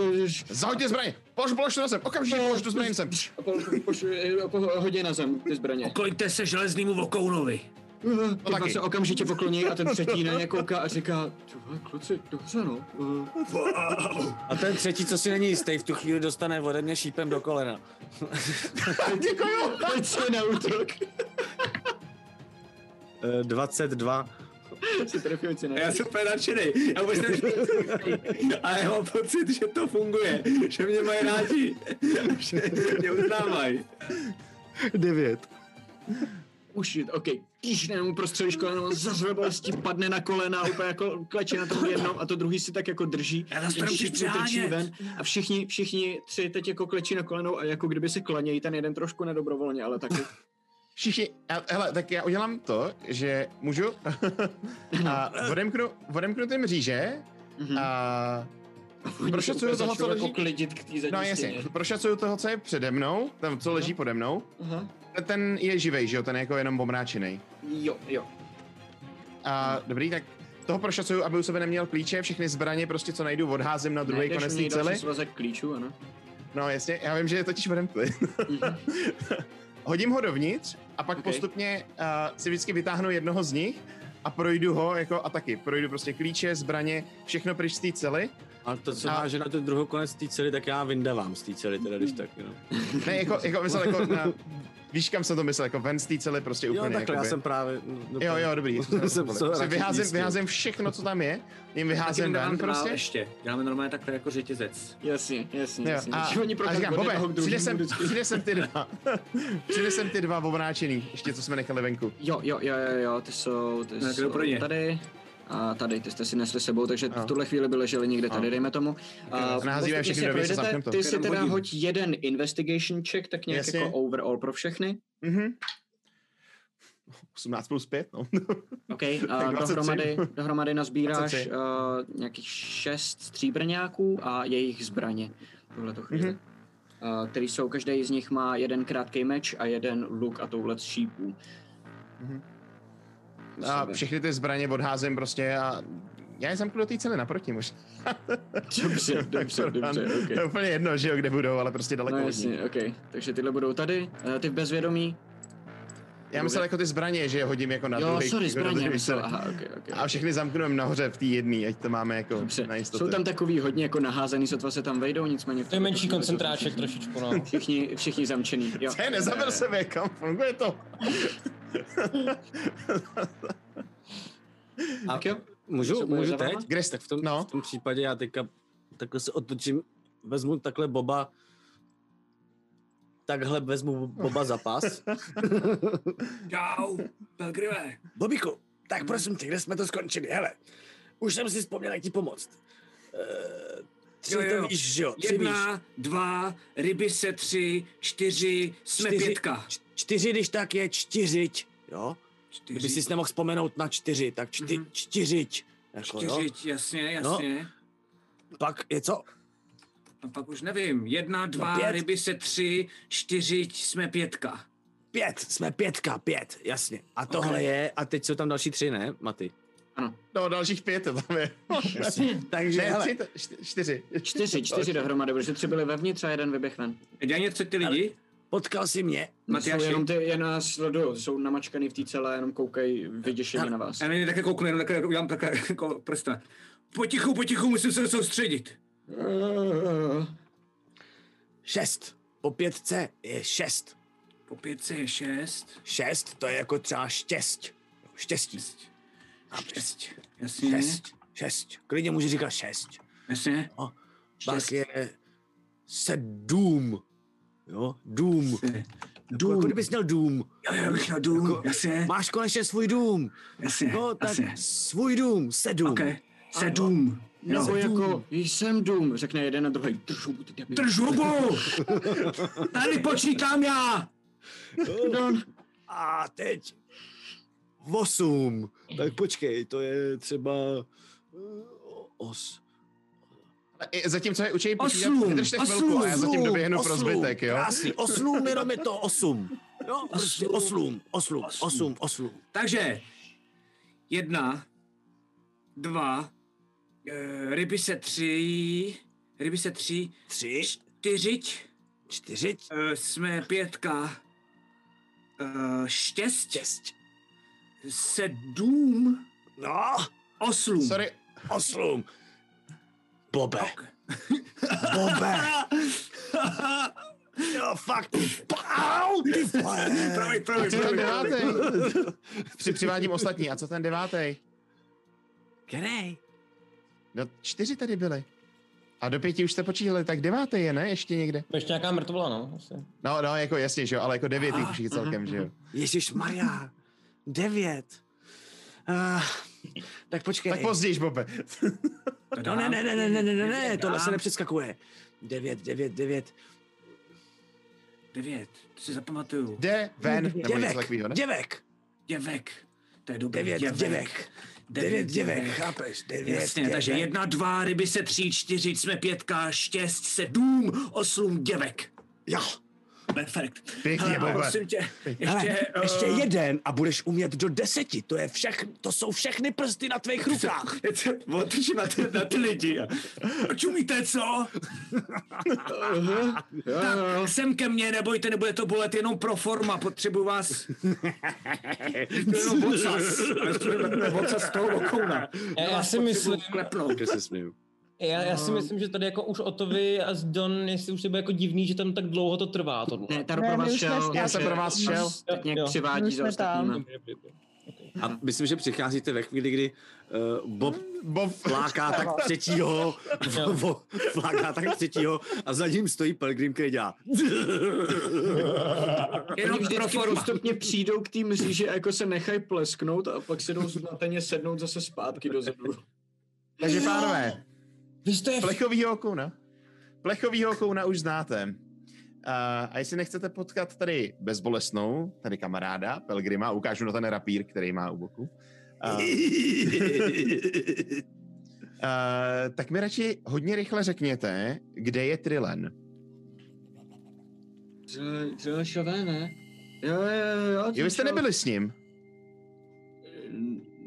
Speaker 1: uh,
Speaker 4: Zahoďte zbraně, polož, polož to na zem, okamžitě polož tu zbraně sem.
Speaker 1: a po, poš, a po, hodí jako, na zem ty zbraně.
Speaker 3: Pokloňte se železnému vokounovi.
Speaker 2: No
Speaker 1: Ty dva
Speaker 4: taky.
Speaker 1: se okamžitě pokloní a ten třetí na ně kouká a říká, tyhle kluci, dobře no. eh."
Speaker 5: A ten třetí, co si není jistý, v tu chvíli dostane ode mě šípem do kolena.
Speaker 1: Děkuju, pojď si na útok.
Speaker 5: Eh, 22.
Speaker 1: Si trefil, si
Speaker 3: A já
Speaker 1: ne.
Speaker 3: jsem úplně nadšený. Já vůbec nevím, že to funguje. A já mám pocit, že to funguje. Že mě mají rádi. Že mě uznávají.
Speaker 5: 9.
Speaker 1: Už je, OK. Píšne mu prostřelíš koleno, zařve bolesti, padne na kolena, úplně jako kleče na tom jednom a to druhý si tak jako drží.
Speaker 3: Já zase to
Speaker 1: Ten
Speaker 3: nemůžu
Speaker 1: všichni trčí
Speaker 3: přehánět.
Speaker 1: ven a všichni, všichni tři teď jako klečí na kolenou a jako kdyby se klanějí, ten jeden trošku nedobrovolně, ale taky.
Speaker 4: Všichni, a- hele, tak já udělám to, že můžu a odemknu, odemknu ty mříže
Speaker 1: Mhm.
Speaker 4: a Prošetřuju toho, co
Speaker 2: začnu jako
Speaker 4: leží.
Speaker 2: klidit k té zadní
Speaker 4: No
Speaker 2: stěně.
Speaker 4: jasně, prošetřuju toho, co je přede mnou, tam, co leží pode mnou.
Speaker 1: Aha.
Speaker 4: Ten- Ten je živej, že jo, ten je jako jenom omráčený.
Speaker 1: Jo, jo.
Speaker 4: A dobrý, tak toho prošetřuju, aby u sebe neměl klíče, všechny zbraně prostě co najdu, odházím na druhý
Speaker 1: Najdeš u
Speaker 4: konec té
Speaker 1: něj další
Speaker 4: cely.
Speaker 1: svazek klíčů, ano.
Speaker 4: No jasně, já vím, že je totiž vedem plyn.
Speaker 5: Mhm.
Speaker 4: Hodím ho dovnitř a pak
Speaker 1: Ok.
Speaker 4: postupně uh, si vždycky vytáhnu jednoho z nich a projdu ho jako a taky. Projdu prostě klíče, zbraně, všechno pryč z té cely.
Speaker 5: A to, co
Speaker 4: A-
Speaker 5: háže na ten druhý konec té cely, tak já vyndavám z té cely, teda když tak, no.
Speaker 4: Ne, jako, jako myslel, jako na, víš, kam jsem to myslel, jako ven z té cely prostě
Speaker 5: Jo,
Speaker 4: úplně.
Speaker 5: takhle, já
Speaker 4: jakoby.
Speaker 5: jsem právě... no, no,
Speaker 4: Jo, jo, dobrý.
Speaker 5: Jsem
Speaker 4: jsem
Speaker 5: se
Speaker 4: prostě
Speaker 5: radši
Speaker 4: vyházím,
Speaker 5: jistil.
Speaker 4: vyházím všechno, co tam je, jim vyházím ven prostě.
Speaker 3: Ještě. Děláme normálně takhle jako řetězec.
Speaker 1: Jasně, jasně,
Speaker 4: Jo,
Speaker 1: jasně.
Speaker 4: a,
Speaker 1: Takže oni
Speaker 4: a
Speaker 1: prochází
Speaker 4: říkám,
Speaker 1: od
Speaker 4: Bobe,
Speaker 1: jednoho k
Speaker 4: přijde
Speaker 1: druhému
Speaker 4: sem,
Speaker 1: vždycky.
Speaker 4: přijde sem ty dva. přijde sem ty dva obráčený, ještě co jsme nechali venku.
Speaker 1: Jo, jo, jo, jo, jo, ty jsou, ty
Speaker 3: Tak
Speaker 1: jsou
Speaker 3: kdo pro ně?
Speaker 1: tady. A tady, ty jste si nesli sebou, takže
Speaker 4: Ano.
Speaker 1: v tuhle chvíli by leželi někde tady,
Speaker 4: Ano.
Speaker 1: dejme tomu. A
Speaker 4: Naházíme
Speaker 1: postupně
Speaker 4: všechny
Speaker 1: si
Speaker 4: do
Speaker 1: projdete,
Speaker 4: věže, zamknem to.
Speaker 1: Ty si
Speaker 5: Jenom
Speaker 1: teda
Speaker 5: hodím.
Speaker 1: hoď jeden investigation check, tak nějak
Speaker 4: Jasně.
Speaker 1: jako overall pro všechny.
Speaker 4: Mhm. 18 plus 5, no.
Speaker 1: OK, a
Speaker 4: Tak 23.
Speaker 1: dohromady, dohromady nazbíráš
Speaker 4: 23.
Speaker 1: uh, nějakých šest stříbrňáků a jejich zbraně v tuhleto chvíli.
Speaker 4: Mhm.
Speaker 1: Mm-hmm. Uh, který jsou, každý z nich má jeden krátký meč a jeden luk a touhle z šípů.
Speaker 4: Mhm.
Speaker 1: U
Speaker 4: A
Speaker 1: sebe.
Speaker 4: všechny ty zbraně odházím prostě a já je zamknu do té ceny naproti možná.
Speaker 1: Dobře, dobře, dobře,
Speaker 4: To je
Speaker 1: okay.
Speaker 4: úplně jedno, že jo, kde budou, ale prostě daleko
Speaker 1: No
Speaker 4: od ní.
Speaker 1: jasně, OK. Takže tyhle budou tady, eh, ty v bezvědomí.
Speaker 4: Já myslel jako ty zbraně, že je hodím jako na
Speaker 1: jo,
Speaker 4: druhý.
Speaker 1: sorry,
Speaker 4: jako na
Speaker 1: zbraně,
Speaker 4: druhý
Speaker 1: myslel,
Speaker 4: ceny.
Speaker 1: aha, OK, OK.
Speaker 4: A všechny zamkneme nahoře v té jedné, ať to máme jako
Speaker 1: Dobře,
Speaker 4: na jistotu.
Speaker 1: jsou tam takový hodně jako naházený, sotva se tam vejdou, nicméně... v
Speaker 2: To je
Speaker 1: tuto
Speaker 2: menší
Speaker 1: chvíli jsou
Speaker 2: koncentráček
Speaker 1: všichni-
Speaker 2: trošičku, no.
Speaker 1: Všichni, všichni zamčený, jo.
Speaker 4: Ne, nezaber
Speaker 1: Eh,
Speaker 4: se mě, kam funguje to.
Speaker 5: A
Speaker 1: Tak jo,
Speaker 5: můžu,
Speaker 1: Co bude
Speaker 5: můžu
Speaker 1: za
Speaker 5: teď?
Speaker 1: váma?
Speaker 4: Kde jste?
Speaker 5: Tak v tom,
Speaker 4: No.
Speaker 5: v tom případě já teďka takhle se otočím, vezmu takhle Boba, takhle vezmu Boba za pas.
Speaker 7: Čau, Pelgrive. Bobiku, tak prosím tě, kde jsme to skončili? Hele, už jsem si vzpomněl, jak ti pomoct. Eh, Tři
Speaker 5: Jo,
Speaker 7: jo,
Speaker 5: jo.
Speaker 7: to víš, že jo? Tři víš.
Speaker 5: Jedna,
Speaker 7: dva, ryby se tři, čtyři,
Speaker 5: jsme pětka. Č- čtyři, když tak je čtyřiť, jo? Kdyby
Speaker 7: Čtyři,
Speaker 5: jsi nemohl vzpomenout na čtyři, tak čty,
Speaker 7: Mhm.
Speaker 5: čtyřiť. Jako, jo?
Speaker 7: jasně,
Speaker 5: jasně. Pak je co?
Speaker 7: No pak už nevím. Jedna, dva,
Speaker 5: No pět.
Speaker 7: ryby se tři, čtyři, jsme pětka.
Speaker 5: Pět, jsme pětka, pět, jasně. A tohle
Speaker 7: Ok.
Speaker 5: je, a teď jsou tam další tři, ne, Maty?
Speaker 4: No, dalších pět to tam je.
Speaker 5: Takže,
Speaker 4: ne,
Speaker 5: hele,
Speaker 4: tři, to, čty- čtyři.
Speaker 1: Čtyři, čtyři dohromady, protože tři byli vevnitř a jeden vyběh ven.
Speaker 7: Dělají něco ty lidi?
Speaker 5: potkal jsi mě,
Speaker 1: Jsou
Speaker 7: Matyáši.
Speaker 1: jenom ty, jen nás sledují, jsou namačkaný v té celé, jenom koukají vyděšeně na vás.
Speaker 3: Eh,
Speaker 7: Já na ně také kouknu, jenom takhle udělám takhle jako prsta. Potichu, potichu, musím se soustředit.
Speaker 5: šest. Po pětce je šest.
Speaker 7: Po pětce je šest.
Speaker 5: Šest, to je jako třeba štěst. Štěstí.
Speaker 7: Šest. Šest. Jasně.
Speaker 5: Šest. Šest. Klidně můžu říkat šest. No,
Speaker 7: Jasně.
Speaker 5: Pak je sedm. Jo, dům. Dům. Jako kdybys měl dům.
Speaker 7: Jo, jo, bych měl dům.
Speaker 5: Jako-
Speaker 7: Jasně.
Speaker 5: Máš konečně svůj dům.
Speaker 7: Jasně.
Speaker 5: No, tak
Speaker 7: Jasně.
Speaker 5: svůj dům, sedm.
Speaker 7: OK. Sedm. Jo.
Speaker 1: Nebo jako, jsem dům, řekne jeden a druhý, drž hubu, ty debil.
Speaker 7: Drž hubu! Tady počítám já!
Speaker 1: Pardon.
Speaker 5: No, A teď osm. Tak počkej, to je třeba eh, os.
Speaker 4: I Zatímco je učí počítat,
Speaker 7: Osm,
Speaker 4: vydržte chvilku a já zatím
Speaker 5: Oslům,
Speaker 4: doběhnu pro
Speaker 5: oslům,
Speaker 4: zbytek, jo?
Speaker 5: Krásný, oslům, jenom je to osm. Jo, prostě oslům, oslům, oslům, oslům.
Speaker 7: Takže jedna, dva, eh, ryby se tři, ryby se tři,
Speaker 5: Tři,
Speaker 7: čtyřiť,
Speaker 5: čtyři,
Speaker 7: eh, jsme pětka, eh, štěst,
Speaker 5: šest.
Speaker 7: sedm,
Speaker 5: No,
Speaker 7: oslům.
Speaker 4: Sorry,
Speaker 5: oslům. Bobe,
Speaker 7: Ok.
Speaker 5: Bobe. Jo, fakt. Pau, ty vole.
Speaker 7: Promiň,
Speaker 4: a
Speaker 7: promiň,
Speaker 4: co ten
Speaker 7: promiň.
Speaker 4: devátý? Při, přivádím ostatní, a co ten devátý?
Speaker 5: Který?
Speaker 4: No, čtyři tady byly. A do pěti už jste počítali, tak devátý je, ne? Ještě někde.
Speaker 2: To ještě nějaká mrtvola, no. asi.
Speaker 4: No, no, jako jasně, že jo, ale jako devět jich už je celkem, že jo.
Speaker 5: Ježíš Maria, devět. Uh, tak počkej.
Speaker 4: Tak později, Bobe.
Speaker 7: To
Speaker 5: no
Speaker 7: dám.
Speaker 5: ne, ne, ne, ne, ne, ne, ne, ne,
Speaker 7: Devět
Speaker 5: tohle se
Speaker 7: dám.
Speaker 5: nepřeskakuje. Devět, devět, devět.
Speaker 7: Devět, to si zapamatuju.
Speaker 4: Jde ven, nebo něco
Speaker 5: Děvek,
Speaker 4: takového, ne?
Speaker 5: děvek.
Speaker 7: Děvek.
Speaker 3: To je dobrý.
Speaker 7: Devět děvek. Devět děvek, chápeš? Devět
Speaker 3: Jasně,
Speaker 7: děvek.
Speaker 3: takže jedna, dva, ryby se tři, čtyři, jsme pětka, šest, sedm, osm děvek.
Speaker 7: Jo.
Speaker 3: Perfekt.
Speaker 7: Pěkně,
Speaker 3: Hele, a
Speaker 7: Bobe.
Speaker 3: prosím tě, ještě,
Speaker 7: Ještě, Hele,
Speaker 3: eh,
Speaker 7: ještě jeden a budeš umět do deseti. To, je všech, to jsou všechny prsty na tvých rukách.
Speaker 3: Otočím na ty, na ty lidi. Čumíte, co? tak, sem ke mně, nebojte, nebude to bolet, jenom pro forma, potřebuju vás. to je jenom ocas, ale to je takhle ocas z toho lokouna.
Speaker 2: Já- já si myslím-
Speaker 3: Klepnout.
Speaker 5: Že se směju.
Speaker 2: Já, já si
Speaker 1: No.
Speaker 2: myslím, že tady jako už o to vy a s Don, jestli už to bude jako divný, že tam tak dlouho to trvá tohle.
Speaker 1: Ne, Taro
Speaker 8: Ne,
Speaker 1: pro
Speaker 8: my
Speaker 1: vás
Speaker 8: už jsme
Speaker 1: šel.
Speaker 8: zpátky.
Speaker 4: Já jsem pro vás šel.
Speaker 1: Teď nějak
Speaker 2: Jo.
Speaker 1: přivádí
Speaker 8: My
Speaker 1: za
Speaker 8: jsme tam.
Speaker 1: ostatníma.
Speaker 2: Dobrý, dobrý, dobrý.
Speaker 5: A myslím, že přicházíte ve chvíli, kdy uh, Bob
Speaker 4: Bob,
Speaker 5: fláká tak třetího,
Speaker 2: Jo.
Speaker 5: bo, fláká tak třetího a za ním stojí Pelgrim, který dělá.
Speaker 1: Oni
Speaker 3: Jenom pro
Speaker 1: vždycky
Speaker 3: forma.
Speaker 1: postupně přijdou k té mříži a jako se nechají plesknout a pak se jdou zmateně sednout zase zpátky dozadu.
Speaker 4: takže pánové,
Speaker 2: Vy jste je
Speaker 4: plechovýho kouna. Plechovýho kouna už znáte. A, a jestli nechcete potkat tady bezbolesnou, tady kamaráda, Pelgrima, ukážu na ten rapír, který má u boku, a, a, tak mi radši hodně rychle řekněte, kde je Trilen.
Speaker 1: Žilšové, ne? Jo, jo, jo.
Speaker 4: Jo, vy jste nebyli s ním.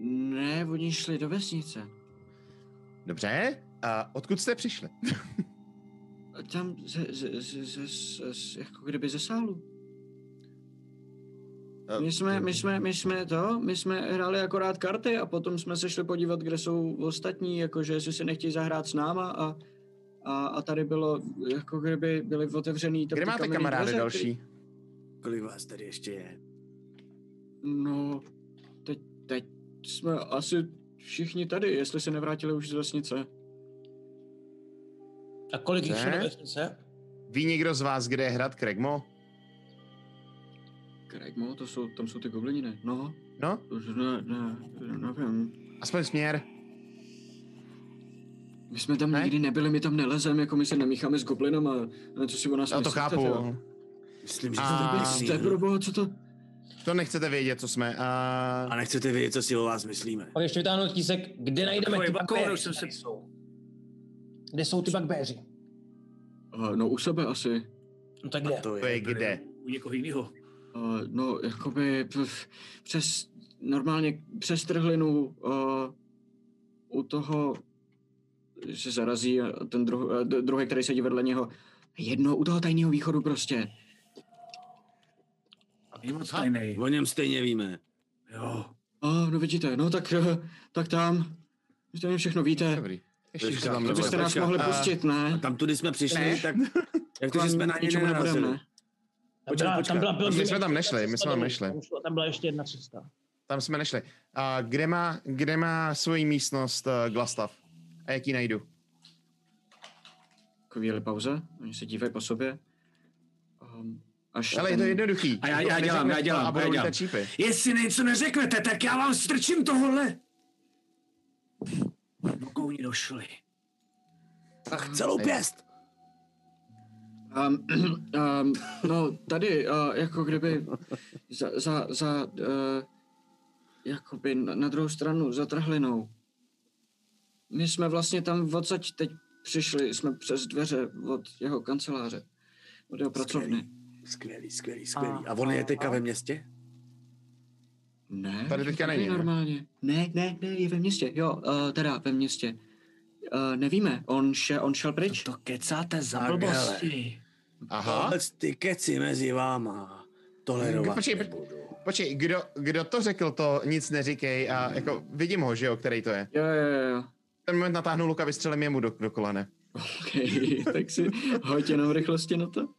Speaker 1: Ne, oni šli do vesnice.
Speaker 4: Dobře. A odkud jste přišli?
Speaker 1: Tam ze, ze, ze, ze, ze, z- jako kdyby ze sálu. My jsme, my jsme, my jsme to, my jsme hráli akorát karty a potom jsme se šli podívat, kde jsou ostatní, jakože jestli si nechtějí zahrát s náma a, a, a tady bylo, jako kdyby byly otevřený tak ty
Speaker 4: Kde máte
Speaker 1: kamenný
Speaker 4: kamarády
Speaker 1: dveře, který-
Speaker 4: další?
Speaker 5: Kolik vás tady ještě je?
Speaker 1: No, teď, teď jsme asi všichni tady, jestli se nevrátili už z vesnice.
Speaker 2: A kolik jich
Speaker 4: Ne.
Speaker 2: šlo do vesnice?
Speaker 4: Ví někdo z vás, kde je hrad Kregmo?
Speaker 1: Kregmo, to jsou, tam jsou ty goblini, ne? No,
Speaker 4: No,
Speaker 1: to- ne, ne, nevím.
Speaker 4: aspoň směr.
Speaker 1: My jsme tam
Speaker 4: Ne?
Speaker 1: ne? nikdy nebyli, my tam nelezeme, jako my se nemícháme s goblinama, ne, co si o nás
Speaker 4: No to
Speaker 1: myslíte,
Speaker 4: chápu.
Speaker 1: tyjo?
Speaker 5: Myslím, že
Speaker 4: A-
Speaker 5: to
Speaker 1: Vůbec
Speaker 5: vůbec
Speaker 1: Jste,
Speaker 5: není.
Speaker 1: pro boha, co to?
Speaker 4: To nechcete vědět, co jsme. A...
Speaker 5: A nechcete vědět, co si o vás myslíme.
Speaker 2: Pak ještě vytáhnout tísek, kde najdeme
Speaker 3: Takový
Speaker 2: ty
Speaker 3: bakoun,
Speaker 2: bakbéři,
Speaker 3: už jsem
Speaker 2: tady
Speaker 3: se-
Speaker 2: jsou. Kde jsou ty bakbéři?
Speaker 1: Uh, no u sebe asi.
Speaker 2: No tak kde?
Speaker 5: To
Speaker 4: To je kde?
Speaker 3: U někoho jiného.
Speaker 1: Uh, no, jakoby pf, přes, normálně přes trhlinu uh, u toho se zarazí a ten druh, eh, d- druhý, který sedí vedle něho. Jedno u toho tajného východu prostě.
Speaker 3: Je moc tajnej.
Speaker 5: O něm stejně víme.
Speaker 3: Jo.
Speaker 1: A, no vidíte, no tak, eh, tak tam, vy stejně všechno
Speaker 3: Eh,
Speaker 1: víte.
Speaker 4: Dobrý. Ještě
Speaker 5: Počkat,
Speaker 4: se tam
Speaker 5: to
Speaker 1: To byste
Speaker 4: nebyl.
Speaker 1: nás mohli
Speaker 4: A-
Speaker 1: pustit,
Speaker 5: A
Speaker 1: ne?
Speaker 5: tam tudy jsme přišli,
Speaker 1: Ne.
Speaker 5: tak jak to, že jsme na ně
Speaker 1: Ničemu nebudeme,
Speaker 5: nenarazili.
Speaker 1: ne?
Speaker 2: Tam byla,
Speaker 5: počkat,
Speaker 2: tam byla Pilgrim-
Speaker 4: my jsme tam nešli, my jsme tam nešli.
Speaker 2: Tam, šlo- tam byla ještě jedna cesta.
Speaker 4: Tam jsme nešli. A kde má, kde má svoji místnost uh, Glastav? A jak ji najdu?
Speaker 1: Chvíli pauze, oni se dívají po sobě. Um, až
Speaker 4: Ale je
Speaker 1: ten-
Speaker 4: to jednoduchý.
Speaker 3: A já- já dělám, já dělám,
Speaker 4: A budou
Speaker 3: já
Speaker 4: lítat
Speaker 3: dělám.
Speaker 4: čípy.
Speaker 3: Jestli něco neřeknete, tak já vám strčím tohle. Bokouni došli.
Speaker 5: Tak celou pěst.
Speaker 1: Um, um, no tady, uh, jako kdyby za, za, za uh, jakoby na, na druhou stranu, za trhlinou. My jsme vlastně tam odsaď teď přišli, jsme přes dveře od jeho kanceláře, od jeho pracovny.
Speaker 5: Skvělý, skvělý, skvělý. A on je teďka ve městě?
Speaker 1: Ne,
Speaker 4: Tady
Speaker 1: že
Speaker 4: teďka není, ne?
Speaker 1: normálně. Ne, ne, ne, je ve městě, jo, uh, teda ve městě. Uh, nevíme, on, še, on šel pryč.
Speaker 3: To kecáte za
Speaker 5: blbosti.
Speaker 3: blbosti.
Speaker 4: Aha.
Speaker 5: Tohle ty keci mezi váma. Tolerovat
Speaker 4: Počkej, počkej.
Speaker 5: nebudu.
Speaker 4: Počkej, kdo, kdo to řekl, to nic neříkej. A jako vidím ho, že jo, který to je.
Speaker 1: Jo, jo, jo, jo.
Speaker 4: V Ten moment natáhnu luka, vystřelím jemu do, do kolene.
Speaker 1: Okay, tak si hoď jenom rychlosti na to.
Speaker 4: Uh,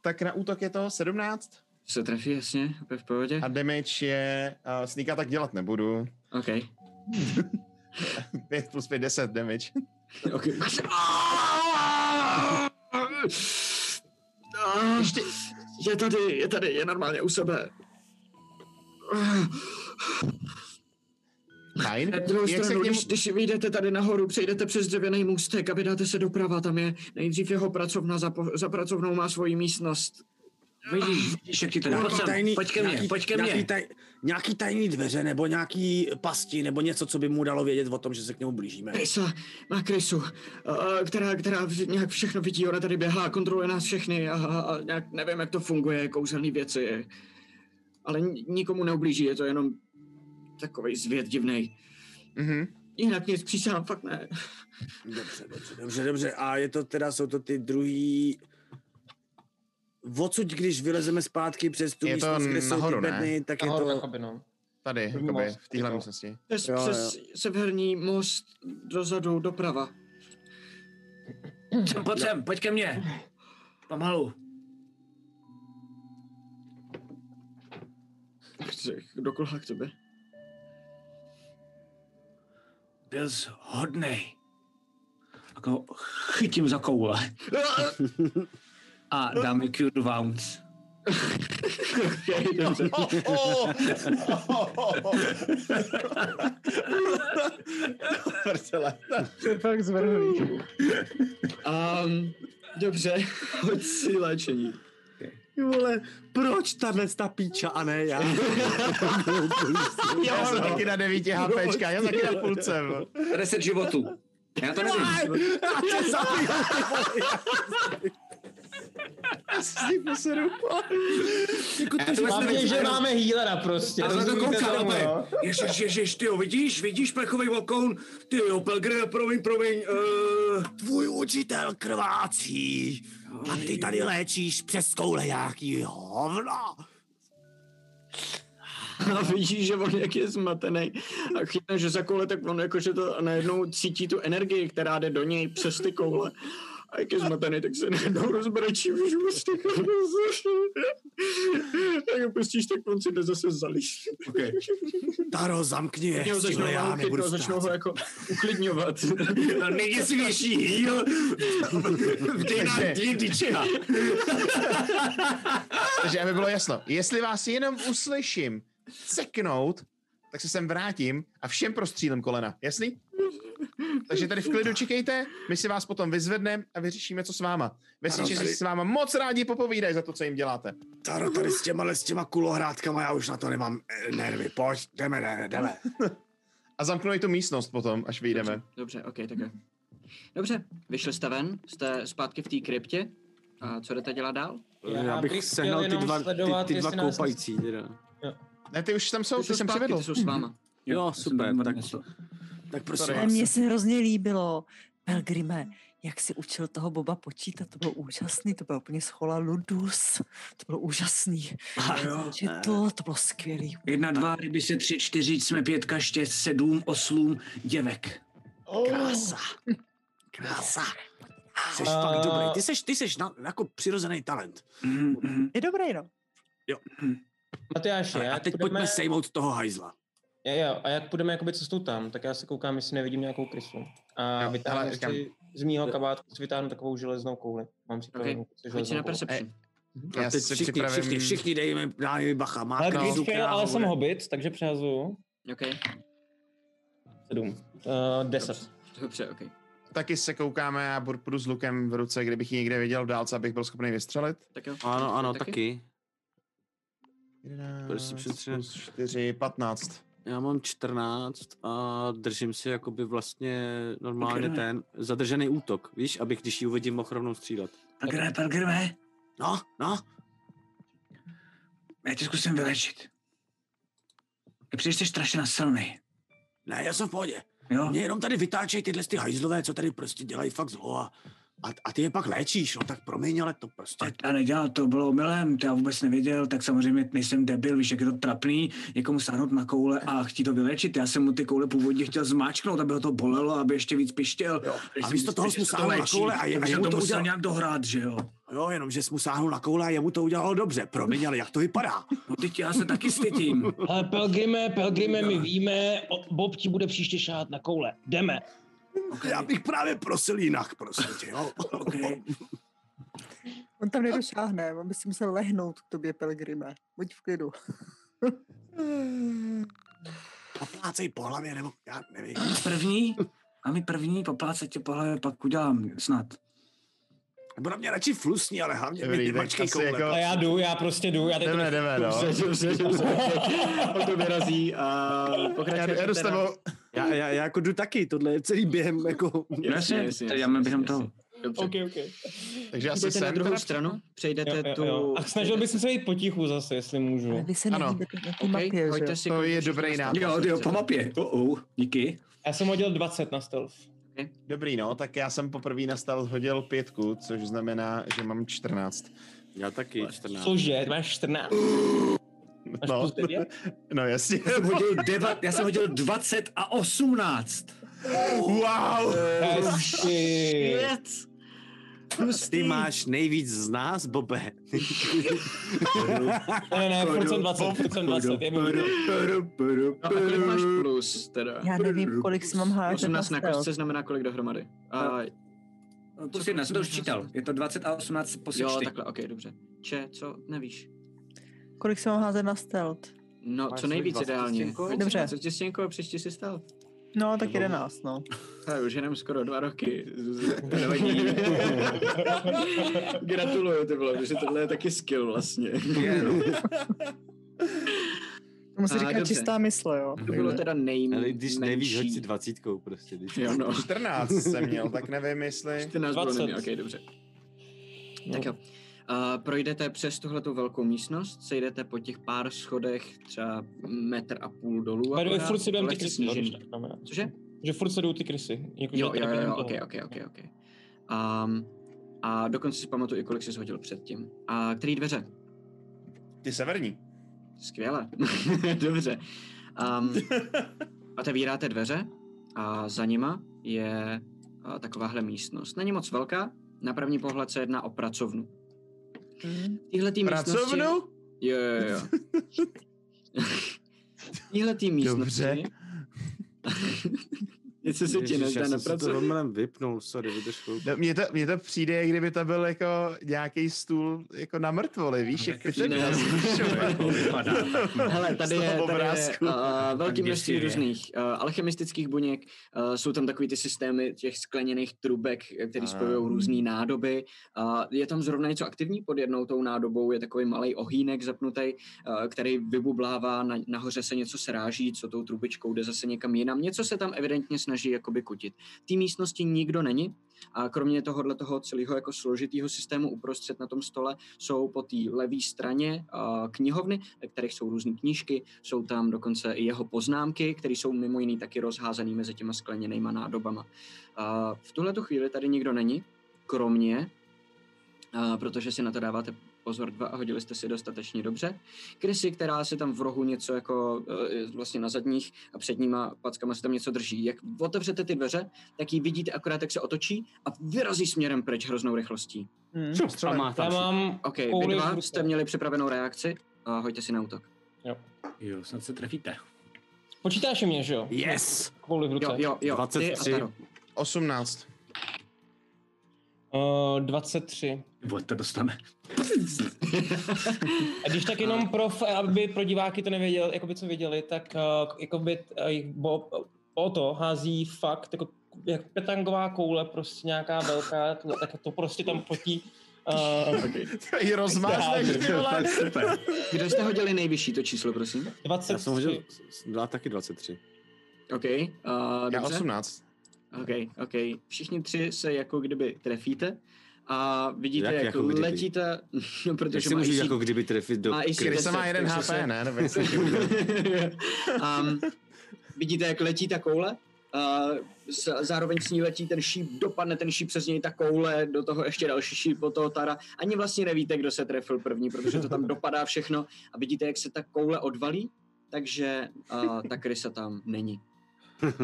Speaker 4: tak na útok je to 17.
Speaker 1: Se trefí, jasně, úplně v pohodě.
Speaker 4: A damage je... Uh, sníka tak dělat nebudu.
Speaker 1: OK.
Speaker 4: 5 plus 5, 10 damage.
Speaker 1: OK. Ještě. Je tady, je tady, je normálně u sebe.
Speaker 4: Fajn.
Speaker 1: Na druhou
Speaker 4: Jak se k
Speaker 1: stranu,
Speaker 4: němu...
Speaker 1: když, když vyjdete tady nahoru, přejdete přes dřevěný můstek a vydáte se doprava, tam je nejdřív jeho pracovna, za, po- za pracovnou má svoji místnost.
Speaker 3: Vidíš, vidíš, jak ti to jde. Pojď sem, pojď ke mně, poj-
Speaker 5: pojď ke mně. Taj, nějaký tajný dveře, nebo nějaký pasti, nebo něco, co by mu dalo vědět o tom, že se k němu blížíme.
Speaker 1: Krysa, má krysu, eh, která, která v- nějak všechno vidí, ona tady běhá, kontroluje nás všechny a, a nějak nevím, jak to funguje, kouzelný věci. Ale ni- nikomu neublíží, je to jenom takový zvěd divnej.
Speaker 4: Mm-hmm.
Speaker 1: Jinak nic přísám, fakt ne.
Speaker 5: Dobře, dobře, dobře, dobře. A je to teda, jsou to ty druhý... Odsud, když vylezeme zpátky přes tu
Speaker 4: Je to
Speaker 5: místnost, kde jsou
Speaker 4: nahoru,
Speaker 5: ty
Speaker 4: ne?
Speaker 5: bedny, tak
Speaker 4: Nahoru,
Speaker 5: je
Speaker 4: tak
Speaker 5: to...
Speaker 4: Tady,
Speaker 5: První
Speaker 4: jakoby,
Speaker 5: most,
Speaker 4: v téhle
Speaker 5: jo.
Speaker 4: místnosti.
Speaker 1: Přes,
Speaker 5: Jo, jo.
Speaker 1: přes severní most dozadu doprava.
Speaker 3: sem, pojď sem, pojď ke mně. Pomalu.
Speaker 1: Dokola k tebe.
Speaker 3: Byl jsi hodnej. Tak ho chytím za koule. A dám mi cure wounds.
Speaker 9: To je fakt zvrhlý.
Speaker 1: Um, dobře, hoď si léčení.
Speaker 10: Ty vole, proč tahle ta píča a ne já?
Speaker 4: Já jsem taky na 9 HPčka, já jsem taky na půlce. vole.
Speaker 3: Reset životů. Já to nevím.
Speaker 10: Já tě zabiju, ty vole.
Speaker 3: Já to vůbec
Speaker 2: Hlavně,
Speaker 3: nevím.
Speaker 2: že máme healera prostě.
Speaker 3: Já jsem na to
Speaker 2: rozumíte
Speaker 3: koukal,
Speaker 2: tomu, no?
Speaker 3: ale ježiš, ježiš, ty jo, vidíš, vidíš plechový balkón, ty jo, Pelgr, promiň, promiň, uh,
Speaker 5: Tvůj učitel krvácí a ty tady léčíš přes koule nějaký hovno.
Speaker 1: A vidí, že on jak je zmatený a chytne, že za koule, tak on jakože to najednou cítí tu energii, která jde do něj přes ty koule. A jak je zmatený, tak se najednou rozbrečí, už prostě Tak ho pustíš, tak on si jde zase zalíš.
Speaker 3: okay.
Speaker 5: Taro, zamkni je,
Speaker 1: Jeho začnou,
Speaker 5: tyhle, já
Speaker 1: já
Speaker 5: nebudu
Speaker 1: začnou ho
Speaker 5: ztrácet.
Speaker 1: jako uklidňovat.
Speaker 3: no, nejděsivější heal v dějinách
Speaker 4: Takže-
Speaker 3: D&Dčka.
Speaker 4: Takže aby bylo jasno, jestli vás jenom uslyším ceknout, tak se sem vrátím a všem prostřílím kolena. Jasný? Takže tady v klidu čekejte, my si vás potom vyzvedneme a vyřešíme, co s váma. Vesniče si
Speaker 5: tady-
Speaker 4: s váma moc rádi popovídají za to, co jim děláte.
Speaker 5: Taro, tady s těma, s těma kulohrátkama, já už na to nemám eh, nervy. Pojď, jdeme, ne, jdeme.
Speaker 4: A zamknu i tu místnost potom, až vyjdeme.
Speaker 1: Dobře, ok, tak jo. Dobře, vyšli jste ven, jste zpátky v té kryptě. A co jdete dělat dál?
Speaker 10: Já bych
Speaker 2: chtěl
Speaker 10: sehnal ty
Speaker 2: jenom
Speaker 10: dva,
Speaker 2: sledovat,
Speaker 10: ty, ty dva
Speaker 2: jestli nás-
Speaker 10: koupající. Teda.
Speaker 4: Ne, ty už tam jsou, ty jsem
Speaker 1: zpátky,
Speaker 4: přivedl.
Speaker 1: ty jsou s váma.
Speaker 10: Jo, super, tak,
Speaker 5: Tak prosím
Speaker 4: Tady.
Speaker 5: vás.
Speaker 6: Mně se hrozně líbilo, Pelgrime, jak si učil toho Boba počítat, to bylo úžasný, to bylo úplně schola ludus, to bylo úžasný.
Speaker 10: jo,
Speaker 6: Četl, to bylo skvělý.
Speaker 3: Jedna, dva, ryby se tři, čtyři, jsme pětka, šest, sedm, oslům, děvek.
Speaker 2: Oh
Speaker 6: Krása.
Speaker 5: Krása. Jsi
Speaker 2: A-
Speaker 5: fakt dobrý. Ty seš, ty seš na, jako přirozený talent.
Speaker 3: Mm, mm.
Speaker 6: Je dobrý, no.
Speaker 2: Matyáši,
Speaker 5: Ale,
Speaker 2: jak
Speaker 5: a teď
Speaker 2: budeme-
Speaker 5: pojďme sejmout toho hajzla.
Speaker 2: Jo, jo, a jak půjdeme jakoby cestou tam, tak já se koukám, jestli nevidím nějakou krysu. A
Speaker 4: Jo, ale
Speaker 2: vytáhnu
Speaker 4: říkám-
Speaker 2: si z mýho kabátku si vytáhnu takovou železnou kouli. Mám si
Speaker 1: Ok, hoď si na perception.
Speaker 4: Já
Speaker 5: A teď
Speaker 4: si
Speaker 5: všichni,
Speaker 4: připravím-
Speaker 5: všichni, všichni dejme, dejme bacha. Má
Speaker 1: No,
Speaker 2: Ale,
Speaker 5: krásu,
Speaker 2: když fail, ale
Speaker 5: krásu,
Speaker 2: jsem
Speaker 5: ne.
Speaker 2: hobbit, takže přehazuju.
Speaker 1: Ok,
Speaker 2: Sedm. Uh, deset.
Speaker 1: dobře, ok.
Speaker 4: Taky se koukáme a budu- půjdu s lukem v ruce, kdybych ji někde viděl v dálce, abych byl schopný vystřelit.
Speaker 1: Tak jo.
Speaker 10: Ano, ano,
Speaker 1: Taky?
Speaker 10: taky.
Speaker 4: 11
Speaker 10: Prostě přes tři-
Speaker 4: plus 4, 15.
Speaker 10: Já mám 14 a držím si jakoby vlastně normálně
Speaker 3: Pokračujeme.
Speaker 10: ten zadržený útok, víš, abych když ji uvidím, mohl rovnou střílet.
Speaker 3: Pelgrime, Pelgrime,
Speaker 5: No, no.
Speaker 3: já tě zkusím vylečit. Ty přijdeš jsi strašně silný,
Speaker 5: Ne, já jsem v pohodě.
Speaker 3: jo?
Speaker 5: Mě jenom tady vytáčej tyhle ty hajzlové, co tady prostě dělají fakt zlo a, a, a ty je pak léčíš, no tak promiň, ale to prostě...
Speaker 3: A, a nedělal to, bylo omylem, to já vůbec nevěděl, tak samozřejmě nejsem debil, víš, jak je to trapný, někomu sáhnout na koule a chtít to vylečit. Já jsem mu ty koule původně chtěl zmáčknout, aby ho to bolelo, aby ještě víc pištěl.
Speaker 5: Jo,
Speaker 3: Když
Speaker 5: a
Speaker 3: jsem
Speaker 5: místo
Speaker 3: zjistil,
Speaker 5: toho
Speaker 3: že
Speaker 5: jsi mu
Speaker 3: se to
Speaker 5: sáhl na
Speaker 3: léčí,
Speaker 5: koule a je- a
Speaker 3: takže
Speaker 5: jemu
Speaker 3: to
Speaker 5: to
Speaker 3: musel
Speaker 5: udělal-
Speaker 3: nějak dohrát, že jo.
Speaker 5: Jo, jenom, že jsi mu sáhnul na koule a jemu to udělalo dobře, promiň, ale jak to vypadá?
Speaker 3: No teď já se taky stydím.
Speaker 2: Ale Pelgrime, Pelgrime, my víme, o- Bob ti bude příště šát na koule. Jdeme.
Speaker 5: Já bych právě prosil jinak, prosím tě, jo.
Speaker 3: Okay.
Speaker 9: On tam
Speaker 6: No.
Speaker 9: nedošáhne, on by si musel lehnout k tobě, Pelgrime. Buď v klidu.
Speaker 5: A plácej po hlavě, nebo já nevím.
Speaker 3: První, a mi první poplácat tě po hlavě, pak udělám snad.
Speaker 7: Nebo na mě radši flusní, ale hlavně
Speaker 4: Dobrý,
Speaker 7: mi
Speaker 4: tak
Speaker 7: mačkej
Speaker 4: asi
Speaker 7: koule.
Speaker 4: jako-
Speaker 2: A já jdu, já prostě jdu. Já teď
Speaker 4: Jdeme, jdeme, no.
Speaker 1: Dobře, dobře, dobře. On to vyrazí a
Speaker 4: Já,
Speaker 1: pokračuje.
Speaker 4: já jdu s tebou.
Speaker 5: Já, já, já jako jdu taky, tohle je celý během, jako...
Speaker 3: No jasně, to děláme během toho.
Speaker 1: Dobře.
Speaker 2: OK, OK.
Speaker 4: Takže já se
Speaker 1: Jdete na
Speaker 4: sem.
Speaker 1: druhou
Speaker 4: teda-
Speaker 1: stranu, přejdete
Speaker 2: Jo, jo,
Speaker 1: tu...
Speaker 2: jo. A snažil bych se jít potichu zase, jestli můžu.
Speaker 8: Ale vy se
Speaker 4: Ano.
Speaker 8: nehýbete na té
Speaker 1: OK,
Speaker 8: mapě, že
Speaker 1: hoďte
Speaker 8: jo?
Speaker 1: si...
Speaker 4: To
Speaker 1: kolik
Speaker 4: je
Speaker 1: můžete
Speaker 4: dobrý
Speaker 1: dostat.
Speaker 4: nápad.
Speaker 3: Jo, jo, po mapě. Oh, oh, díky.
Speaker 2: Já jsem hodil 20 na stealth.
Speaker 4: Dobrý, no, tak já jsem poprvé nastal hodil pětku, což znamená, že mám 14.
Speaker 5: Já taky, 14.
Speaker 2: Cože, máš 14? Máš
Speaker 4: No,
Speaker 2: plus 9?
Speaker 4: no jasně.
Speaker 3: Já jsem hodil, deva, já jsem hodil 20 a 18.
Speaker 4: Wow!
Speaker 2: Hezky.
Speaker 1: Věc!
Speaker 5: Ty máš nejvíc z nás, Bobe.
Speaker 2: Ne, ne, ne, furt jsem 20, furt jsem 20. Je mi líto.
Speaker 1: No a kolik máš plus, teda?
Speaker 8: Já nevím, kolik si mám házet na
Speaker 1: 18 na
Speaker 8: stealth.
Speaker 1: kostce znamená kolik dohromady? A,
Speaker 3: Plus jedna, jsem No, to už čítal. Je to 20 a 18 po
Speaker 1: jo,
Speaker 3: sečty.
Speaker 1: takhle, ok, dobře. Če, co, nevíš?
Speaker 8: Kolik si mám házet na stealth?
Speaker 1: No,
Speaker 5: Máš
Speaker 1: co
Speaker 5: kolik,
Speaker 1: nejvíc
Speaker 5: 20
Speaker 1: ideálně.
Speaker 5: stěnkou?
Speaker 8: Dobře.
Speaker 1: Co ti stěnko, příště si stal?
Speaker 6: No, tak jedenáct, no.
Speaker 1: Hele, už jenom skoro dva roky. To nevadí. Gratuluju, ty vole, že tohle je taky skill vlastně.
Speaker 6: Tomu se
Speaker 1: A,
Speaker 6: říká
Speaker 1: dobře.
Speaker 6: čistá mysl, jo.
Speaker 1: To bylo teda
Speaker 5: Ale když nevíš, hoď si
Speaker 1: nejmenší.
Speaker 5: dvacítkou prostě. Když
Speaker 1: Jo, no.
Speaker 4: 14 jsem měl, tak nevím, jestli...
Speaker 1: 14 bylo
Speaker 2: 20.
Speaker 1: neměl, ok, dobře. Tak jo. A projdete přes tuhle tu velkou místnost, sejdete po těch pár schodech třeba metr a půl dolů.
Speaker 2: By the way,
Speaker 1: akorát,
Speaker 2: furt si jdem ty
Speaker 1: lehce
Speaker 2: krysy.
Speaker 1: snížený.
Speaker 2: když tak znamená.
Speaker 1: Cože?
Speaker 2: Že furt se jdou ty krysy. Jako,
Speaker 1: Jo,
Speaker 2: že
Speaker 1: jo,
Speaker 2: tady
Speaker 1: jo,
Speaker 2: během
Speaker 1: jo,
Speaker 2: toho.
Speaker 1: ok, ok, ok, ok. Um, a dokonce si pamatuju i kolik jsi hodil předtím. A který dveře?
Speaker 4: Ty severní.
Speaker 1: Skvěle. Dobře. Um, otevíráte dveře a za nima je a, takováhle místnost. Není moc velká, na první pohled se jedná o pracovnu.
Speaker 5: Hmm.
Speaker 1: V téhletý místnosti-
Speaker 4: Pracovnu?
Speaker 1: Jo, jo, jo. V téhletý místnosti... Něco se ti nezdá na
Speaker 5: jsem si to
Speaker 1: pracovnu.
Speaker 5: omylem vypnul, sorry, vydrž chvilku.
Speaker 4: No, Mně to, mně to přijde, jak kdyby to byl jako nějaký stůl jako na mrtvoli, víš, jak ty
Speaker 1: Ne. Hele, tady
Speaker 4: Z
Speaker 1: je,
Speaker 4: toho
Speaker 1: tady je
Speaker 4: obrázku.
Speaker 1: uh, velký množství
Speaker 3: děsivě.
Speaker 1: různých uh, alchemistických buněk, uh, jsou tam takový ty systémy těch skleněných trubek, které spojují různé nádoby. Uh, je tam zrovna něco aktivní pod jednou tou nádobou, je takový malý ohýnek zapnutý, uh, který vybublává, na, nahoře se něco sráží, co tou trubičkou jde zase někam jinam. Něco se tam evidentně snaží jakoby kutit. V té místnosti nikdo není, a kromě tohohle toho celého jako složitého systému uprostřed na tom stole jsou po té levé straně a, knihovny, ve kterých jsou různé knížky, jsou tam dokonce i jeho poznámky, které jsou mimo jiný taky rozházané mezi těma skleněnýma nádobama. A v tuhle tu chvíli tady nikdo není, kromě, a, protože si na to dáváte pozor dva a hodili jste si dostatečně dobře. Krysy, která se tam v rohu něco jako eh, vlastně na zadních a předníma packama se tam něco drží. Jak otevřete ty dveře, tak ji vidíte akorát, jak se otočí a vyrazí směrem pryč hroznou rychlostí.
Speaker 9: Hmm.
Speaker 6: Hm.
Speaker 5: A má
Speaker 2: Já
Speaker 5: tam šup.
Speaker 2: mám...
Speaker 1: OK, vy
Speaker 2: Kouli v
Speaker 1: dva
Speaker 2: ruce.
Speaker 1: jste měli připravenou reakci a hoďte si na útok.
Speaker 3: Jo, snad se trefíte.
Speaker 2: Počítáš mě, že jo?
Speaker 5: Yes!
Speaker 2: Kouli v ruce.
Speaker 1: Jo, jo, jo, ty a
Speaker 5: 23.
Speaker 1: Taro.
Speaker 4: 18.
Speaker 2: Uh, 23.
Speaker 3: Bo to dostane.
Speaker 2: A když tak jenom pro, f- aby pro diváky to nevěděli, jakoby co věděli, tak uh, jakoby uh, bo, o to hází fakt jako, jak petangová koule, prostě nějaká velká, tl- tak to prostě tam potí. Uh,
Speaker 4: To ji rozmázneš, ty vole.
Speaker 3: Super.
Speaker 1: Kdo jste hodili nejvyšší to číslo, prosím?
Speaker 5: Já jsem hodil
Speaker 2: 23.
Speaker 5: s- s- dva, taky 23.
Speaker 1: OK, uh,
Speaker 4: Já
Speaker 1: dobře.
Speaker 4: 18.
Speaker 1: OK, OK. Všichni tři se jako kdyby trefíte a vidíte,
Speaker 5: Jak
Speaker 1: jak,
Speaker 5: jako kdyby?
Speaker 1: letíte, no,
Speaker 5: Jak
Speaker 1: protože
Speaker 5: si
Speaker 1: má
Speaker 5: můžu
Speaker 1: IC
Speaker 5: jako kdyby trefit do
Speaker 1: Má i
Speaker 5: krve?
Speaker 4: Když se má
Speaker 1: Deset,
Speaker 4: jeden
Speaker 1: takže
Speaker 4: HP,
Speaker 1: se-
Speaker 4: ne? Nebo jestli-
Speaker 1: um, vidíte, jak letí ta koule? Uh, zároveň s ní letí ten šíp, dopadne ten šíp přes něj ta koule, do toho ještě další šíp od toho Tara. Ani vlastně nevíte, kdo se trefil první, protože to tam dopadá všechno a vidíte, jak se ta koule odvalí, takže uh, ta krysa tam není.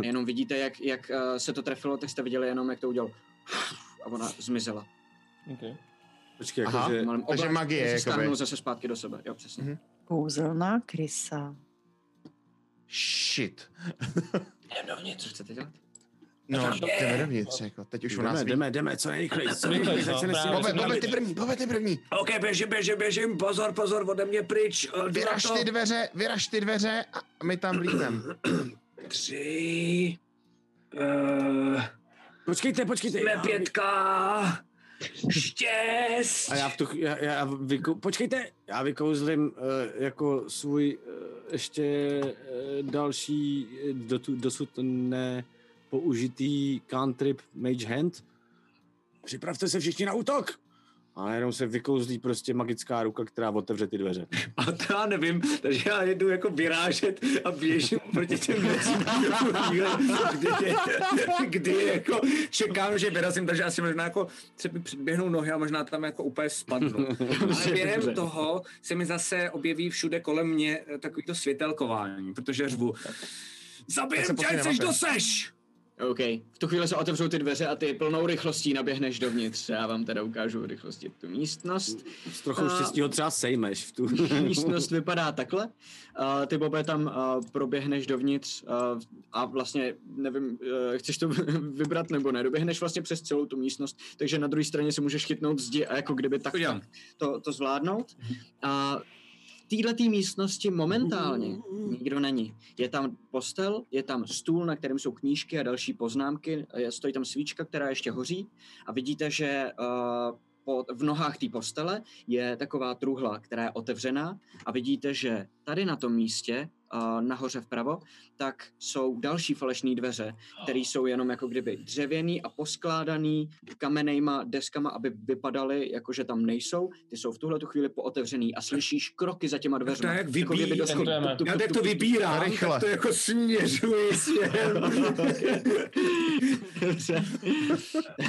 Speaker 1: Jenom vidíte, jak, jak uh, se to trefilo, tak jste viděli jenom, jak to udělal. A ona zmizela.
Speaker 2: Okay.
Speaker 5: Počkej, jako
Speaker 4: Aha.
Speaker 5: jakože...
Speaker 1: Malým
Speaker 4: takže
Speaker 1: oblakem
Speaker 4: magie,
Speaker 1: se
Speaker 4: jakoby.
Speaker 1: stáhnul zase zpátky do sebe. Jo, přesně.
Speaker 4: Mhm.
Speaker 8: Kouzelná krysa.
Speaker 4: Shit.
Speaker 1: Co chcete dělat?
Speaker 4: No, jdeme dovnitř, jako. Teď už u nás
Speaker 5: Jdeme,
Speaker 4: ví.
Speaker 5: jdeme, jdeme, co nejrychleji, co
Speaker 2: Rychlej,
Speaker 5: nejrychleji,
Speaker 2: no,
Speaker 5: ať se nesmíme
Speaker 2: právě.
Speaker 4: Bobe,
Speaker 5: zbavit.
Speaker 4: Bobe, ty první, Bobe, ty první.
Speaker 3: OK, běžím, běžím, běžím, pozor, pozor, ode mě pryč. eh, jdu na
Speaker 4: Vyraž
Speaker 3: to.
Speaker 4: ty dveře, vyraž ty dveře a my tam vlítnem.
Speaker 3: Tři. Uh,
Speaker 5: Počkejte, počkejte.
Speaker 3: jsme pětka. Štěst!
Speaker 5: A já v tu, chv- já, já vyko, počkejte, já vykouzlím uh, jako svůj uh, ještě uh, další eh, do tu, dosud nepoužitý cantrip Mage Hand. Připravte se všichni na útok! A jenom se vykouzlí prostě magická ruka, která otevře ty dveře.
Speaker 3: A to já nevím, takže já jedu jako vyrážet a běžím proti těm věcím, kdy, kdy, jako čekám, že vyrazím, takže asi možná jako se mi předběhnou nohy a možná tam jako úplně spadnu. Ale během toho se mi zase objeví všude kolem mě eh, takový to světelkování, protože řvu.
Speaker 1: Tak se
Speaker 3: Zabijem tě,
Speaker 1: posuně
Speaker 3: ať seš
Speaker 1: na ven.
Speaker 3: doseš!
Speaker 1: OK. V tu chvíli se otevřou ty dveře a ty plnou rychlostí naběhneš dovnitř. Já vám teda ukážu v rychlosti tu místnost.
Speaker 5: S trochou
Speaker 1: A-
Speaker 5: štěstí ho třeba sejmeš v tu.
Speaker 1: místnost vypadá takhle. A ty, Bobe, tam a, proběhneš dovnitř a, a vlastně, nevím, eh, chceš to vybrat nebo ne, doběhneš vlastně přes celou tu místnost, takže na druhé straně se můžeš chytnout zdi a jako kdyby tak, tak to, to zvládnout. A v této místnosti momentálně nikdo není. Je tam postel, je tam stůl, na kterém jsou knížky a další poznámky, eh, stojí tam svíčka, která ještě hoří a vidíte, že eh, po, v nohách té postele je taková truhla, která je otevřená a vidíte, že tady na tom místě, eh, nahoře vpravo, tak jsou další falešné dveře, které jsou jenom jako kdyby dřevěný a poskládaný kamenejma deskama, aby vypadaly jako, že tam nejsou. Ty jsou v tuhle tu chvíli pootevřený a slyšíš kroky za těma dveřma.
Speaker 3: To je jak
Speaker 1: Jako
Speaker 3: vybí,
Speaker 1: kdyby do scho-
Speaker 2: tentujeme.
Speaker 1: tup, tup,
Speaker 3: Já tak
Speaker 1: tup,
Speaker 3: to
Speaker 1: tup.
Speaker 3: vybírám,
Speaker 4: Rychle.
Speaker 3: tak to jako směřuji směrem.
Speaker 1: Dobře.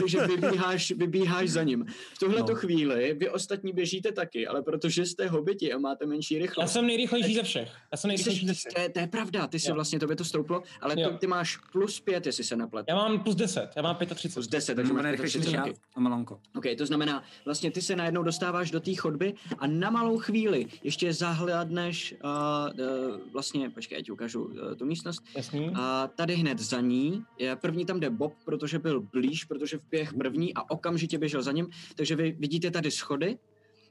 Speaker 1: Takže vybíháš, vybíháš za ním. V tuhle no. chvíli vy ostatní běžíte taky, ale protože jste hobiti a máte menší
Speaker 2: Já
Speaker 1: rychlost.
Speaker 2: jsem nejrychlejší ze všech. Já jsem nejrychlejší ze
Speaker 1: Jsi,
Speaker 2: všech.
Speaker 1: to, je, to je pravda, ty si
Speaker 2: Jo.
Speaker 1: vlastně, tobě to stouplo, ale
Speaker 2: Jo.
Speaker 1: to, ty máš plus pět, jestli se nepletu.
Speaker 2: Já mám plus 10, já mám
Speaker 1: Plus
Speaker 2: 35.
Speaker 1: 10, takže
Speaker 3: No, Takže má
Speaker 1: máš
Speaker 3: nejrychlejší
Speaker 1: 35.
Speaker 3: já
Speaker 1: taky.
Speaker 3: a malonko.
Speaker 1: OK, to znamená, vlastně ty se najednou dostáváš do té chodby a na malou chvíli ještě zahledneš, uh, uh, vlastně, počkej, já ti ukážu uh, tu místnost,
Speaker 2: Jasný.
Speaker 1: a tady hned za ní, je- první tam jde Bob, protože byl blíž, protože vběh první a okamžitě běžel za ním, takže vy vidíte tady schody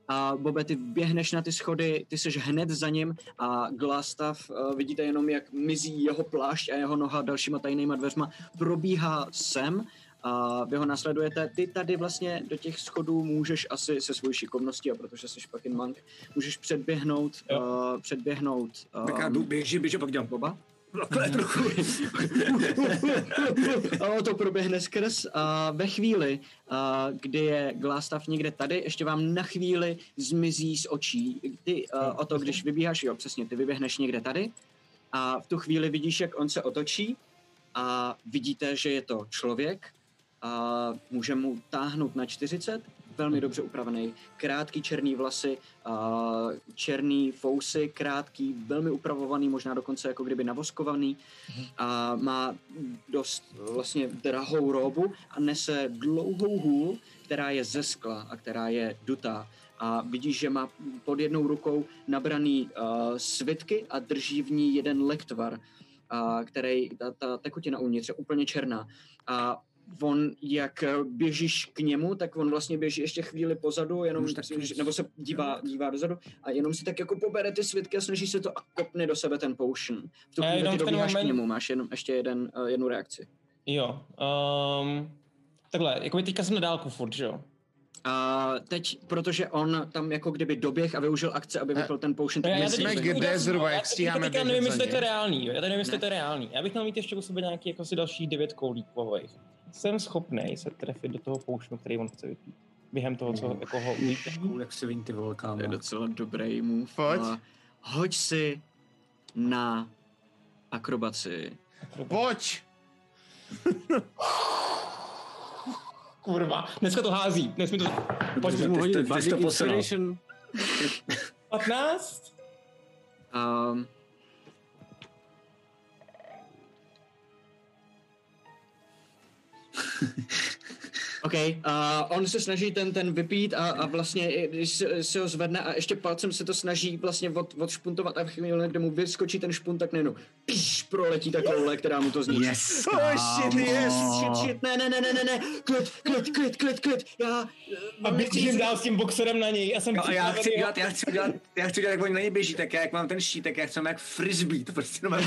Speaker 1: a Bobe, ty běhneš na ty schody, ty seš hned za ním a Glastav, eh, vidíte jenom, jak mizí jeho plášť a jeho noha dalšíma tajnýma dveřma, probíhá sem a vy ho nasledujete. Ty tady vlastně do těch schodů můžeš asi se svou šikovností, a protože jsi fucking monk, můžeš předběhnout,
Speaker 2: Jo.
Speaker 1: uh, předběhnout
Speaker 3: Tak já
Speaker 1: ehm,
Speaker 3: jdu, běžím, běžím, pak dělám.
Speaker 1: Boba.
Speaker 3: Takhle trochu.
Speaker 1: Ono to proběhne skrz a ve chvíli, a kdy je Glástav někde tady, ještě vám na chvíli zmizí z očí. Ty a, o to, když vybíháš, jo, přesně, ty vyběhneš někde tady a v tu chvíli vidíš, jak on se otočí a vidíte, že je to člověk a může mu táhnout na 40, velmi dobře upravený, krátký černý vlasy, a černý fousy, krátký, velmi upravovaný, možná dokonce jako kdyby navoskovaný a má dost vlastně drahou robu a nese dlouhou hůl, která je ze skla a která je dutá. A vidíš, že má pod jednou rukou nabraný uh, svitky a drží v ní jeden lektvar, uh, který, ta, ta tekutina uvnitř je úplně černá. A on, jak eh, běžíš k němu, tak on vlastně běží ještě chvíli pozadu, jenom
Speaker 3: Můžu tak
Speaker 1: si-
Speaker 3: něco
Speaker 1: nebo se dívá, dívá dozadu a jenom si tak jako pobere ty svitky a snaží se to a kopne do sebe ten potion. V tu
Speaker 2: Já
Speaker 1: chvíli
Speaker 2: jenom
Speaker 1: ty
Speaker 2: v ten
Speaker 1: dobíháš k
Speaker 2: moment-
Speaker 1: němu, máš jenom, ještě jeden, eh, jednu reakci.
Speaker 2: Jo. Um, takhle, jako by teďka jsem na dálku furt, že jo?
Speaker 1: A teď, protože on tam jako kdyby doběh a využil akce, aby
Speaker 4: Ne.
Speaker 1: vypil ten potion,
Speaker 2: No,
Speaker 1: tak
Speaker 2: já
Speaker 4: Jsme
Speaker 1: myslíš,
Speaker 2: teď-
Speaker 1: že-
Speaker 4: kde
Speaker 2: já-
Speaker 4: zhruba, jak
Speaker 2: já teď-
Speaker 4: stíháme
Speaker 2: já teďka
Speaker 4: běžet
Speaker 2: nevím,
Speaker 4: za
Speaker 2: jestli to je
Speaker 4: ním?
Speaker 2: reálný, jo. já tady nevím, jestli
Speaker 1: Ne.
Speaker 2: to je reálný. Já bych měl mít ještě u sebe nějaký jako asi další devět koulí kovových. Jsem schopný se trefit do toho poušnu, který on chce vypít. Během toho, co jako ho
Speaker 3: Cool, jak se vyní ty volká.
Speaker 1: to je docela dobrý move.
Speaker 4: Pojď.
Speaker 1: ale Hoď si na akrobaci.
Speaker 4: Pojď!
Speaker 2: Kurva, dneska to hází, dnes mi to... Pojď,
Speaker 3: Ty jsi- ty jsi to posunul.
Speaker 2: 15?
Speaker 1: Um, OK, uh, on se snaží ten ten vypít a, a vlastně, i když se, se ho zvedne a ještě palcem se to snaží vlastně od, odšpuntovat a v chvíli, kdy mu vyskočí ten špunt, tak nejenom píš, proletí ta koule, která mu to zničí.
Speaker 3: Yes,
Speaker 1: Oh, shit,
Speaker 3: kámo.
Speaker 1: yes, shit, shit, ne, ne, ne, ne, ne, ne, klid, klid, klid, klid, klid, já... eh,
Speaker 2: A běžím dál s tím boxerem na něj a jsem
Speaker 3: No a já
Speaker 2: připravený,
Speaker 3: chci
Speaker 2: jo.
Speaker 3: dělat, já chci dělat, já chci dělat, jak oni na ně běží, tak já jak mám ten šít, tak já chci mám jak frisbee, to prostě normálně.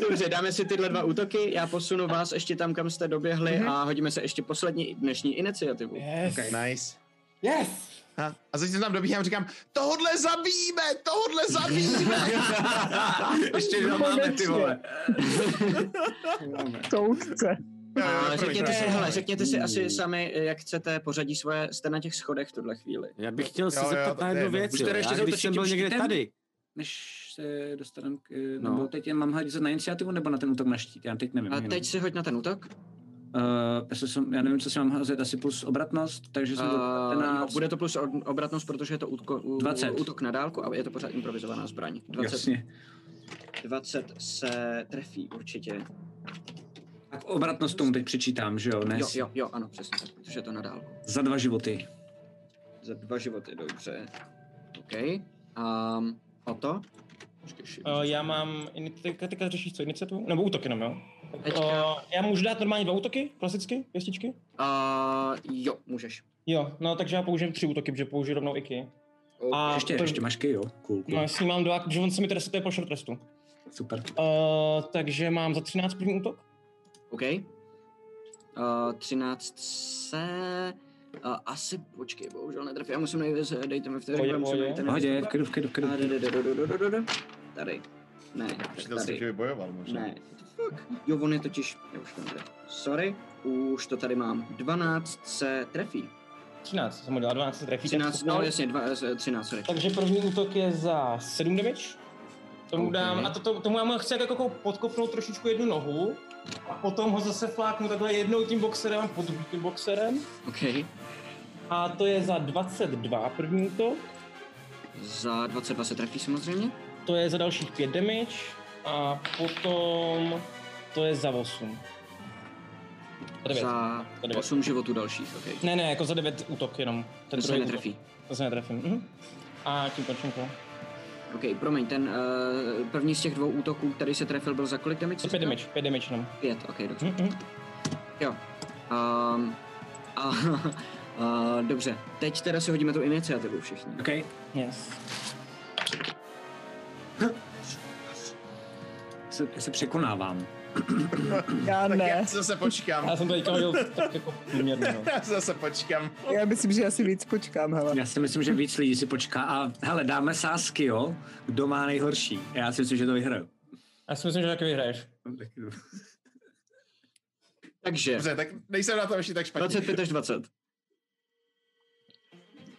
Speaker 1: Dobře, dáme si tyhle dva útoky, já posunu vás ještě tam, kam jste doběhli
Speaker 4: Mhm.
Speaker 1: a hodíme se ještě poslední dnešní iniciativu.
Speaker 2: Yes.
Speaker 1: Okay.
Speaker 4: Nice.
Speaker 2: Yes!
Speaker 4: A, a zatím tam dobíhám a říkám, tohodle zabijíme, tohodle zabijíme.
Speaker 3: Ještě
Speaker 5: No,
Speaker 3: dva máme, ty vole.
Speaker 11: Soudce.
Speaker 1: A řekněte si,
Speaker 4: Promiň.
Speaker 1: hele, řekněte si asi sami, jak chcete pořadí svoje, jste na těch schodech v tuhle chvíli.
Speaker 5: Já bych chtěl se
Speaker 4: Jo, jo,
Speaker 5: zeptat
Speaker 4: to
Speaker 5: na
Speaker 4: je
Speaker 5: jednu
Speaker 4: jedno.
Speaker 5: věc.
Speaker 3: Už
Speaker 5: Jo.
Speaker 3: teda ještě
Speaker 5: Já, když
Speaker 3: zautočit
Speaker 5: jsem
Speaker 3: tím
Speaker 5: byl někde
Speaker 3: štítem?
Speaker 5: tady,
Speaker 3: Než se dostaneme k... No.
Speaker 5: No.
Speaker 3: Nebo teď je mám hodit na iniciativu nebo na ten útok na štít? Já teď nevím.
Speaker 1: A
Speaker 3: jenom.
Speaker 1: teď si hoď na ten útok.
Speaker 3: Uh, jestli jsem, já nevím, co si mám házet, asi plus obratnost, takže jsem to
Speaker 1: Uh, no,
Speaker 3: 15.
Speaker 1: bude to plus od- obratnost, protože je to útko, u,
Speaker 3: 20.
Speaker 1: útok na dálku a je to pořád improvizovaná zbraň. 20,
Speaker 3: Jasně.
Speaker 1: 20 se trefí určitě.
Speaker 3: Tak obratnost tomu teď přečítám, že jo? Ne?
Speaker 1: Jo, jo, jo, ano, přesně tak, protože je to na dálku.
Speaker 3: Za dva životy.
Speaker 1: Za dva životy, dobře. OK. Um, o to?
Speaker 2: Uh, já mám, ini- teďka, teďka řešíš co, iniciativu? Nebo útok jenom, jo?
Speaker 1: Teďka.
Speaker 2: Uh, já můžu dát normálně dva útoky, klasicky, pěstičky?
Speaker 1: Uh, jo, můžeš.
Speaker 2: Jo, no takže já použijem tři útoky, protože použiju rovnou iky. A
Speaker 3: ještě,
Speaker 2: to-
Speaker 3: ještě máš kej, jo? Cool, cool.
Speaker 2: No, jestli mám dva, že on se mi trestuje po short trestu.
Speaker 3: Super.
Speaker 2: Uh, takže mám za 13 první útok.
Speaker 1: OK. Uh, 13 se... Uh, asi, počkej, bohužel netrefí. Já musím nejvíc, dejte mi
Speaker 2: Pohodě,
Speaker 1: vteřinu, musím
Speaker 2: pohodě.
Speaker 1: najít ten
Speaker 3: V hodě,
Speaker 1: nejvíc-
Speaker 3: v klidu, v klidu, v klidu.
Speaker 1: A, do, do, do, do, do, do, do, do. Tady. Ne, tak
Speaker 4: Přišel jsem, že
Speaker 1: tady.
Speaker 4: by bojoval možná.
Speaker 1: Ne. Fuck. Jo, on je totiž... Já už to nejde. Sorry, už to tady mám. 12 se trefí.
Speaker 2: 13 jsem ho dělal, 12 se trefí.
Speaker 1: 13, no jasně, dva, eh, 13, sorry.
Speaker 2: Takže první útok je za 7 damage. Tomu
Speaker 1: OK.
Speaker 2: dám, a to, to, tomu já mu chci jak jako podkopnout trošičku jednu nohu. A potom ho zase fláknu takhle jednou tím boxerem a pod tím boxerem.
Speaker 1: OK.
Speaker 2: A to je za 22 první útok.
Speaker 1: Za 22 se trefí samozřejmě.
Speaker 2: To je za dalších 5 damage. A potom to je za 8. Za 9.
Speaker 1: Za
Speaker 2: devět.
Speaker 1: 8 životů dalších, OK.
Speaker 2: Ne, ne, jako za 9 útok jenom.
Speaker 1: Ten se
Speaker 2: druhý
Speaker 1: netrefí.
Speaker 2: Útok. To se netrefím. Mhm. A tím končím kolo.
Speaker 1: OK, promiň, ten uh, první z těch dvou útoků, který se trefil, byl za kolik damage?
Speaker 2: To 5 damage, 5 damage jenom.
Speaker 1: 5, OK, dobře.
Speaker 2: Mhm.
Speaker 1: Jo. Um, a, a, dobře, teď teda si hodíme tu iniciativu všichni.
Speaker 3: OK.
Speaker 2: Yes.
Speaker 3: Se, se překonávám.
Speaker 6: Já
Speaker 4: Tak
Speaker 6: ne.
Speaker 4: já si zase počkám.
Speaker 2: Já jsem to teďka hodil tak jako průměrně. No.
Speaker 4: Já si zase počkám.
Speaker 6: Já myslím, že asi víc počkám, hele.
Speaker 3: Já si myslím, že víc lidí si počká a hele, dáme sásky, jo? Kdo má nejhorší? Já si myslím, že to vyhraju.
Speaker 2: Já si myslím, že taky vyhraješ.
Speaker 1: Takže,
Speaker 4: Dobře, tak nejsem na tom ještě tak špatně.
Speaker 1: 25 až 20.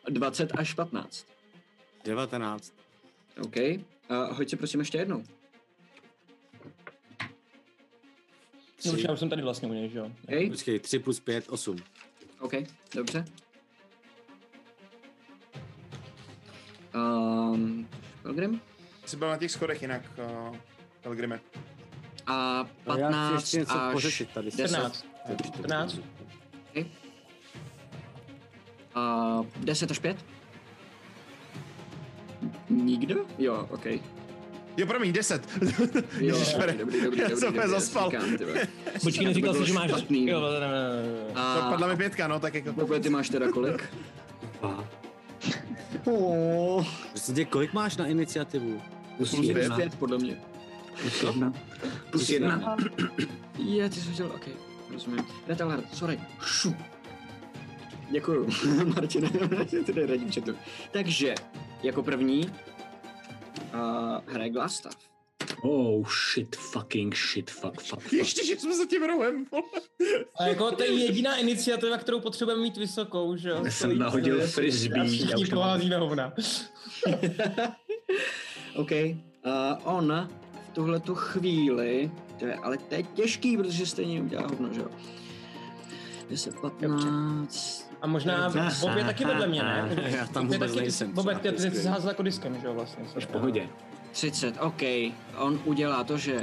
Speaker 1: 20 až 15.
Speaker 5: 19.
Speaker 1: OK. Uh, hoď si prosím ještě jednou.
Speaker 2: No, už já už jsem tady vlastně u něj, že jo.
Speaker 1: OK,
Speaker 5: Počkej, 3 plus 5, 8.
Speaker 1: OK, dobře. Um, Pilgrim?
Speaker 4: Jsi byl na těch schodech jinak, uh, Pelgrime.
Speaker 1: A
Speaker 5: No, já chci
Speaker 1: 15
Speaker 5: ještě něco
Speaker 1: až...
Speaker 5: pořešit tady.
Speaker 2: 14. 14.
Speaker 1: A 10 až 5? Nikdo? Jo, OK.
Speaker 4: Jo, promiň, 10.
Speaker 1: Jo,
Speaker 4: Ježišmarja, já jsem úplně zaspal.
Speaker 1: říkám, ty vole.
Speaker 2: Počkej,
Speaker 1: To by
Speaker 2: neříkal
Speaker 1: bylo
Speaker 2: jsi, že máš...
Speaker 1: špatný. no.
Speaker 2: Jo, ne, ne, ne, ne, ne.
Speaker 1: A
Speaker 4: Dopadla mi pětka, no, tak jako...
Speaker 1: Pokoje, ty máš teda kolik? Oh,
Speaker 5: Prostě tě, kolik máš na iniciativu?
Speaker 3: Plus
Speaker 4: Plus
Speaker 1: plus
Speaker 3: jedna.
Speaker 4: jedna.
Speaker 1: pět podle mě.
Speaker 3: Plus jedna. Plus jedna.
Speaker 1: Je, ty jsi viděl, OK. Rozumím. Retalhard, sorry. Šu. Děkuju, Martine, tady radím četu. Takže, jako první, uh, hraje Glastav.
Speaker 3: Oh, shit, fucking shit, fuck, fuck, fuck.
Speaker 4: Ještě, že jsme za tím rohem, vole.
Speaker 2: A jako to je jediná iniciativa, kterou potřebujeme mít vysokou, že jo.
Speaker 3: Já jsem nahodil frisbee. Já
Speaker 2: Všichni
Speaker 3: už nemám.
Speaker 2: poházíme hovna.
Speaker 1: OK. Uh, on v tuhle tu chvíli, to je, ale to je těžký, protože stejně udělá hovno, že jo? 10, 15...
Speaker 2: A možná Bob je taky vedle mě, ne?
Speaker 5: Já tam
Speaker 2: Ty
Speaker 5: vůbec
Speaker 2: taky,
Speaker 5: nejsem,
Speaker 2: Bob,
Speaker 5: co
Speaker 2: ty, ty
Speaker 5: napíšu.
Speaker 2: jsi házel jako diskem, že jo, vlastně.
Speaker 3: Už v pohodě.
Speaker 1: 30, OK. On udělá to, že...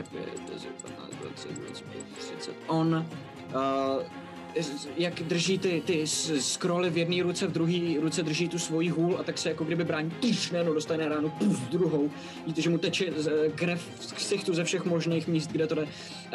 Speaker 1: 10, 15, 20, 25, 30. On... Uh, s- jak drží ty, ty s- scroly v jedné ruce, v druhé ruce drží tu svoji hůl a tak se jako kdyby brání, tyš, najednou dostane ránu, puf, druhou. Víte, že mu teče eh, z- krev z ksichtu ze všech možných míst, kde to jde.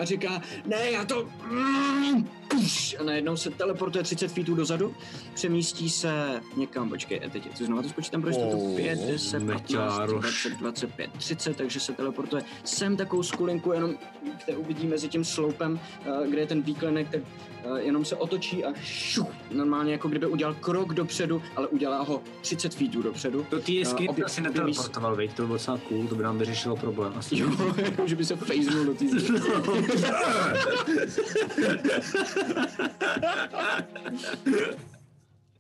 Speaker 1: A říká, ne, já to... Mm, puš, a najednou se teleportuje 30 feetů dozadu, přemístí se někam, počkej, a teď si znovu to spočítám pro jistotu,
Speaker 3: Oh,
Speaker 1: 5, 10, 15,
Speaker 3: meťároš.
Speaker 1: 20, 25, 30, takže se teleportuje sem takovou skulinku, jenom kde uvidí mezi tím sloupem, eh, kde je ten výklenek, tak eh, jenom se otočí a šup, normálně jako kdyby udělal krok dopředu, ale udělá ho 30 feetů dopředu.
Speaker 3: Do té jeskyně
Speaker 1: Eh,
Speaker 3: by
Speaker 1: opět
Speaker 3: asi
Speaker 1: druhý-
Speaker 3: neteleportoval, veď, to by bylo docela cool, to by nám vyřešilo problém. Asi.
Speaker 1: Jo, jako že by se fejznul do té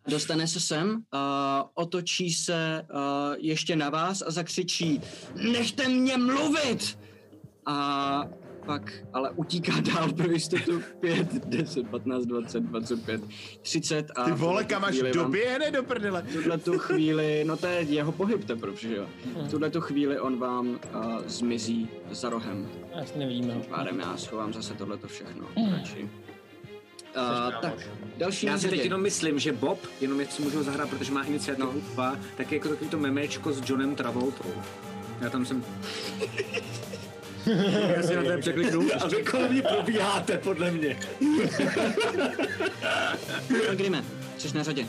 Speaker 1: Dostane se sem, uh, otočí se uh, ještě na vás a zakřičí Nechte mě mluvit! A pak ale utíká dál pro jistotu 5, 10, 15, 20, 25, 30 a...
Speaker 4: Ty vole, kam až
Speaker 1: chvíli vám-
Speaker 4: doběhne do prdele.
Speaker 1: v tuhle tu chvíli, no to je jeho pohyb teprve, že jo?
Speaker 5: Hmm.
Speaker 1: V tuhle tu chvíli on vám uh, zmizí za rohem.
Speaker 2: Já no. si nevidíme ho.
Speaker 1: Tím pádem já schovám zase tohleto všechno
Speaker 5: Hmm.
Speaker 1: radši.
Speaker 2: kámoš.
Speaker 1: Uh, tak, další
Speaker 3: Já si teď
Speaker 1: řadě.
Speaker 3: jenom myslím, že Bob, jenom jestli můžu ho zahrát, protože má no. iniciativu 2, tak je jako takový to memečko s Johnem Travoltou. Já tam jsem... Já si na to překliknu.
Speaker 5: A vy kolem mě probíháte, podle mě.
Speaker 1: Pelgrime, jsi na řadě.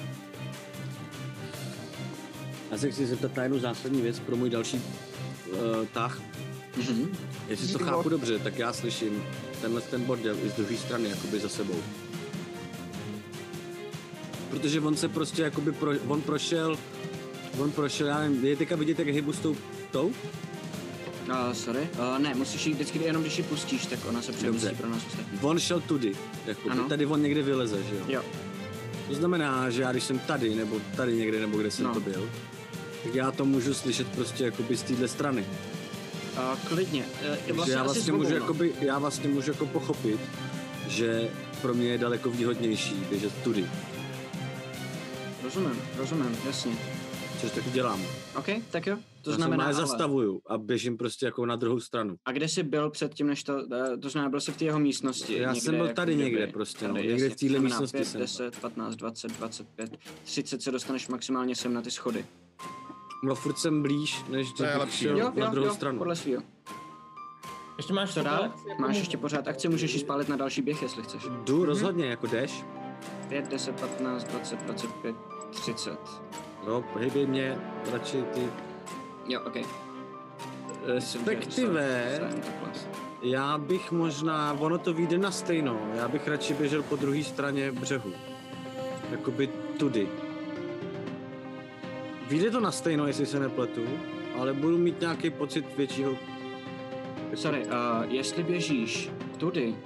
Speaker 5: Já se chci zeptat na jednu zásadní věc pro můj další uh, tah.
Speaker 1: Mhm.
Speaker 5: Jestli to chápu dobře, tak já slyším tenhle ten bordel i z druhé strany, jakoby za sebou. Protože on se prostě jakoby, pro, on prošel, on prošel, já nevím, je teďka vidět, jak hybu s tou, tou?
Speaker 1: Uh, sorry, uh, ne, musíš jí vždycky, jenom když ji pustíš, tak ona se přemyslí
Speaker 5: Dobře.
Speaker 1: pro nás ostatní.
Speaker 5: On šel tudy, jakoby,
Speaker 1: Ano.
Speaker 5: tady on někde vyleze, že jo?
Speaker 1: Jo.
Speaker 5: To znamená, že já když jsem tady, nebo tady někde, nebo kde jsem
Speaker 1: No.
Speaker 5: to byl, tak já to můžu slyšet prostě jakoby z téhle strany.
Speaker 1: Uh, klidně. Uh,
Speaker 5: Takže
Speaker 1: vlastně
Speaker 5: já
Speaker 1: asi
Speaker 5: vlastně,
Speaker 1: zvuk,
Speaker 5: můžu,
Speaker 1: no.
Speaker 5: jakoby, já vlastně můžu jako pochopit, že pro mě je daleko výhodnější běžet tudy,
Speaker 1: Rozumím, rozumím, jasně.
Speaker 5: což taky dělám.
Speaker 1: OK, tak jo, to
Speaker 5: já se
Speaker 1: znamená
Speaker 5: normálně
Speaker 1: ale.
Speaker 5: zastavuju a běžím prostě jako na druhou stranu.
Speaker 1: A kde jsi byl předtím, než to, eh, to znamená, byl jsi v té jeho místnosti?
Speaker 5: Já jsem byl tady
Speaker 1: jako
Speaker 5: někde
Speaker 1: kdyby.
Speaker 5: prostě, no.
Speaker 1: Tady,
Speaker 5: Někde
Speaker 1: jasně.
Speaker 5: v téhle
Speaker 1: To znamená
Speaker 5: místnosti
Speaker 1: 5,
Speaker 5: jsem.
Speaker 1: 10, 15, 20, 25, 30 se dostaneš maximálně sem na ty schody.
Speaker 5: No furt jsem blíž, než
Speaker 4: To je
Speaker 5: kdybych
Speaker 4: lepší.
Speaker 5: šel
Speaker 4: Jo,
Speaker 5: na druhou stranu.
Speaker 1: podle svýho.
Speaker 2: Ještě máš
Speaker 1: Co dál?
Speaker 2: pořád, jako
Speaker 1: Máš
Speaker 2: mu-
Speaker 1: ještě pořád akci, můžeš ji spálit na další běh, jestli chceš.
Speaker 5: Jdu rozhodně, jako jdeš.
Speaker 1: 5, 10, 15, 20, 25, 30.
Speaker 5: Jo, pohybej mě, radši ty. eh,
Speaker 1: Jo, OK. Myslím, že
Speaker 5: Respektive,
Speaker 1: se- se- takhle.
Speaker 5: já bych možná, ono to vyjde na stejno, já bych radši běžel po druhé straně břehu. Jakoby tudy. Vyjde to na stejno, jestli se nepletu, ale budu mít nějaký pocit většího...
Speaker 1: Sorry, uh, jestli běžíš tudy,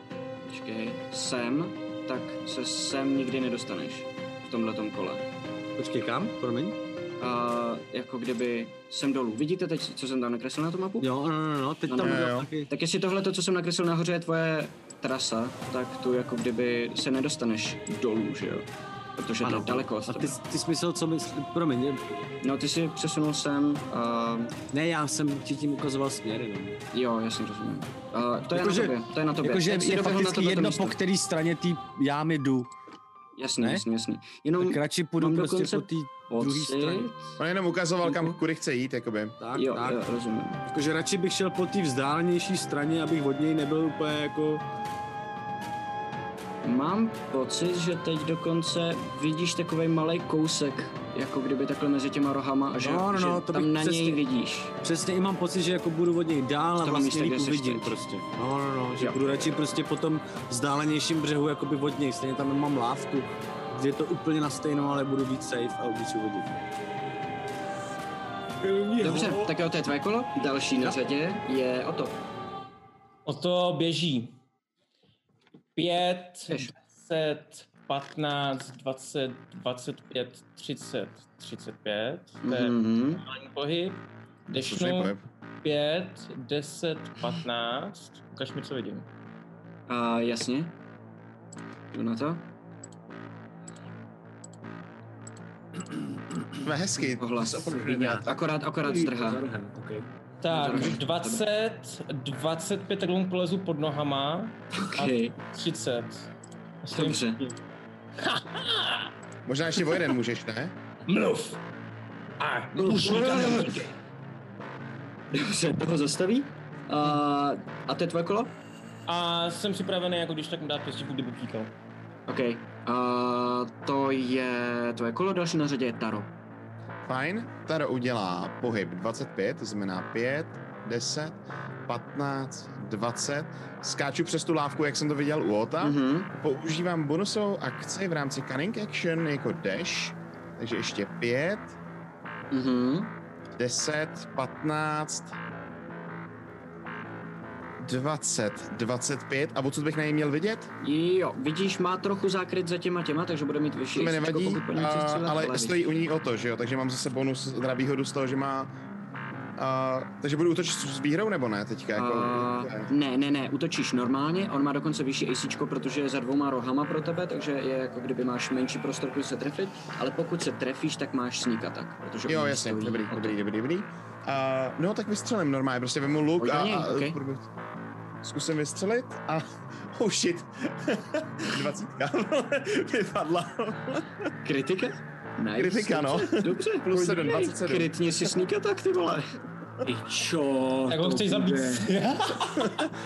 Speaker 1: počkej, sem, tak se sem nikdy nedostaneš v tomhletom kole.
Speaker 5: Počkej, kam? Promiň.
Speaker 1: a jako kdyby sem dolů. Vidíte teď, co jsem tam nakreslil na tu mapu?
Speaker 5: Jo, no, no, no, teď
Speaker 1: No,
Speaker 5: tam
Speaker 1: no,
Speaker 5: udělám
Speaker 4: jo.
Speaker 5: taky...
Speaker 1: Tak jestli tohle, to, co jsem nakreslil nahoře, je tvoje trasa, tak tu jako kdyby se nedostaneš dolů, že jo? Protože to je
Speaker 5: Ano.
Speaker 1: daleko od
Speaker 5: A ty,
Speaker 1: tebe.
Speaker 5: ty jsi myslel, co myslíš? Promiň, je-
Speaker 1: No, ty si přesunul sem, a
Speaker 5: ne, já jsem ti tím ukazoval směry. No.
Speaker 1: jo, jasně rozumím. A to je
Speaker 5: Jakože-
Speaker 1: na tobě, to je na tobě.
Speaker 5: Jakože
Speaker 1: Tak si
Speaker 5: je
Speaker 1: doběhl na
Speaker 5: fakticky
Speaker 1: tohleto
Speaker 5: jedno,
Speaker 1: místo.
Speaker 5: po který straně tý jámy jdu.
Speaker 1: Jasně,
Speaker 5: ne?
Speaker 1: jasně, jasně. Jenom
Speaker 5: Tak radši půjdu
Speaker 1: mám
Speaker 5: prostě
Speaker 1: No, dokonce
Speaker 5: po té druhé
Speaker 1: pocit...
Speaker 5: straně.
Speaker 4: On jenom ukazoval, kam kudy chce jít, jakoby.
Speaker 5: Tak,
Speaker 1: Jo,
Speaker 5: tak.
Speaker 1: jo, rozumím.
Speaker 5: Jakože radši bych šel po té vzdálenější straně, abych od něj nebyl úplně jako...
Speaker 1: Mám pocit, že teď dokonce vidíš takový malý kousek, jako kdyby takhle mezi těma rohama a že,
Speaker 5: No, no, no,
Speaker 1: že
Speaker 5: to
Speaker 1: tam
Speaker 5: bych
Speaker 1: na
Speaker 5: přesně-
Speaker 1: něj vidíš.
Speaker 5: Přesně i mám pocit, že jako budu od něj dál
Speaker 1: Z
Speaker 5: a
Speaker 1: toho místa,
Speaker 5: vlastně líp
Speaker 1: kde seš
Speaker 5: uvidím
Speaker 1: teď.
Speaker 5: prostě. No, no, no, že
Speaker 1: Jo.
Speaker 5: jo. budu radši prostě po tom vzdálenějším břehu jakoby od něj. Stejně tam nemám lávku, kde je to úplně na stejno, ale budu víc safe a víc uvidím.
Speaker 1: Dobře,
Speaker 5: No,
Speaker 1: tak jo, to je tvé kolo. Další na řadě je o to.
Speaker 2: O to běží. 5,
Speaker 1: Běž.
Speaker 2: 10, 15, 20, 25, 30, 35. To je
Speaker 1: Mhm.
Speaker 2: normální pohyb.
Speaker 4: Slušný
Speaker 2: Dešnu
Speaker 4: pohyb.
Speaker 2: 5, 10, 15. Ukaž mi, co vidím.
Speaker 1: A jasně. Jdu na to.
Speaker 4: Jsme hezky.
Speaker 1: Ohlas.
Speaker 4: Vidět.
Speaker 1: Akorát, akorát zdrhá.
Speaker 3: Okay.
Speaker 2: Tak,
Speaker 1: Dobře.
Speaker 2: 20, 25, tak mu polezu pod nohama.
Speaker 1: Okay.
Speaker 2: 30. Myslím,
Speaker 1: Dobře.
Speaker 4: Možná ještě o jeden můžeš, ne?
Speaker 2: Mluv! A už nikam neutíkej.
Speaker 1: Dobře, toho zastaví. A, a to je tvoje kolo?
Speaker 2: A jsem připravený, jako když tak mu dát pěstí, kdyby utíkal.
Speaker 1: OK. Uh, to je to je kolo, další na řadě je Taro.
Speaker 4: Fajn. Taro udělá pohyb 25, to znamená 5, 10, 15, 20. Skáču přes tu lávku, jak jsem to viděl u Ota.
Speaker 1: Mhm.
Speaker 4: Mm-hmm. Používám bonusovou akci v rámci Cunning Action jako dash. Takže ještě 5,
Speaker 1: mm-hmm.
Speaker 4: 10, 15, 20, 25. A odsud bych na něj měl vidět?
Speaker 1: Jo, vidíš, má trochu zákryt za těma těma, takže bude mít vyšší
Speaker 4: To mi
Speaker 1: XP,
Speaker 4: nevadí,
Speaker 1: jako po ní
Speaker 4: a,
Speaker 1: chceš střílet,
Speaker 4: ale
Speaker 1: vidíš.
Speaker 4: stojí u ní o to, že jo? Takže mám zase bonus, teda výhodu z toho, že má... A, takže budu útočit s s výhrou nebo ne teďka? Jako,
Speaker 1: Uh, ne, ne, ne, útočíš normálně, on má dokonce vyšší AC, protože je za dvouma rohama pro tebe, takže je jako kdyby máš menší prostor, kudy se trefit, ale pokud se trefíš, tak máš sneak attack, protože
Speaker 4: jo,
Speaker 1: on
Speaker 4: jasně,
Speaker 1: stojí
Speaker 4: dobrý,
Speaker 1: o to.
Speaker 4: dobrý, dobrý, dobrý. Uh, no, tak vystřelím normálně, prostě vemu luk
Speaker 1: Pojď
Speaker 4: a,
Speaker 1: na něj,
Speaker 4: a
Speaker 1: okej.
Speaker 4: budu- zkusím vystřelit a oh shit, 20 vypadla.
Speaker 1: Kritika? Nice.
Speaker 4: Kritika, no.
Speaker 1: Dobře,
Speaker 4: Plus sedm,
Speaker 1: podívej,
Speaker 4: 27.
Speaker 1: Krytně si sneak attack, ty vole.
Speaker 3: I čo?
Speaker 1: Oh,
Speaker 2: Tak ho
Speaker 3: to
Speaker 2: chceš zabít.
Speaker 3: bude. To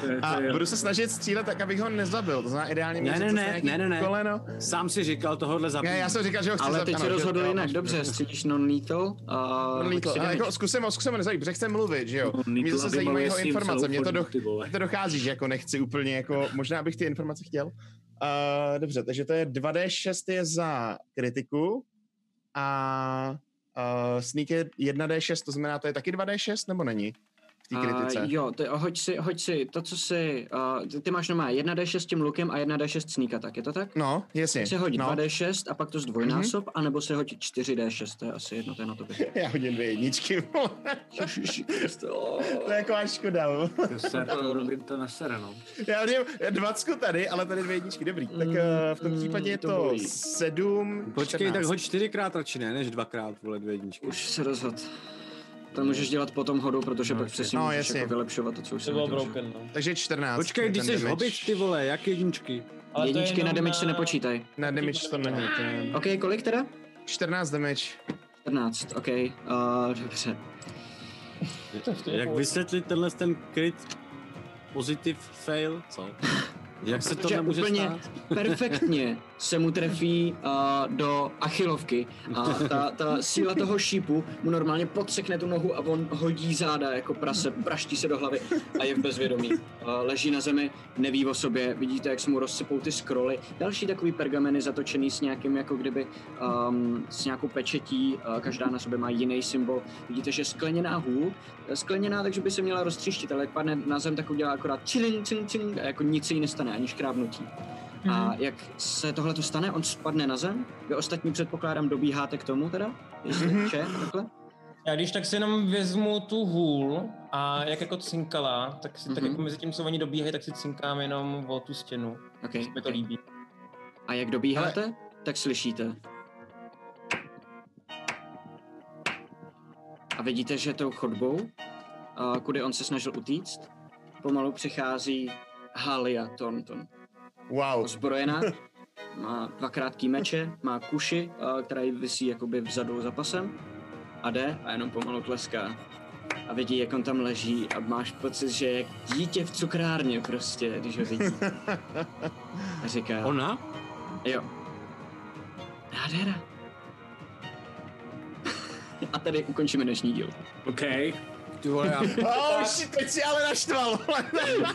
Speaker 3: je- to
Speaker 4: A
Speaker 3: je-
Speaker 4: budu se snažit střílet tak, abych ho nezabil, to znamená ideálně
Speaker 5: Ne,
Speaker 4: mě
Speaker 5: ne,
Speaker 4: zase
Speaker 5: ne,
Speaker 4: nějaký
Speaker 5: ne, ne, ne.
Speaker 4: koleno.
Speaker 5: Sám si říkal tohohle zabít.
Speaker 4: Ne, já jsem říkal, že ho chci
Speaker 1: Ale
Speaker 4: zabít,
Speaker 1: teď se
Speaker 4: ano, že-
Speaker 1: rozhodl
Speaker 4: jo,
Speaker 1: jinak,
Speaker 4: máš
Speaker 1: dobře, střílíš non-lethal. Uh,
Speaker 4: pravdu. Lítl, ale jako zkusím ho, zkusím ho nezabít, protože chcem mluvit, že jo. Mě
Speaker 3: Nitl,
Speaker 4: zase
Speaker 3: aby
Speaker 4: zajímají
Speaker 3: mluvil
Speaker 4: jeho
Speaker 3: s ním
Speaker 4: informace,
Speaker 3: celou
Speaker 4: mě to,
Speaker 3: formu,
Speaker 4: do,
Speaker 3: ty vole.
Speaker 4: mě to dochází, že jako nechci úplně jako, možná bych ty informace chtěl. Uh, dobře, takže to je 2D6 je za kritiku a uh, sneak je 1D6, to znamená, to je taky 2D6 nebo není? V té kritice.
Speaker 1: Uh, jo, ty, hoď, si, hoď si to, co si... Uh, ty, ty máš normálně 1d6 s tím lukem a 1d6 sníka, tak je to tak?
Speaker 4: no, jasně.
Speaker 1: Tak si hoď
Speaker 4: no. Mhm.
Speaker 1: 2d6 a pak to zdvojnásob, anebo si hoď 4d6, to je asi jedno, to je na to
Speaker 4: Já hodím dvě jedničky. vole. to je jako až škoda. vole.
Speaker 3: To se to robit to na sere, no.
Speaker 4: Já hodím dvacku tady, ale tady dvě jedničky, dobrý. Tak eh, v tom
Speaker 1: Mm,
Speaker 4: případě je
Speaker 1: to
Speaker 4: to
Speaker 1: bolí.
Speaker 4: sedm,
Speaker 5: Počkej,
Speaker 4: 14.
Speaker 5: tak hoď čtyřikrát radši ne, než dvakrát, vole, dvě jedničky.
Speaker 1: Už se rozhod. To můžeš dělat po tom hodu, protože
Speaker 3: No,
Speaker 1: pak
Speaker 3: jasně.
Speaker 1: přesně
Speaker 4: No,
Speaker 1: můžeš
Speaker 4: jasně.
Speaker 1: jako vylepšovat to, co už
Speaker 2: To
Speaker 1: jsem
Speaker 2: bylo
Speaker 1: vytvořil.
Speaker 2: broken, no.
Speaker 4: Takže 14.
Speaker 5: Počkej,
Speaker 4: je
Speaker 5: když
Speaker 4: ten
Speaker 5: jsi
Speaker 4: damage.
Speaker 5: hobbit, ty vole, jak jedničky?
Speaker 2: Ale to je
Speaker 1: Jedničky na
Speaker 2: jenom eh,
Speaker 1: damage se nepočítaj.
Speaker 4: Ne, damage to není. To je...
Speaker 1: OK, kolik teda?
Speaker 4: 14 damage.
Speaker 1: 14, OK, uh, dobře.
Speaker 5: Jak vysvětlit tenhle ten crit? Pozitiv fail, co? Jak se to
Speaker 1: Že
Speaker 5: nemůže
Speaker 1: úplně-
Speaker 5: stát?
Speaker 1: perfektně se mu trefí uh, do achilovky a ta, ta síla toho šípu mu normálně podsekne tu nohu a on hodí záda jako prase, praští se do hlavy a je v bezvědomí. Uh, leží na zemi, neví o sobě, vidíte, jak se mu rozsypou ty skroly. Další takový pergameny zatočený s nějakým, jako kdyby um, s nějakou pečetí, uh, každá na sobě má jiný symbol. Vidíte, že skleněná hůl, skleněná, takže by se měla roztříštit, ale jak padne na zem, tak udělá akorát čilin, cing, cing, a jako nic se jí nestane, ani škrábnutí. A jak se tohle to stane, on spadne na zem. Vy ostatní předpokládám dobíháte k tomu teda, jestli mm-hmm. če, takhle.
Speaker 2: Já když tak si jenom vezmu tu hůl a jak jako cinkala, tak si tak
Speaker 1: Mhm.
Speaker 2: jako mezi tím, co oni dobíhají, tak si cinkám jenom o tu stěnu.
Speaker 1: Okay,
Speaker 2: Mi to
Speaker 1: okay.
Speaker 2: líbí.
Speaker 1: A jak dobíháte, tak slyšíte. A vidíte, že tou chodbou, a kudy on se snažil utíct, pomalu přichází Halia Thornton.
Speaker 4: Wow.
Speaker 1: Ozbrojená, má dva krátký meče, má kuši, a, která ji visí jakoby vzadu za pasem a jde a jenom pomalu tleská. A vidí, jak on tam leží a máš pocit, že je jak dítě v cukrárně prostě, když ho vidí. A říká...
Speaker 5: Ona?
Speaker 1: Jo. Nádhera. A tady ukončíme dnešní díl.
Speaker 3: OK.
Speaker 5: Ty vole, já...
Speaker 4: Oh, shit, teď si ale naštval. vole.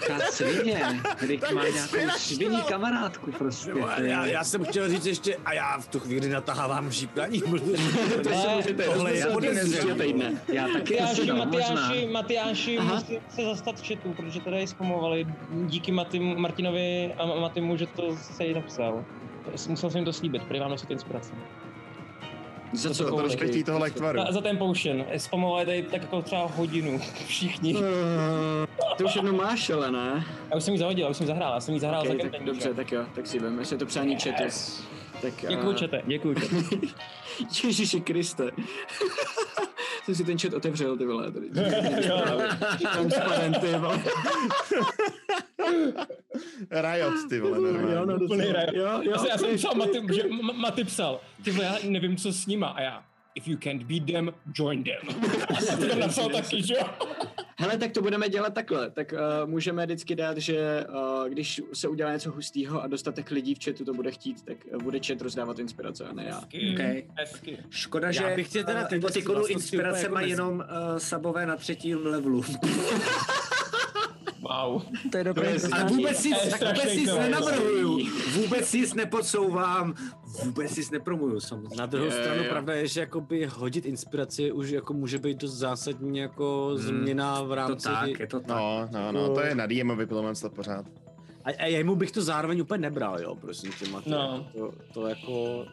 Speaker 11: Ta svině, když
Speaker 4: Tak
Speaker 11: má
Speaker 4: jsi
Speaker 11: nějakou
Speaker 4: našel.
Speaker 11: sviní kamarádku prostě.
Speaker 5: Ty vole, já, já jsem chtěl říct ještě, a já v tu chvíli natahávám žíbraní, protože
Speaker 2: Ale
Speaker 5: tohle je
Speaker 1: Příštího
Speaker 5: podezřelý.
Speaker 1: týdne.
Speaker 11: Já taky
Speaker 2: Matyáši,
Speaker 11: jsem, no, možná.
Speaker 2: Matyáši, Matyáši,
Speaker 1: Aha.
Speaker 2: musím se zastat chatu, protože tady zpomovali. Díky Matim, Martinovi a Matimu, že to se jí napsal. Musel jsem jim to slíbit, prý vám nosit inspiraci.
Speaker 1: Za
Speaker 2: To
Speaker 1: co?
Speaker 4: To
Speaker 2: bylo
Speaker 4: rozpětí toho lektvaru.
Speaker 2: Za, za ten potion. eh, Zpomovali tady tak jako třeba hodinu všichni.
Speaker 1: No. Ty už jednu máš, ale ne?
Speaker 2: Já už jsem ji zahodil, já už jsem ji zahrál, já jsem Eh, ji zahrál
Speaker 1: Okej,
Speaker 2: za
Speaker 1: tak, dobře, tak jo, tak si vem. Jestli je to přání yes. četu, tak...
Speaker 2: Děkuju,
Speaker 1: a-
Speaker 2: čete, děkuju, čete.
Speaker 1: Ježiši Kriste. Jsem si ten chat otevřel, ty vole, tady. Transparent, ty vole.
Speaker 4: Riot, ty vole,
Speaker 1: Jo, no,
Speaker 4: normálně.
Speaker 1: docela.
Speaker 2: Úplný raj.
Speaker 1: Jo, jo.
Speaker 2: Já, jsem- já jsem psal, Maty, že Ma- Maty psal, ty vole, já nevím, co s nima, a já, if you can't beat them, join them. Já jsem to napsal taky, že jo?
Speaker 1: Hele, tak to budeme dělat takhle. Tak uh, můžeme vždycky dát, že uh, když se udělá něco hustýho a dostatek lidí v chatu to bude chtít, tak eh, bude chat rozdávat inspirace a ne já.
Speaker 3: Okay.
Speaker 2: Hezky.
Speaker 3: Škoda, že
Speaker 5: Já bych tě teda
Speaker 3: eh,
Speaker 5: tyhle
Speaker 3: emotikonu
Speaker 5: vlastnosti úplně
Speaker 3: inspirace
Speaker 5: jako
Speaker 3: má
Speaker 5: mezi-
Speaker 3: jenom uh, sabové na třetím levelu.
Speaker 2: Wow.
Speaker 6: To je dobré.
Speaker 1: je-
Speaker 3: A vůbec nic,
Speaker 2: To je
Speaker 3: tak vůbec
Speaker 2: strašný
Speaker 3: nic
Speaker 2: to.
Speaker 3: nenavrhuju, vůbec nic nepodsouvám, vůbec nic nepromuju samozřejmě.
Speaker 5: Na druhou
Speaker 1: Je,
Speaker 5: je, stranu
Speaker 1: jo.
Speaker 5: pravda je, že jakoby hodit inspiraci už jako může být dost zásadní jako změna v
Speaker 3: To
Speaker 5: rámci...
Speaker 3: tak, je to tak.
Speaker 4: No, no, no, to je na DMovi podle mě to pořád.
Speaker 5: A, a jemu bych to zároveň úplně nebral, jo, prosím tě, Matěj.
Speaker 2: No.
Speaker 5: To, to jako...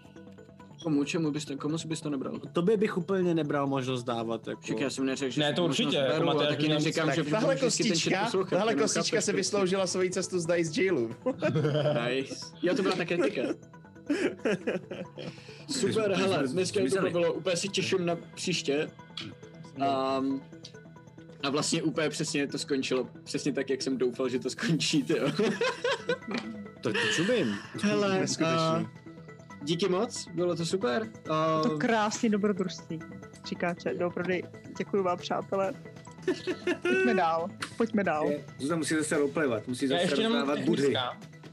Speaker 1: Komu, čemu bys to, komu si bys to nebral?
Speaker 5: Tobě bych úplně nebral možnost dávat, jako...
Speaker 1: Však já jsem neřekl, že
Speaker 2: Ne,
Speaker 1: si
Speaker 2: to
Speaker 1: možnost
Speaker 2: určitě, jako
Speaker 1: beru,
Speaker 2: Matej,
Speaker 1: a
Speaker 2: že
Speaker 1: taky
Speaker 2: nám-
Speaker 1: neříkám, že
Speaker 4: Tak tahle
Speaker 1: budu vždycky ten chat
Speaker 4: kostička,
Speaker 1: poslouchat,
Speaker 4: tahle
Speaker 1: jenom
Speaker 4: kostička
Speaker 1: chápeš,
Speaker 4: si
Speaker 1: to-
Speaker 4: vysloužila svoji cestu z Dice Jailu.
Speaker 1: Nice. Jo, to byla ta kritika. Super, hele, dneska mi to bavilo, úplně se těším na příště.
Speaker 4: No.
Speaker 1: Um, a vlastně úplně přesně to skončilo, přesně tak, jak jsem doufal, že to skončí, tyjo.
Speaker 5: To ti čumím.
Speaker 1: Hele,
Speaker 4: Neskutečný.
Speaker 1: eh, díky moc, bylo to super.
Speaker 6: To
Speaker 1: Uh,
Speaker 6: krásně dobrodružství, říká Čet. Doopravdy děkuji vám, přátelé. Pojďme dál, pojďme dál.
Speaker 3: Je- Zuzana musí zase roplevat, musí
Speaker 2: Já
Speaker 3: zase
Speaker 2: ještě jenom
Speaker 3: rozdávat budhy.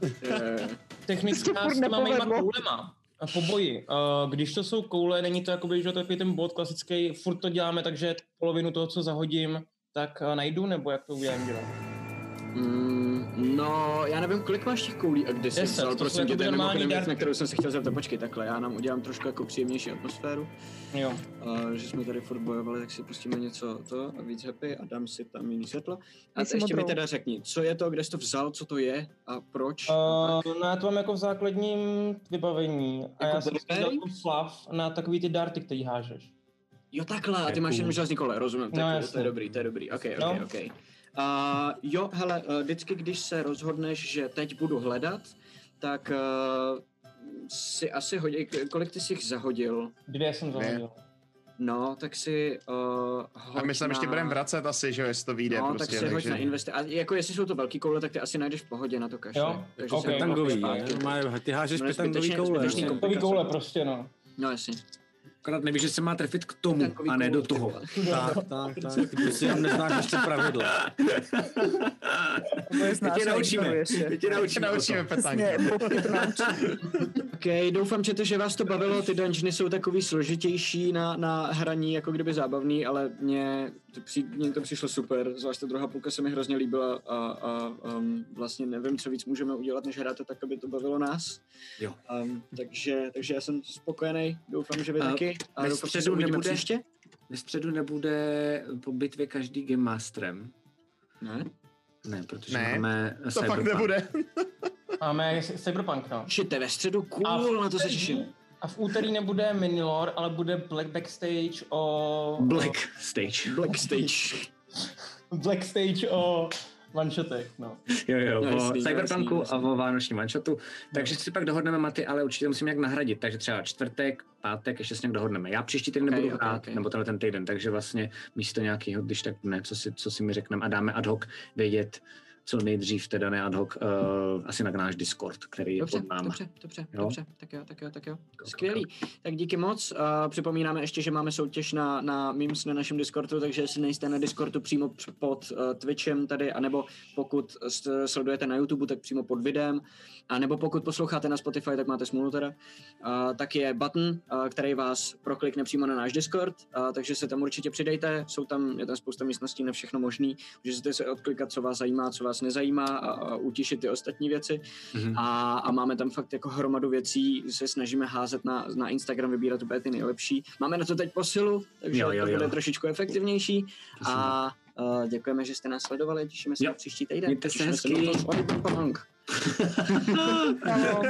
Speaker 2: technická. Technická
Speaker 6: To
Speaker 2: s
Speaker 6: furt
Speaker 2: těma mýma
Speaker 6: nepovedlo.
Speaker 2: koulema. A po boji. Uh, když to jsou koule, není to jakoby, že jo, takový ten bod klasický, furt to děláme, takže polovinu toho, co zahodím, tak uh, najdu, nebo jak to udělám dělat?
Speaker 1: mm, no, já nevím, kolik máš těch koulí a kde jsi
Speaker 2: Deset,
Speaker 1: vzal,
Speaker 2: to jsou
Speaker 1: prosím
Speaker 2: jako
Speaker 1: tě, to je
Speaker 2: normální
Speaker 1: mimochodem věc,
Speaker 2: dárky.
Speaker 1: na kterou jsem se chtěl zeptat, počkej, takhle, já nám udělám trošku jako příjemnější atmosféru.
Speaker 2: Jo.
Speaker 1: a že jsme tady furt bojovali, tak si pustíme něco to a víc happy a dám si tam jiný světlo. A
Speaker 6: Dej si
Speaker 1: ještě mi
Speaker 6: modrou.
Speaker 1: teda řekni, co je to, kde jsi to vzal, co to je a proč? a tak.
Speaker 2: Uh, no já to mám jako v základním vybavení. A
Speaker 1: Jako
Speaker 2: já jsem si
Speaker 1: blueberry?
Speaker 2: dělal tu slav na takový ty darty, který hážeš.
Speaker 1: Jo takhle, a ty
Speaker 5: jako-
Speaker 1: máš jenom železný kole, rozumím,
Speaker 2: No,
Speaker 1: tak, jo, to
Speaker 2: jasně.
Speaker 1: je dobrý, to je dobrý, ok, ok,
Speaker 2: No.
Speaker 1: ok. A jo, hele, eh, vždycky, když se rozhodneš, že teď budu hledat, tak eh, si asi hodí, kolik ty jsi jich zahodil?
Speaker 2: Dvě jsem Jako
Speaker 4: Dvě.
Speaker 2: zahodil.
Speaker 1: No, tak si uh,
Speaker 4: A my se tam ještě budeme vracet asi, že jo, jestli to vyjde
Speaker 1: No,
Speaker 4: prostě.
Speaker 1: tak si hoď na investi- A jako jestli jsou to velký koule, tak ty asi najdeš v pohodě na to kaše.
Speaker 2: Jo,
Speaker 1: Takže
Speaker 2: ok.
Speaker 1: se to
Speaker 5: Petangový,
Speaker 1: koupíš
Speaker 5: ne?
Speaker 1: zpátky.
Speaker 5: Má- Ty hážeš
Speaker 1: No,
Speaker 5: petangový
Speaker 1: zbytečně-
Speaker 5: koule.
Speaker 1: zbytečně
Speaker 5: no.
Speaker 1: kom-
Speaker 2: Takový koule prostě, no.
Speaker 1: No jasně.
Speaker 3: Akorát nevíš, že se má trefit k tomu a ne do toho.
Speaker 5: Tak, tak, tak. Ty prostě jenom neznáš ještě pravidla.
Speaker 6: Nebo je
Speaker 3: tě naučíme.
Speaker 6: Ještě.
Speaker 3: Tě naučíme.
Speaker 4: Naučíme petanku.
Speaker 6: Přesně, popit to naučí.
Speaker 1: Ok, doufám, že to, že vás to bavilo, ty dungeony jsou takový složitější na, na hraní, jako kdyby zábavný, ale mně to, při, mně to přišlo super, zvlášť ta druhá půlka se mi hrozně líbila a, a um, vlastně nevím, co víc můžeme udělat, než hrát to tak, aby to bavilo nás.
Speaker 3: Jo.
Speaker 1: Um, takže, takže já jsem spokojený, doufám, že vy
Speaker 3: A
Speaker 1: taky a
Speaker 3: ve
Speaker 1: doufám, že se
Speaker 3: středu
Speaker 1: uvidíme
Speaker 3: nebo příště?
Speaker 1: příště.
Speaker 3: Ve středu nebude po bitvě každý Game Masterem.
Speaker 1: Ne?
Speaker 3: Ne, protože
Speaker 4: Ne,
Speaker 3: máme
Speaker 4: To fakt nebude.
Speaker 2: Máme Cyberpunk, no.
Speaker 1: Čete ve středu,
Speaker 2: A v
Speaker 1: cool, na to se
Speaker 2: úterý-
Speaker 1: těším.
Speaker 2: A v úterý nebude Minilor, ale bude Black Backstage o...
Speaker 3: Black stage.
Speaker 1: Black stage.
Speaker 2: O, Black Stage o vanšotech, no.
Speaker 3: Jo, jo,
Speaker 1: No,
Speaker 3: o
Speaker 1: jasný,
Speaker 3: Cyberpunku
Speaker 1: jasný, jasný.
Speaker 3: a o vánočním manšotu. Takže si pak dohodneme maty, ale určitě to musím nějak nahradit. Takže třeba čtvrtek, pátek, ještě se nějak dohodneme. Já příští týden
Speaker 1: Okej,
Speaker 3: nebudu
Speaker 1: okej,
Speaker 3: hrát,
Speaker 1: okej.
Speaker 3: nebo tenhle ten týden, takže vlastně místo nějakého, když tak ne, co si, co si mi řekneme a dáme ad hoc vědět, co nejdřív, teda ne ad hoc, uh, asi na náš Discord, který je
Speaker 1: Dobře,
Speaker 3: pod náma.
Speaker 1: dobře, dobře,
Speaker 3: Jo?
Speaker 1: dobře, tak jo, tak jo, tak jo. Skvělý. Tak díky moc. A připomínáme ještě, že máme soutěž na, na memes na našem Discordu, takže jestli nejste na Discordu přímo p- pod uh, Twitchem tady, anebo pokud s- sledujete na YouTube, tak přímo pod videem, a nebo pokud posloucháte na Spotify, tak máte smůlu teda, uh, tak je button, uh, který vás proklikne přímo na náš Discord, uh, takže se tam určitě přidejte, jsou tam, je tam spousta místností na všechno možný, můžete se odklikat, co vás zajímá, co vás nezajímá a, a utišit ty ostatní věci a, a máme tam fakt jako hromadu věcí, se snažíme házet na, na Instagram, vybírat úplně ty nejlepší. Máme na to teď posilu, takže
Speaker 3: Jo,
Speaker 1: jo,
Speaker 3: jo,
Speaker 1: jo, to bude
Speaker 3: jo.
Speaker 1: trošičku efektivnější
Speaker 3: Přesně.
Speaker 1: a uh, děkujeme, že jste nás sledovali, těšíme se
Speaker 3: Jo.
Speaker 1: na příští týden.
Speaker 3: Mějte se
Speaker 1: Těšíme
Speaker 3: hezky.
Speaker 1: na to. Oj, bum, pahang.
Speaker 6: Čau,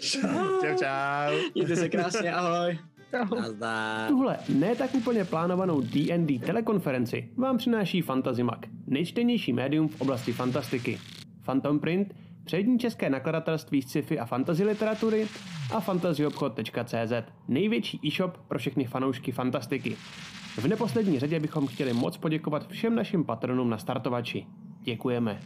Speaker 4: Čau, čau.
Speaker 1: Mějte se krásně, ahoj.
Speaker 6: čau.
Speaker 5: Nazdar.
Speaker 12: Tuhle ne tak úplně plánovanou D&D telekonferenci vám přináší Fantazimak, nejčtenější médium v oblasti fantastiky. Phantom Print, přední české nakladatelství sci-fi a fantasy literatury a fantazyobchod.cz, největší e-shop pro všechny fanoušky fantastiky. V neposlední řadě bychom chtěli moc poděkovat všem našim patronům na startovači. Děkujeme.